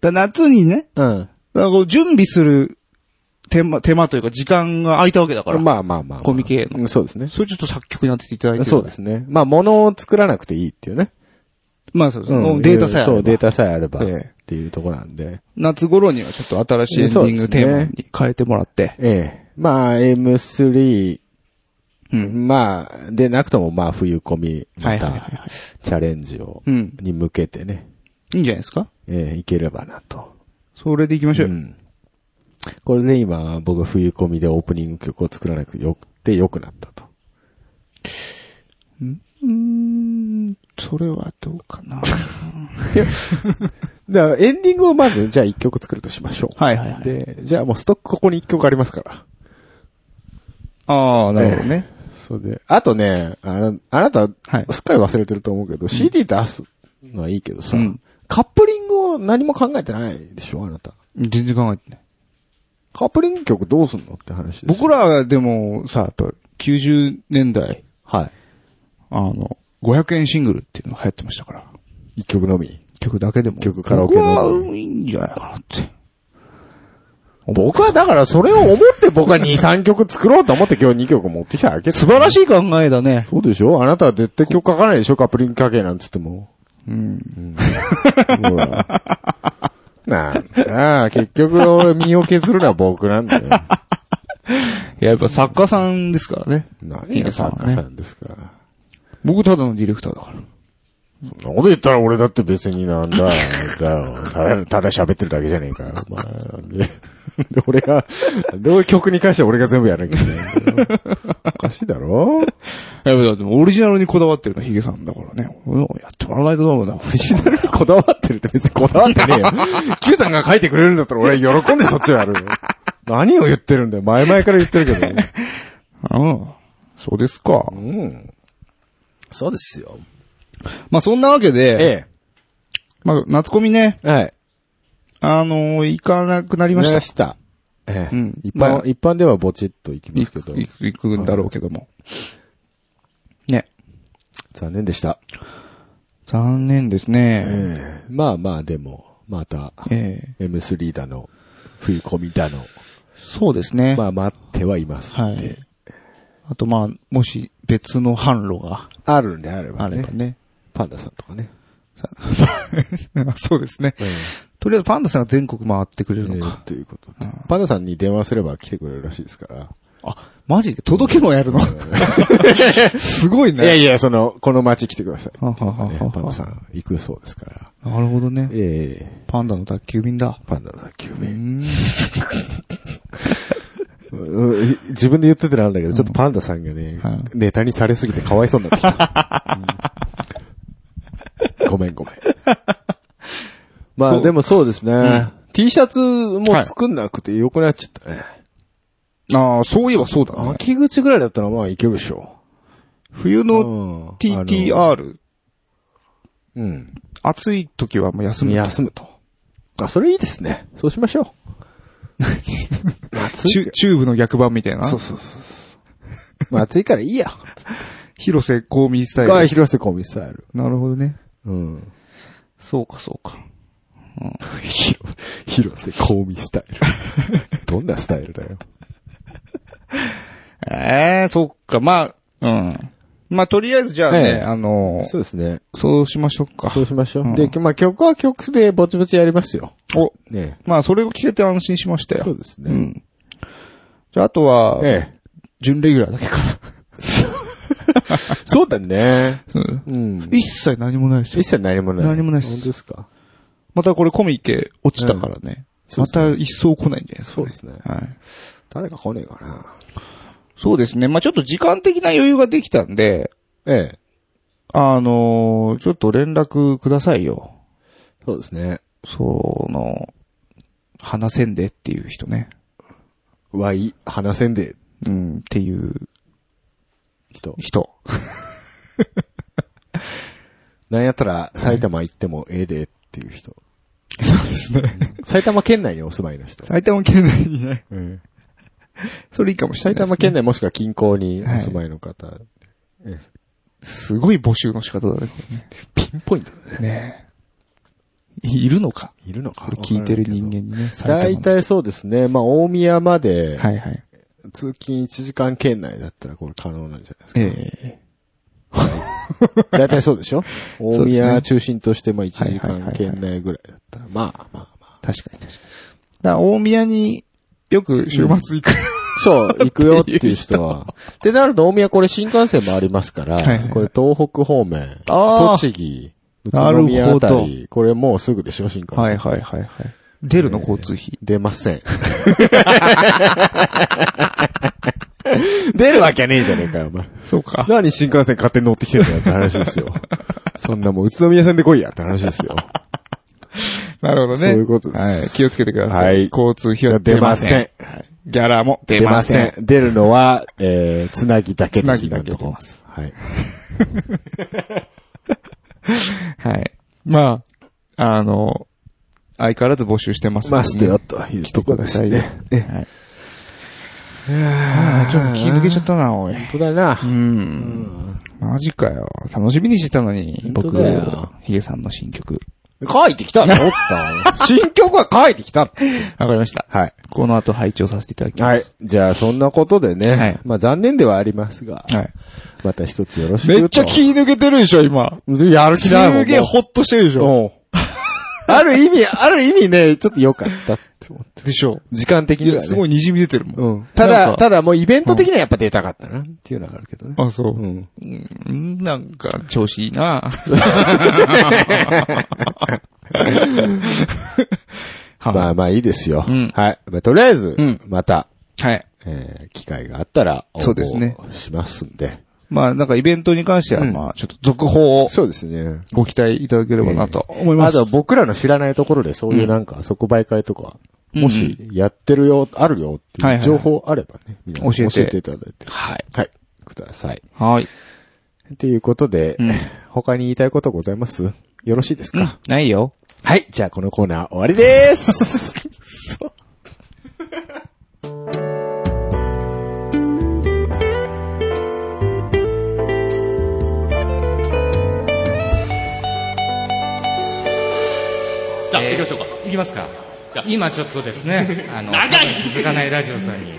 A: だ夏にね、
B: うん。
A: だからこう準備する手間、手間というか時間が空いたわけだから。
B: まあまあまあ。
A: コミケの
B: うんそうですね。
A: それちょっと作曲に当てていただいて。。
B: そうですすね。まあ、物を作らなくていいっていうね。
A: まあそうです。
B: うん
A: もうデータさえあれば
B: そう、データさえあれば。
A: ええ
B: っていうとこなんで。
A: 夏頃にはちょっと新しいエンディングテーマに変えてもらって。
B: ええ。まあ、M3、
A: うん。
B: まあ、でなくとも、まあ、冬込み、
A: は
B: ま
A: いはいはい
B: た、
A: はい。
B: チャレンジを、
A: うん
B: に向けてね、
A: いいんじゃないですか
B: ええ、いければなと。
A: それで行きましょう
B: う
A: よ。
B: んこれで今、僕は冬込みでオープニング曲を作らなくてよくて良くなったと。
A: うん。それはどうか (laughs) な。
B: だから、エンディングをまず、じゃあ一曲作るとしましょう。
A: はいはいはい
B: で、じゃあもうストックここに一曲ありますから。
A: ああ、なるほどね。
B: ええ。それで。あとね、あなあなた、
A: はい
B: すっかり忘れてると思うけど、CD 出すのはいいけどさ、
A: うん
B: カップリングを何も考えてないでしょ、あなた。
A: 全然考えてない。
B: カップリング曲どうすんのって話です。
A: 僕らはでもさ、やっぱ90年代、
B: は
A: あの、500円シングルっていうのが流行ってましたから。
B: い。一曲のみ。
A: 曲だけでも。
B: 曲カラオケの
A: 僕はうんいいんじゃないかなって。
B: 僕はだからそれを思って僕は2、3曲作ろうと思って今日2曲持ってきただけ
A: 素晴らし
B: い
A: い考えだね。
B: そうでしょあなたは絶対曲書かないでしょカップリング書けなんつっても。うん。ほら。なんだあ、結局俺身を削るのは僕なんだよ。
A: いや、やっぱ作家さんですからね。
B: 何が作家さんですか。
A: 僕ただのディレクターだから。
B: そんなこと言ったら俺だって別になんだ、だよ。ただ、ただ喋ってるだけじゃねえかよ。お前なんで、で俺が、で俺曲に関しては俺が全部やらなきゃいけないんだよ。おかしいだろ
A: いや、だってオリジナルにこだわってるのはヒゲさんだからね。俺はやってもらわないとダメだ。
B: オリジナルにこだわってるって別にこだわってねえよ。Q さんが書いてくれるんだったら俺喜んでそっちをやる (laughs) よ。何を言ってるんだよ。前々から言ってるけ (laughs) ど。
A: うん。そうですか。
B: うん。そうですよ。
A: まあそんなわけで、
B: え
A: まあ夏コミね、
B: え。はい。
A: あのー、行かなくなりまし
B: 見
A: た
B: ま。した。ええ。
A: うん
B: 一
A: まあ
B: 般、一般ではぼちっといきま
A: 行
B: すけど
A: く、。行く、行くんだろうけども。ね。
B: 残念でした。
A: 残念ですね。
B: ええまあまあでも、また、
A: ええ
B: M3 だの、冬込みだの、
A: そうですね。
B: まあ待ってはいます。
A: はい。あとまあ、もし別の販路が
B: あるんであれば
A: あ
B: ね。
A: ればね。
B: パンダさんとかね。
A: (laughs) そうですね。とりあえずパンダさんが全国回ってくれるの
B: ええ
A: か。
B: ということで。パンダさんに電話すれば来てくれるらしいですから。
A: あ、マジで届けもやるのすごい
B: (laughs) いや
A: ね。
B: いや、その、この街来てください。
A: はははは
B: ねパンダさん、行くそうですから。
A: なるほどね。
B: ええ
A: パンダの宅急便だ。
B: パンダの卓球
A: う
B: 名。
A: ん
B: うん自分で言っててなんだけど、ちょっとパンダさんがね
A: はい、
B: ネタにされすぎてかわいそうになってきた。 (laughs) うんごめんごめん。まあでもそうですね。 T シャツも作んなくてよくなっちゃったね。
A: ああ、そういえばそうだな。
B: 秋口ぐらいだったらまあいけるでしょ
A: 冬
B: う。
A: の TTR、
B: あの。うん。
A: 暑い時はもう休む。
B: 休むと。あ、それいいですね。そうしまし (laughs) ょう。
A: チュチューブの逆版みたいな
B: そ。うそうそうそう。まあ暑いからいいや。
A: 広瀬香美スタ
B: あ
A: イル。
B: 広瀬香美スタイル。
A: なるほどね。
B: うん。
A: そうか、そうか。
B: 広、 (laughs) 広瀬香美スタイ (laughs) ル。どんなスタイルだよ。
A: ええそうか、まあ、うん。まあ、とりあえずじゃあね、
B: ええ
A: あの
B: そうですね。
A: そうしましょうか
B: そ。うしましょ
A: うん
B: う。で、まあ曲は曲でぼちぼちやりますよ。
A: お、
B: ね
A: まあ、それを聞けて安心しましたよ。
B: そうですね
A: ん。じゃあ、あとは、
B: ええ。
A: 準レギュラーだけかな。
B: そうだね。
A: うん
B: うん。
A: 一切何もないですよ
B: 一。切何もない。
A: 何もないです
B: 本当ですか。
A: またこれコミケ落ちたからね。
B: うん
A: また一層来ないんじゃないですか、
B: そうですね
A: はい。
B: 誰か来ねえかな。
A: そうですね。まあちょっと時間的な余裕ができたんで、
B: ええ。
A: あのーちょっと連絡くださいよ。
B: そうですね。
A: その、話せんでっていう人ね。
B: わい、話せんで、
A: うん、っていう
B: 人。
A: 人。
B: なんやったら埼玉行ってもええでっていう人。
A: (laughs) そうですね。
B: 埼玉県内にお住まいの人。
A: 埼玉県内にね。
B: うん
A: それいいかもしれな
B: 埼
A: いです、ね。
B: 玉県内もしくは近郊にお住まいの方。
A: すごい募集の仕方だね。
B: ピンポイントだね
A: ねいるのか
B: いるのか
A: これ聞いてる人間にね、
B: 大
A: の
B: 体そうですね。まあ、大宮まで、
A: はいはい。
B: 通勤1時間圏内だったらこれ可能なんじゃないです
A: え
B: か。大 (laughs) 体そうでしょ大宮中心として、まあ、1時
A: はいはいはいは
B: 間
A: い
B: 圏内ぐらいだったら、まあまあまあ。
A: 確かに確かに。だから大宮によく週末行く。
B: そう、行くよっていう人は。 (laughs) ってなると、大宮これ新幹線もありますから、
A: いはいはい
B: これ東北方面、
A: あー
B: 栃木、宇都宮あた
A: なるほ
B: り、これもうすぐでしょ、新幹線。
A: (laughs) はいはいはいはい。出るの交通費。
B: 出ません。 (laughs) 出るわけねえじゃねえかよ、お前。
A: そうか。
B: 何新幹線勝手に乗ってきてんだよって話です
A: (laughs)
B: よ。そんなもう宇都宮線で来いやって話ですよ。
A: なるほどね。
B: そういうことです
A: はい。気をつけてください。
B: はい
A: 交通費は出ません。
B: 出ませ
A: はいギャラも出ません。
B: 出。出るのは、えー、つなぎだけです。
A: つなぎだけ
B: 今のとこ
A: 出ます
B: はい。
A: はい。まあ、あの、相変わらず募集してますのでね、
B: という
A: 来てくださいね。はい。あーちょっと気抜けちゃったな、おい。
B: 本当だな。
A: うん。マジかよ。楽しみにしてたのに、
B: 本当
A: 僕
B: だよ、
A: ヒゲさんの新曲。
B: 書いてきたんだ、お
A: (laughs)
B: った。新曲は書いてきた。
A: わかりました。
B: はい。
A: この後拝聴させていただきま
B: はい。じゃあ、そんなことでね。
A: はい
B: まあ、残念ではありますが。
A: す。はい。
B: また一つよろしくと。
A: めっちゃ気抜けてるでしょ、今。
B: やる気
A: す
B: ないもん。
A: げえほっとしてるでしょ。
B: もううんある意味、ある意味ね、ちょっと良かったって思って。
A: でしょ。
B: 時間的にはね。
A: すごい滲み出てるもん。
B: うん。た
A: なん
B: だ、
A: か
B: ただもうイベント的にはやっぱ出たかったな、っていうのがあるけどね。
A: あ、そうう。
B: ん。
A: うん、なんか、調子いいな
B: (laughs) ま
A: は
B: あまあいいですよ。
A: うん
B: はい。まあとりあえず
A: うん、
B: また、
A: い。はい。
B: えー機会があったら、
A: そうですね。
B: しますんで。
A: まあ、なんかイベントに関しては、
B: うん
A: まあ、ちょっと続報を
B: そうですね。
A: ご期待いただければなと思いま
B: あ
A: す。
B: と僕らの知らないところでそういうなんか即売会とか、
A: うん
B: もしやってるよ、あるよって
A: はい
B: い
A: は
B: う
A: い
B: 情報あればね、皆さん
A: 教えて
B: 教えていただいて。
A: はい。
B: はい。ください。
A: はい。
B: ということで、
A: うん
B: (laughs) 他に言いたいことございますよろしいですか、
A: ないよ。
B: はい。じゃあこのコーナー終わりでーす。
C: じゃあ、行きましょうか。行きますか。今ちょっとですね、
F: (laughs)
C: あの、長い続かないラジオさんに、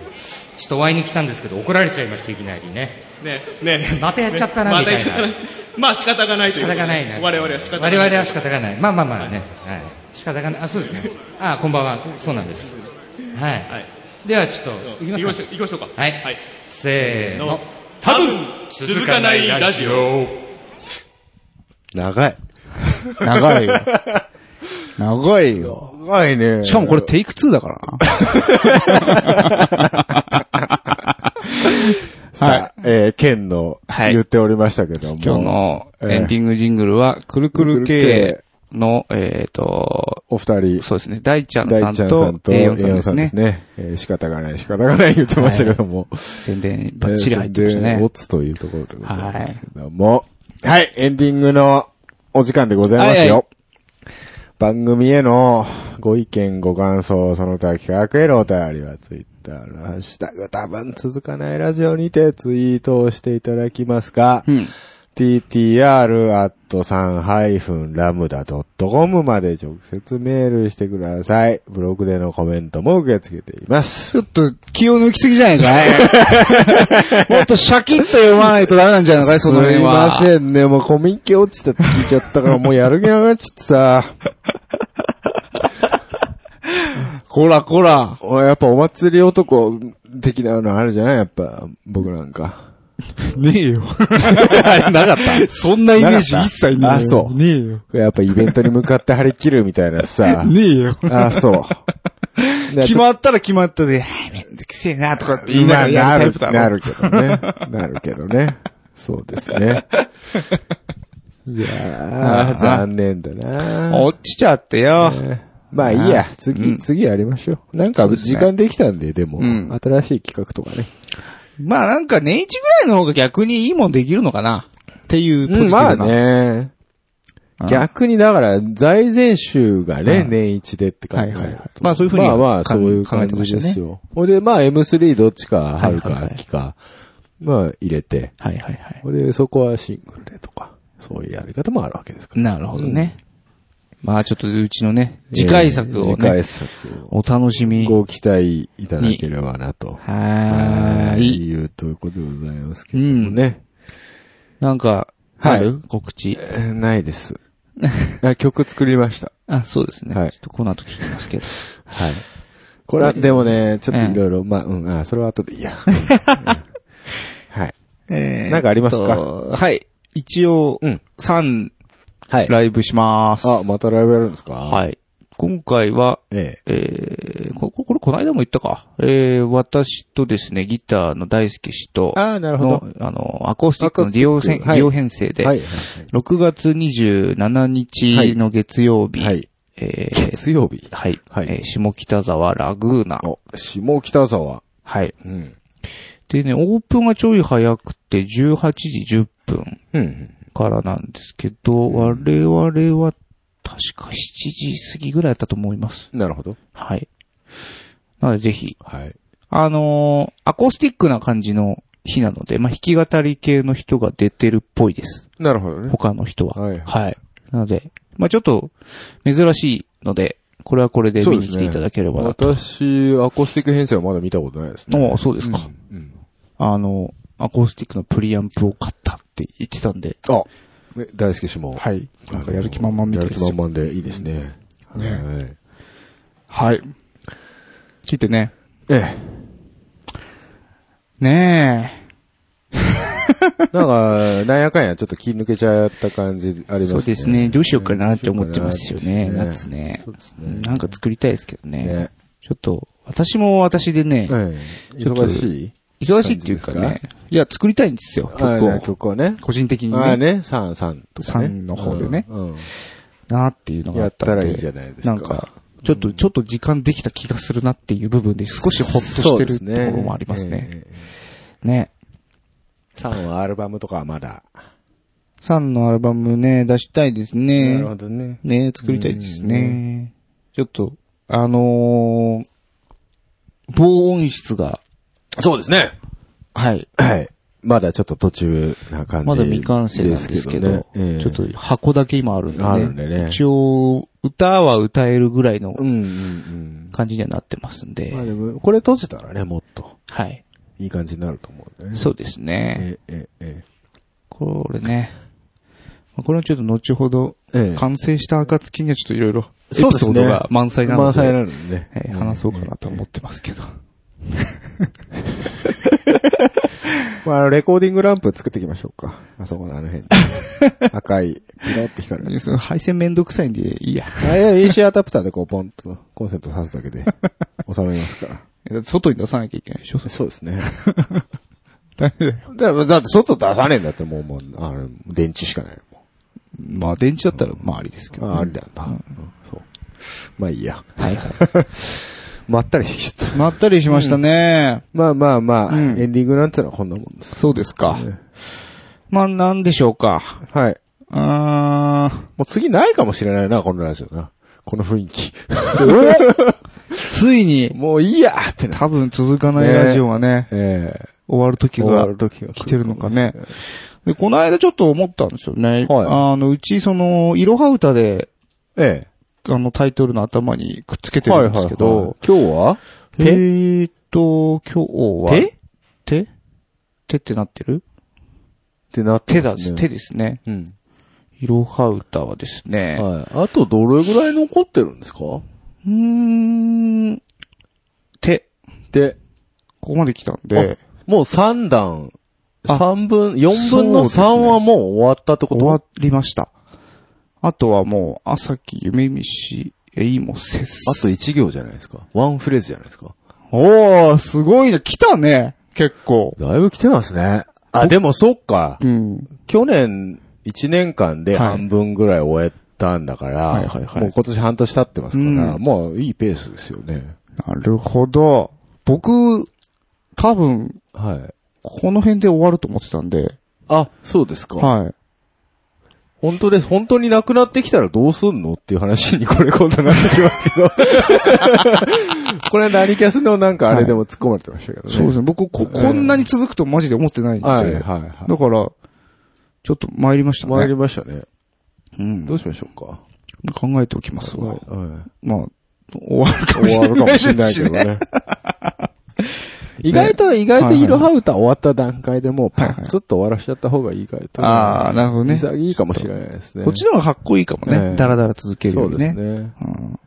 C: ちょっとお会いに来たんですけど、怒られちゃいました、いきなりね。
F: ねね
C: またやっちゃったな
F: ね
C: みたいな
F: またやっちゃったなまあ仕方がないと
C: 仕
F: いうこ
C: 方
F: と
C: が
F: で
C: ないな。
F: 我々は仕方がない。
C: 我々は仕方がない。まあまあまあね。はい。仕方がない。あ、そうですね。あ、こんばんは。そうなんです。はい。
F: はい
C: ではちょっと、
F: 行
C: い
F: き
C: き
F: ま
C: ま
F: し
C: す
F: ょう
C: か。。
F: 行きましょうか。
C: はい。
F: はい。
C: せーの。
F: 多分、続かないラジオ。
B: (laughs) 長い。
A: 長い
B: (laughs)
A: よ。長いよ。
B: 長いね
A: しかもこれテイク2だからな。
B: さあ、えー、県の
A: はい
B: 言っておりましたけども。
A: 今日の
B: えー
A: エンディングジングルは、くるくる系、
D: の、えっ、と、
B: お二人。
D: そうですね、大ちゃん
B: 大
D: さん
B: ちゃんさ
D: と
B: んと、
D: A4 さんで
B: 栄
D: すね
B: 養。ね。えー仕方がない、仕方がない言ってましたけども。
D: 宣伝バッチリ入ってました
B: えー
D: ね
B: でオ。ツというところでございますけども。はい、エンディングのお時間でございますよ。
A: はいは
B: 番組へのご意見、ご感想、その他企画へのお便りは、ツイッターのハッシュタグ、多分続かないラジオにてツイートをしていただきますか、
D: うん。
B: ttr.san-lambda.com まで直接メールしてください。ブログでのコメントも受け付けています。
A: ちょっと気を抜きすぎじゃない (laughs) かいもっとシャキッと読まないとダメなんじゃないかいその辺は。
B: すいませんね。もうコミケ落ちたって聞いちゃったから、もうやる気なくなっちゃってさ。
A: こらこら。
B: おやっぱお祭り男的なのあるじゃないやっぱ、僕なんか。
A: ねえよ。
B: なかった
A: そ (laughs) んなイメージ一切ねえよ。
B: あそう
A: ねえよ。
B: やっぱイベントに向かって張り切るみたい
A: (laughs)
B: なさ。
A: ねえよ。(laughs)
B: あ、そう。
A: 決まったら決まったで、あーめんどくせえなとかって言いながらやるタイプだろ。
B: まあなる、なるけどね。なるけどね。そうです
A: (laughs)
B: ね。いやー、残念だな
D: 落ちちゃってよ。
B: ねまあいいや、
D: う
B: 次、
D: ん
B: 次やりましょう。なんか
D: うです
B: 時
D: ね
B: 間できたんで、でも、
D: うん
B: 新しい企画とかね。
A: まあなんか年一ぐらいの方が逆にいいもんできるのかなっていうポジティブ
B: ま
A: な。
B: あね。逆にだから、財前集がね、
A: うん
B: 年一でって考えると
A: はいはいはいまあそういうふうに
B: まあまあ、
A: か
B: そういう
A: 考え
B: 感
A: てまし
B: じ
A: たね
B: ですよ。ほ、れで、まあ M3 どっちか、
A: いは
B: 春
A: いはい
B: か秋か、まあ入れて、
A: はいはいはい。
B: ほれで、そこはシングルでとか、そういうやり方もあるわけですから。
A: なるほどね。まあちょっとうちのね、次回作を
B: え
A: ね
B: ー、次回作を。
A: お楽しみ。
B: ご期待いただければなと。
A: はーい。
B: いうということでございますけどもね。
A: なんか、
B: は
A: あ
B: い
A: る、告知。
B: えーないです。あ曲作りました。
A: あ、そうですね。
B: はい
A: ちょっとこの後聞きますけど。
B: はい。これは、でもね、ちょっといろいろ、まあ、うん、あ、それは後で
A: (laughs)
B: いいや。はい。
A: え
B: (laughs) なんかありますか
A: はい。一応、
B: うん
A: 3、
B: はい
A: ライブします。
B: あ、またライブやるんですかい。
A: はい。今回は、
B: え
A: えー、こここれこの間も言ったか。えー、私とですね、ギターの大輔氏と
B: え。、ああ、なるほ
A: の
B: ど。、
A: あの、アコースティックの利用せん
B: アコースティックはい
A: 利用編成で、
B: はい。
A: 6月27日の月曜日、
B: はい。
A: えー
B: 月曜日。
A: はい、
B: はい
A: えー下北沢ラグーナ。
B: お、下北沢。
A: はい。
B: うん。
A: でね、オープンがちょい早くて、18時10分
B: うん。
A: からなんですけど、我々は確か7時過ぎぐらいだったと思います。
B: なるほど。
A: はい。なのでぜひ、
B: はい。
A: あのーアコースティックな感じの日なので、まあ、弾き語り系の人が出てるっぽいです。
B: なるほどね。
A: 他の人は。
B: はい
A: はい。なので、まあ、ちょっと、珍しいので、これはこれで見に来ていただければなと。
B: 私、アコースティック編成はまだ見たことないですね。
A: おうそうですか。
B: うん。
A: あの、アコースティックのプリアンプを買ったって言ってたんで。
B: あ、ね大輔氏も。い。
D: はい。なんかやる気満々みたいです
B: や
D: よ
B: る気。満々でいいですね。はい。
D: はい。聞いてね。
B: え
D: ね
B: え。なんか、なんやかんやちょっと気抜けちゃった感じありますね。
A: そうですね。どうしようかなって思ってますよね。
B: どうしようかな
A: 夏ね
B: そうです
A: うん
B: ね。
A: なんか作りたいですけどね。
B: ね。
A: ちょっと、私も私でね、
B: ええ。忙しい
A: 忙しいっていうか
B: 感じ
A: ね。いや、作りたいんですよ、曲
B: あ
A: を
B: あ。曲をね。
D: 個人的に
B: ああ
D: ね。
B: ね、三三とかね。
D: 三の方でね
B: うん。うん
A: なっていうのがあ
B: や
A: っ
B: ったた
A: んで。
B: らいいじゃないですか。
A: なんか、ちょっと、ちょっと時間できた気がするなっていう部分で少しほっとしてるところもありますね。
B: そうで。ええ
A: ね。
B: 三はアルバムとかはまだ。
A: さんのアルバムね、出したいですね。
B: なるほどね。
A: ね、作りたいですね。ちょっと、あのー、防音室が、
B: そうですね。
A: はい。
B: はい。まだちょっと途中な感じ
A: まだ未完成なんですけど、
B: ええ
A: ちょっと箱だけ今あるんでね。
B: あるんでね
A: 一応、歌は歌えるぐらいの
B: うんうんうん。
A: 感じにはなってますんで。
B: まあでも、これ閉じたらね、もっと
A: はい。
B: いい感じになると思うんでね。
A: そうですね。
B: ええ、ええ、
A: これね。まあこれはちょっと後ほど、
B: ええ。
D: 完成した暁にはちょっといろいろ、エ
B: そ
D: ピソ
B: うですね
D: ードが満載なの
B: 満載
D: で、
B: なのでね。
D: えー話そうかなと思ってますけど。
B: まああの、レコーディングランプ作っていきましょうか。あそこのあの
D: (laughs)
B: 辺赤い、ピロって光るやつ。
A: その (laughs) 配線めんどくさいんで、いいや。
B: あれは AC アダプターでこう、ポンとコンセント挿すだけで収めますから。
D: 外に出さなきゃいけないでしょ
B: そうです (laughs) ね。
D: ダメだよ。
B: だだって外出さねえんだってもう、もう、あの、電池しかないも
A: まあ、電池だったら、まあ、ありですけど、
B: ああ、あれだよな。うんそう。まあいいや。
A: はいはい。
B: (laughs) まったりしてきちゃった。
A: まったりしましたね。
B: まあまあまあ、
A: うん
B: エンディングなんてのはこんなもんです。
A: そうですか。まあ、なんでしょうか。
B: はい。
A: あ
B: もう次ないかもしれないな、このラジオな。この雰囲気。
A: ー (laughs) ついに、
B: (laughs) もういいやってな。
A: 多分続かないラジオがね、
B: ええ
A: 終わる時
B: 終わ
A: が
B: る時が
A: 来てるのかね。で、この間ちょっと思ったんですよね。
B: は
A: あの、うち、その、いろは歌で、
B: え
A: あの、タイトルの頭にくっつけ
B: え。
A: てるんですけ
B: はいはいは
A: ど
B: い、今日は
A: えーっと、今日は、
B: 手
A: 手手ってなってる
B: ってなって
A: 手
B: ま
A: だ、
B: すね
A: 手ですね。
B: うん。
A: いろは歌はですね、
B: はい。あとどれぐらい残ってるんですか
A: うーん、手、
B: で、
A: ここまで来たんで、
B: もう3段、
A: あ
B: 3分、4分の3はもう終わったってこと
A: 終わりました。あとはもう、朝日夢見し、えいもせっ
B: あと1行じゃないですか。ワンフレーズじゃないですか。
A: おー、すごいね。来たね。結構。
B: だいぶ来てますね。あ、でもそっか。
A: うん。
B: 去年1年間で半分ぐらい終えたんだから、
A: はいはいはいはい
B: もう今年半年経ってますから、
A: うん
B: もういいペースですよね。
A: なるほど。僕、多分、
B: はい。
A: この辺で終わると思ってたんで、
B: あ、そうですか。
A: はい。
B: 本当です。本当になくなってきたらどうすんのっていう話にこれ今度なってきます
A: (laughs)
B: けど。これ何キャスのなんかあれでも突っ込まれてましたけどね。
A: そうですね。僕、こ、こんなに続くとマジで思ってないんで。
B: はいはいは
A: だから、ちょっと参りましたね。
B: 参りましたね。
A: うん
B: ど。うしましょうか。
A: 考えておきますわ。
B: はい
A: まあ、終わるかもし
B: 終わ
A: れ
B: るか
A: な
B: も
A: い
B: しれ
A: で
B: ない
A: す
B: け
A: し
B: ど
A: ね。
B: ね。 (laughs) 意外と、意外と、イロハウタ終わった段階でもう、パ
A: はいは
B: ッ
A: い
B: ツッと終わらしちゃった方が意外と。
A: ああ、なるほどね。
B: 潔いかもしれないですね。
A: こっちの方がかっこいいかも
B: ええ
A: ね。だらだら続ける
B: そ
A: よ
B: う
A: り
B: です
A: ね。
B: ね。
A: うん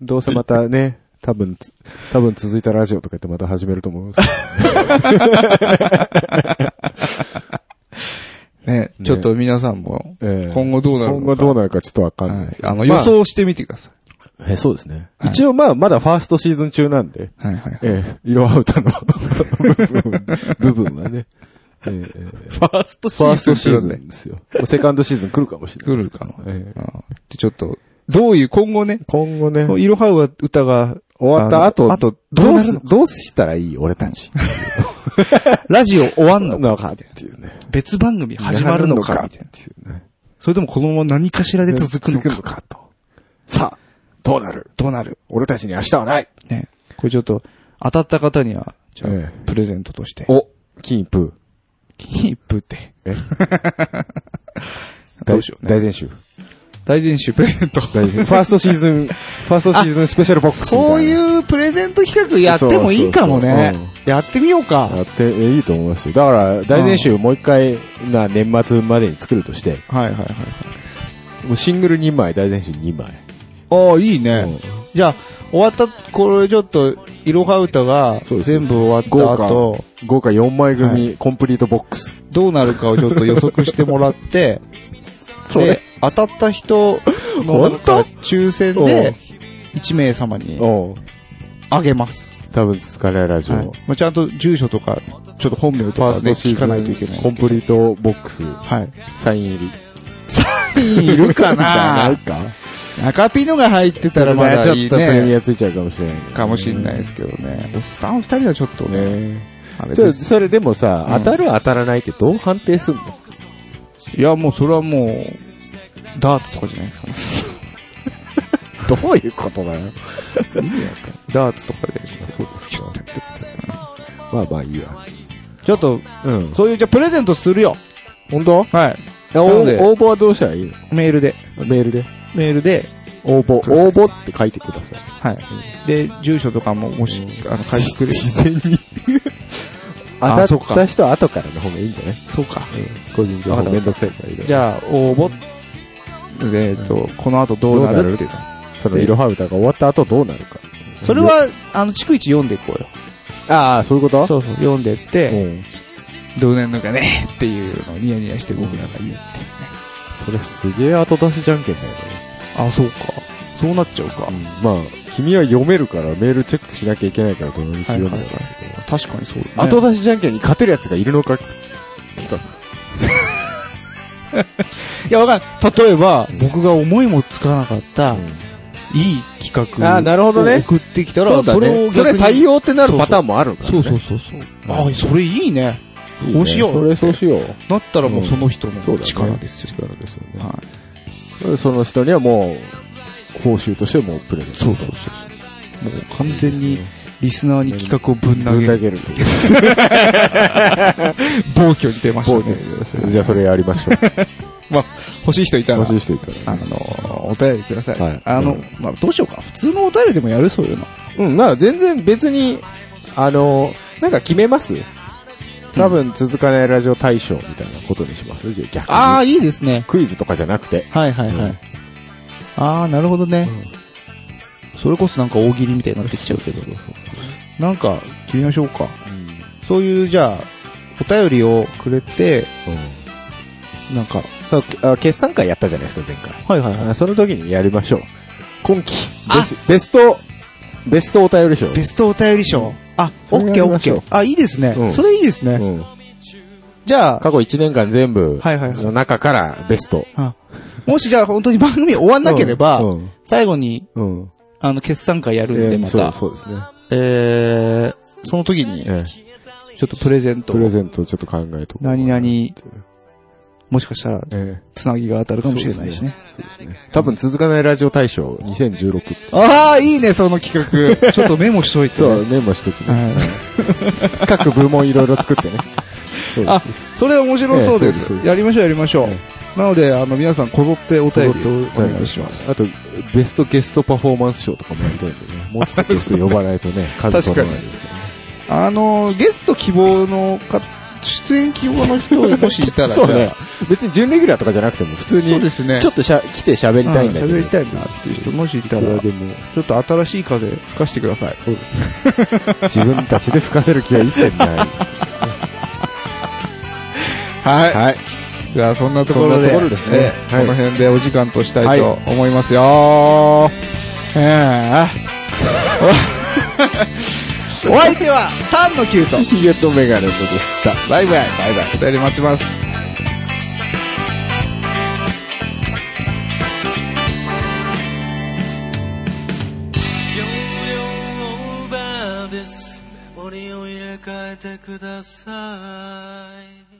B: どうせまたね、多分つ、多分続いたラジオとか言ってまた始めると思うんです
A: (laughs)
B: け
A: ね、ちょっと皆さんも、
B: どええ
A: 今後どうなるの
B: 今
A: か。
B: 後どうなるかちょっとわかんない
A: は
B: で
A: い
B: すけど。
A: あの、
B: ま
A: 予想してみてくださ
B: えそうですね。
A: い
B: 一応まあ、まだファーストシーズン中なんで、
A: い。はいはいはい。
B: ええ、イロハウタの (laughs) 部分はね。ええええ
A: ファーストシ
B: ファーストシーズ
A: で
B: ンですよ。セカンドシーズン来るかもしれな
A: 来
B: いで
A: る
B: すか。
A: からも。
B: ええ
A: うんでちょっと、どういう、今後ね、
B: 今後ね、
A: いろはう歌が
B: 終わった後、
A: あと、ど
B: ど
A: う
B: う
A: す
B: す、どうしたらいい俺たち。
A: ラジオ終わんのか
B: (laughs) のかっていうね。
A: 別番組始まるのかみ
B: った
A: い
B: て
A: な。
B: いうね。
A: それともこのまま何かしらで続くの
B: 続くの
A: か
B: かと。さあ、どうなる
A: どうなる
B: 俺たちに明日はない
A: ね。これちょっと、当たった方には、じゃあ
B: ええ
A: プレゼントとして。
B: お、金プ
A: キープって。
B: えー。
A: (laughs) どうしようね。
B: 大全集。
A: 大全集プレゼント。
B: 大全集。ファーストシーズン、ファーストシーズンスペシャルボックスみたいな。
A: そういうプレゼント企画やってもいいかも
B: そう
A: ね
B: そう。
A: やってみようか。
B: やって、えいいと思いますよ。だから、大全集もう一回、な、年末までに作るとして、
A: はいはいはいはい。
B: もうシングル2枚、大全集2枚。
A: ああ、いいね。
B: うん
A: じゃあ、終わった、これちょっと、いろは歌が
B: そうです
A: 全部終わった
B: 豪華
A: 後、、
B: 豪華4枚組、
A: は
B: コンプリートボックス。
A: どうなるかをちょっと予測してもらって、
B: (laughs) それ
A: で当たった人の中から抽選
B: おう
A: で、1名様に
B: おう
A: あげます。
B: 多分疲れラジオ。
A: はいまあ、ちゃんと住所とか、ちょっと本名と
B: ファー
A: か
B: ス
A: ね、
B: トシ
A: 聞
B: ーズ
A: かないといけない
B: ン、
A: んで
B: コン
A: すけど。
B: プリートボックス、
A: はい。
B: サイン入り。
A: いるか
B: な
A: な赤ピノが入ってたらま
B: ちょ
A: だ
B: っ
A: いい
B: とプレミ
A: ね。
B: アついちゃうかもしれないけどね。
A: かもしんないですけどね。おっさん二人はちょっとね、あれ
B: ちょ
A: です。
B: それでもさ、
A: うん
B: 当たる当たらないってどう判定すんの
A: いや、もうそれはもう、ダーツとかじゃないですかね。
B: (laughs) どういうことだよ。
A: ダーツとかで。
B: そうですか。まあまあいいわ。
A: ちょっと、
B: うん。
A: そういう、じゃあプレゼントするよ。
B: 本当
A: はい。
B: 応
A: ので
B: 応募はどうしたらいいの
A: メールで。
B: メールで。
A: メールで、
B: 応募、応募って書いてくださ
A: は
B: い。
A: い。で、住所とかも、もし、あの、書いてくれる。
B: 前に。
A: あ
B: 当た
A: そ
B: っ
A: うか
B: た人は後からの方がいいんじゃない
A: そうか。
B: 個人情
A: わかった
B: 報めんどくさいからいろいろ
A: じゃあ、応募。えっと、この後どうなるっていう。
B: そのイロハウタが終わった後どうなるか。
A: それ、は、あの、逐一読んでいこうよ。
B: ああ、そういうこと
A: そうそう、読んでって、
B: ん。
A: どうなるのかねっていうのをニヤニヤして僕らが言うって。
B: それすげえ後出しじゃんけんだよね。
A: あ、そうか。そうなっちゃうか。
B: まあ、君は読めるからメールチェックしなきゃいけないからどの道読むか、
A: はいはいは確かにそうだね。
B: 後出しじゃんけんに勝てる奴がいるのか企画。
A: いや、わかんない。例えば、僕が思いもつかなかった、いい企画を
B: あーなるほどね
A: 送ってきた
B: そ
A: ら、
B: うだ
A: それを
B: ね。それ
A: 逆に
B: 採用ってなるパターンもあるから
A: そ
B: ね。
A: うそうそうそう。あー、それいいね。
B: いいね
A: こうしよう
B: それそうしよう。
A: なったらもうその人
B: そ
A: の
B: うだね
A: 力ですよ。
B: 力ですよね。
A: は
B: その人にはもう、報酬としてもうプレゼント。そうそうそう。
A: もう完全にリスナーに企画をぶん投
B: ぶん
A: げ
B: 投
A: る。
B: げるという。
A: 暴挙に出ました
B: そう
A: ね。
B: ね (laughs) じゃあそれやりましょう。 (laughs)
A: まあ、欲しい人いたら
B: 欲、しい人いた
A: あ
B: ら。
A: の、お便りください。
B: はい
A: あ
B: う
A: の
B: ん、
A: まあ、どうしようか。普通のお便りでもやるそういうの。
B: うん、まあ全然別に、あの、なんか決めます多分続かないラジオ大賞みたいなことにしますじゃあ逆に。
A: ああ、いいですね。
B: クイズとかじゃなくて。
A: はいはいはい。ああ、なるほどね。それこそなんか大喜利みたいになってきちゃうけど。なんか、決めましょうか。そういう、じゃあ、お便りをくれて、なんか、
B: そうあ決算会やったじゃないですか、前回。
A: はいはい
B: あその時にやりましょう。今期、ベスベスト、ベストお便り賞。
A: ベストお便り賞。あ、オ
B: そ
A: ッ
B: れ
A: ケー
B: や
A: オ
B: りま
A: ッ
B: し
A: ケ
B: ょう
A: ー。あ、いいですね。
B: うん
A: それいいですね。
B: うん
A: じゃあ、
B: 過去1年間全部
A: はいはいはい
B: の中からベスト。
A: もしじゃあ本当に番組終わんなければ、
B: うん
A: 最後に、
B: うん。うん
A: あの、決算会やるん
B: え
A: で、
B: ー
A: ま
B: そう
A: た、
B: そうですね。
A: えー、その時に、ちょっ
B: え
A: とプレゼン
B: え
A: ト
B: プ、レゼントをちょっと考えとこう
A: 何々、もしかしたら、
B: ええ
A: つなぎが当たるかもしれないしね。
B: 多分続かないラジオ大賞2016。
A: ああ、いいね、その企 (laughs) 画。ちょっとメモしといて、
B: そう、メモしとく。
A: はい
B: 各部門いろいろ作って (laughs) ね。そうで
A: あ
B: す。、
A: それ面白そうで
B: ええそうです
A: す
B: そうで。す
A: やりましょう、やりましょう。なので、あの、皆さん、こぞってお便りをお願いします。
B: あと、ベストゲストパフォーマンス賞とかもやりたいんで
A: (laughs)
B: ね。もうちょっとゲスト呼ばないとね、数取らないですからね。
A: あの、ゲスト希望のか、出演希望の人、もしいたら、
B: そうね。別に準レギュラーとかじゃなくても、普通に、
A: そうですね
B: ちょっとしゃ来て喋り
A: じゃあ
B: たいんだけど。
A: 喋りたいなっていう人、もしいたら、
B: い
A: ち
B: や
A: ょ
B: でも、
A: っと新しい風吹かしてください。そうですね。
B: 自分たちで吹かせる気は一切
A: (laughs)
B: ない。
A: はい。 (laughs)
B: はい。
A: じゃあ、そんなところで、
B: そんなところですね
A: ええ
B: はい
A: この辺でお時間としたいと
B: は
A: 思いますよ。え
B: (laughs)
A: えお相手は、3の9と、
B: ヒゲとメガネとでした。
A: バイバイ。バイバイ。お便り待ってます。
G: オーバーです。折を入れ替えてください。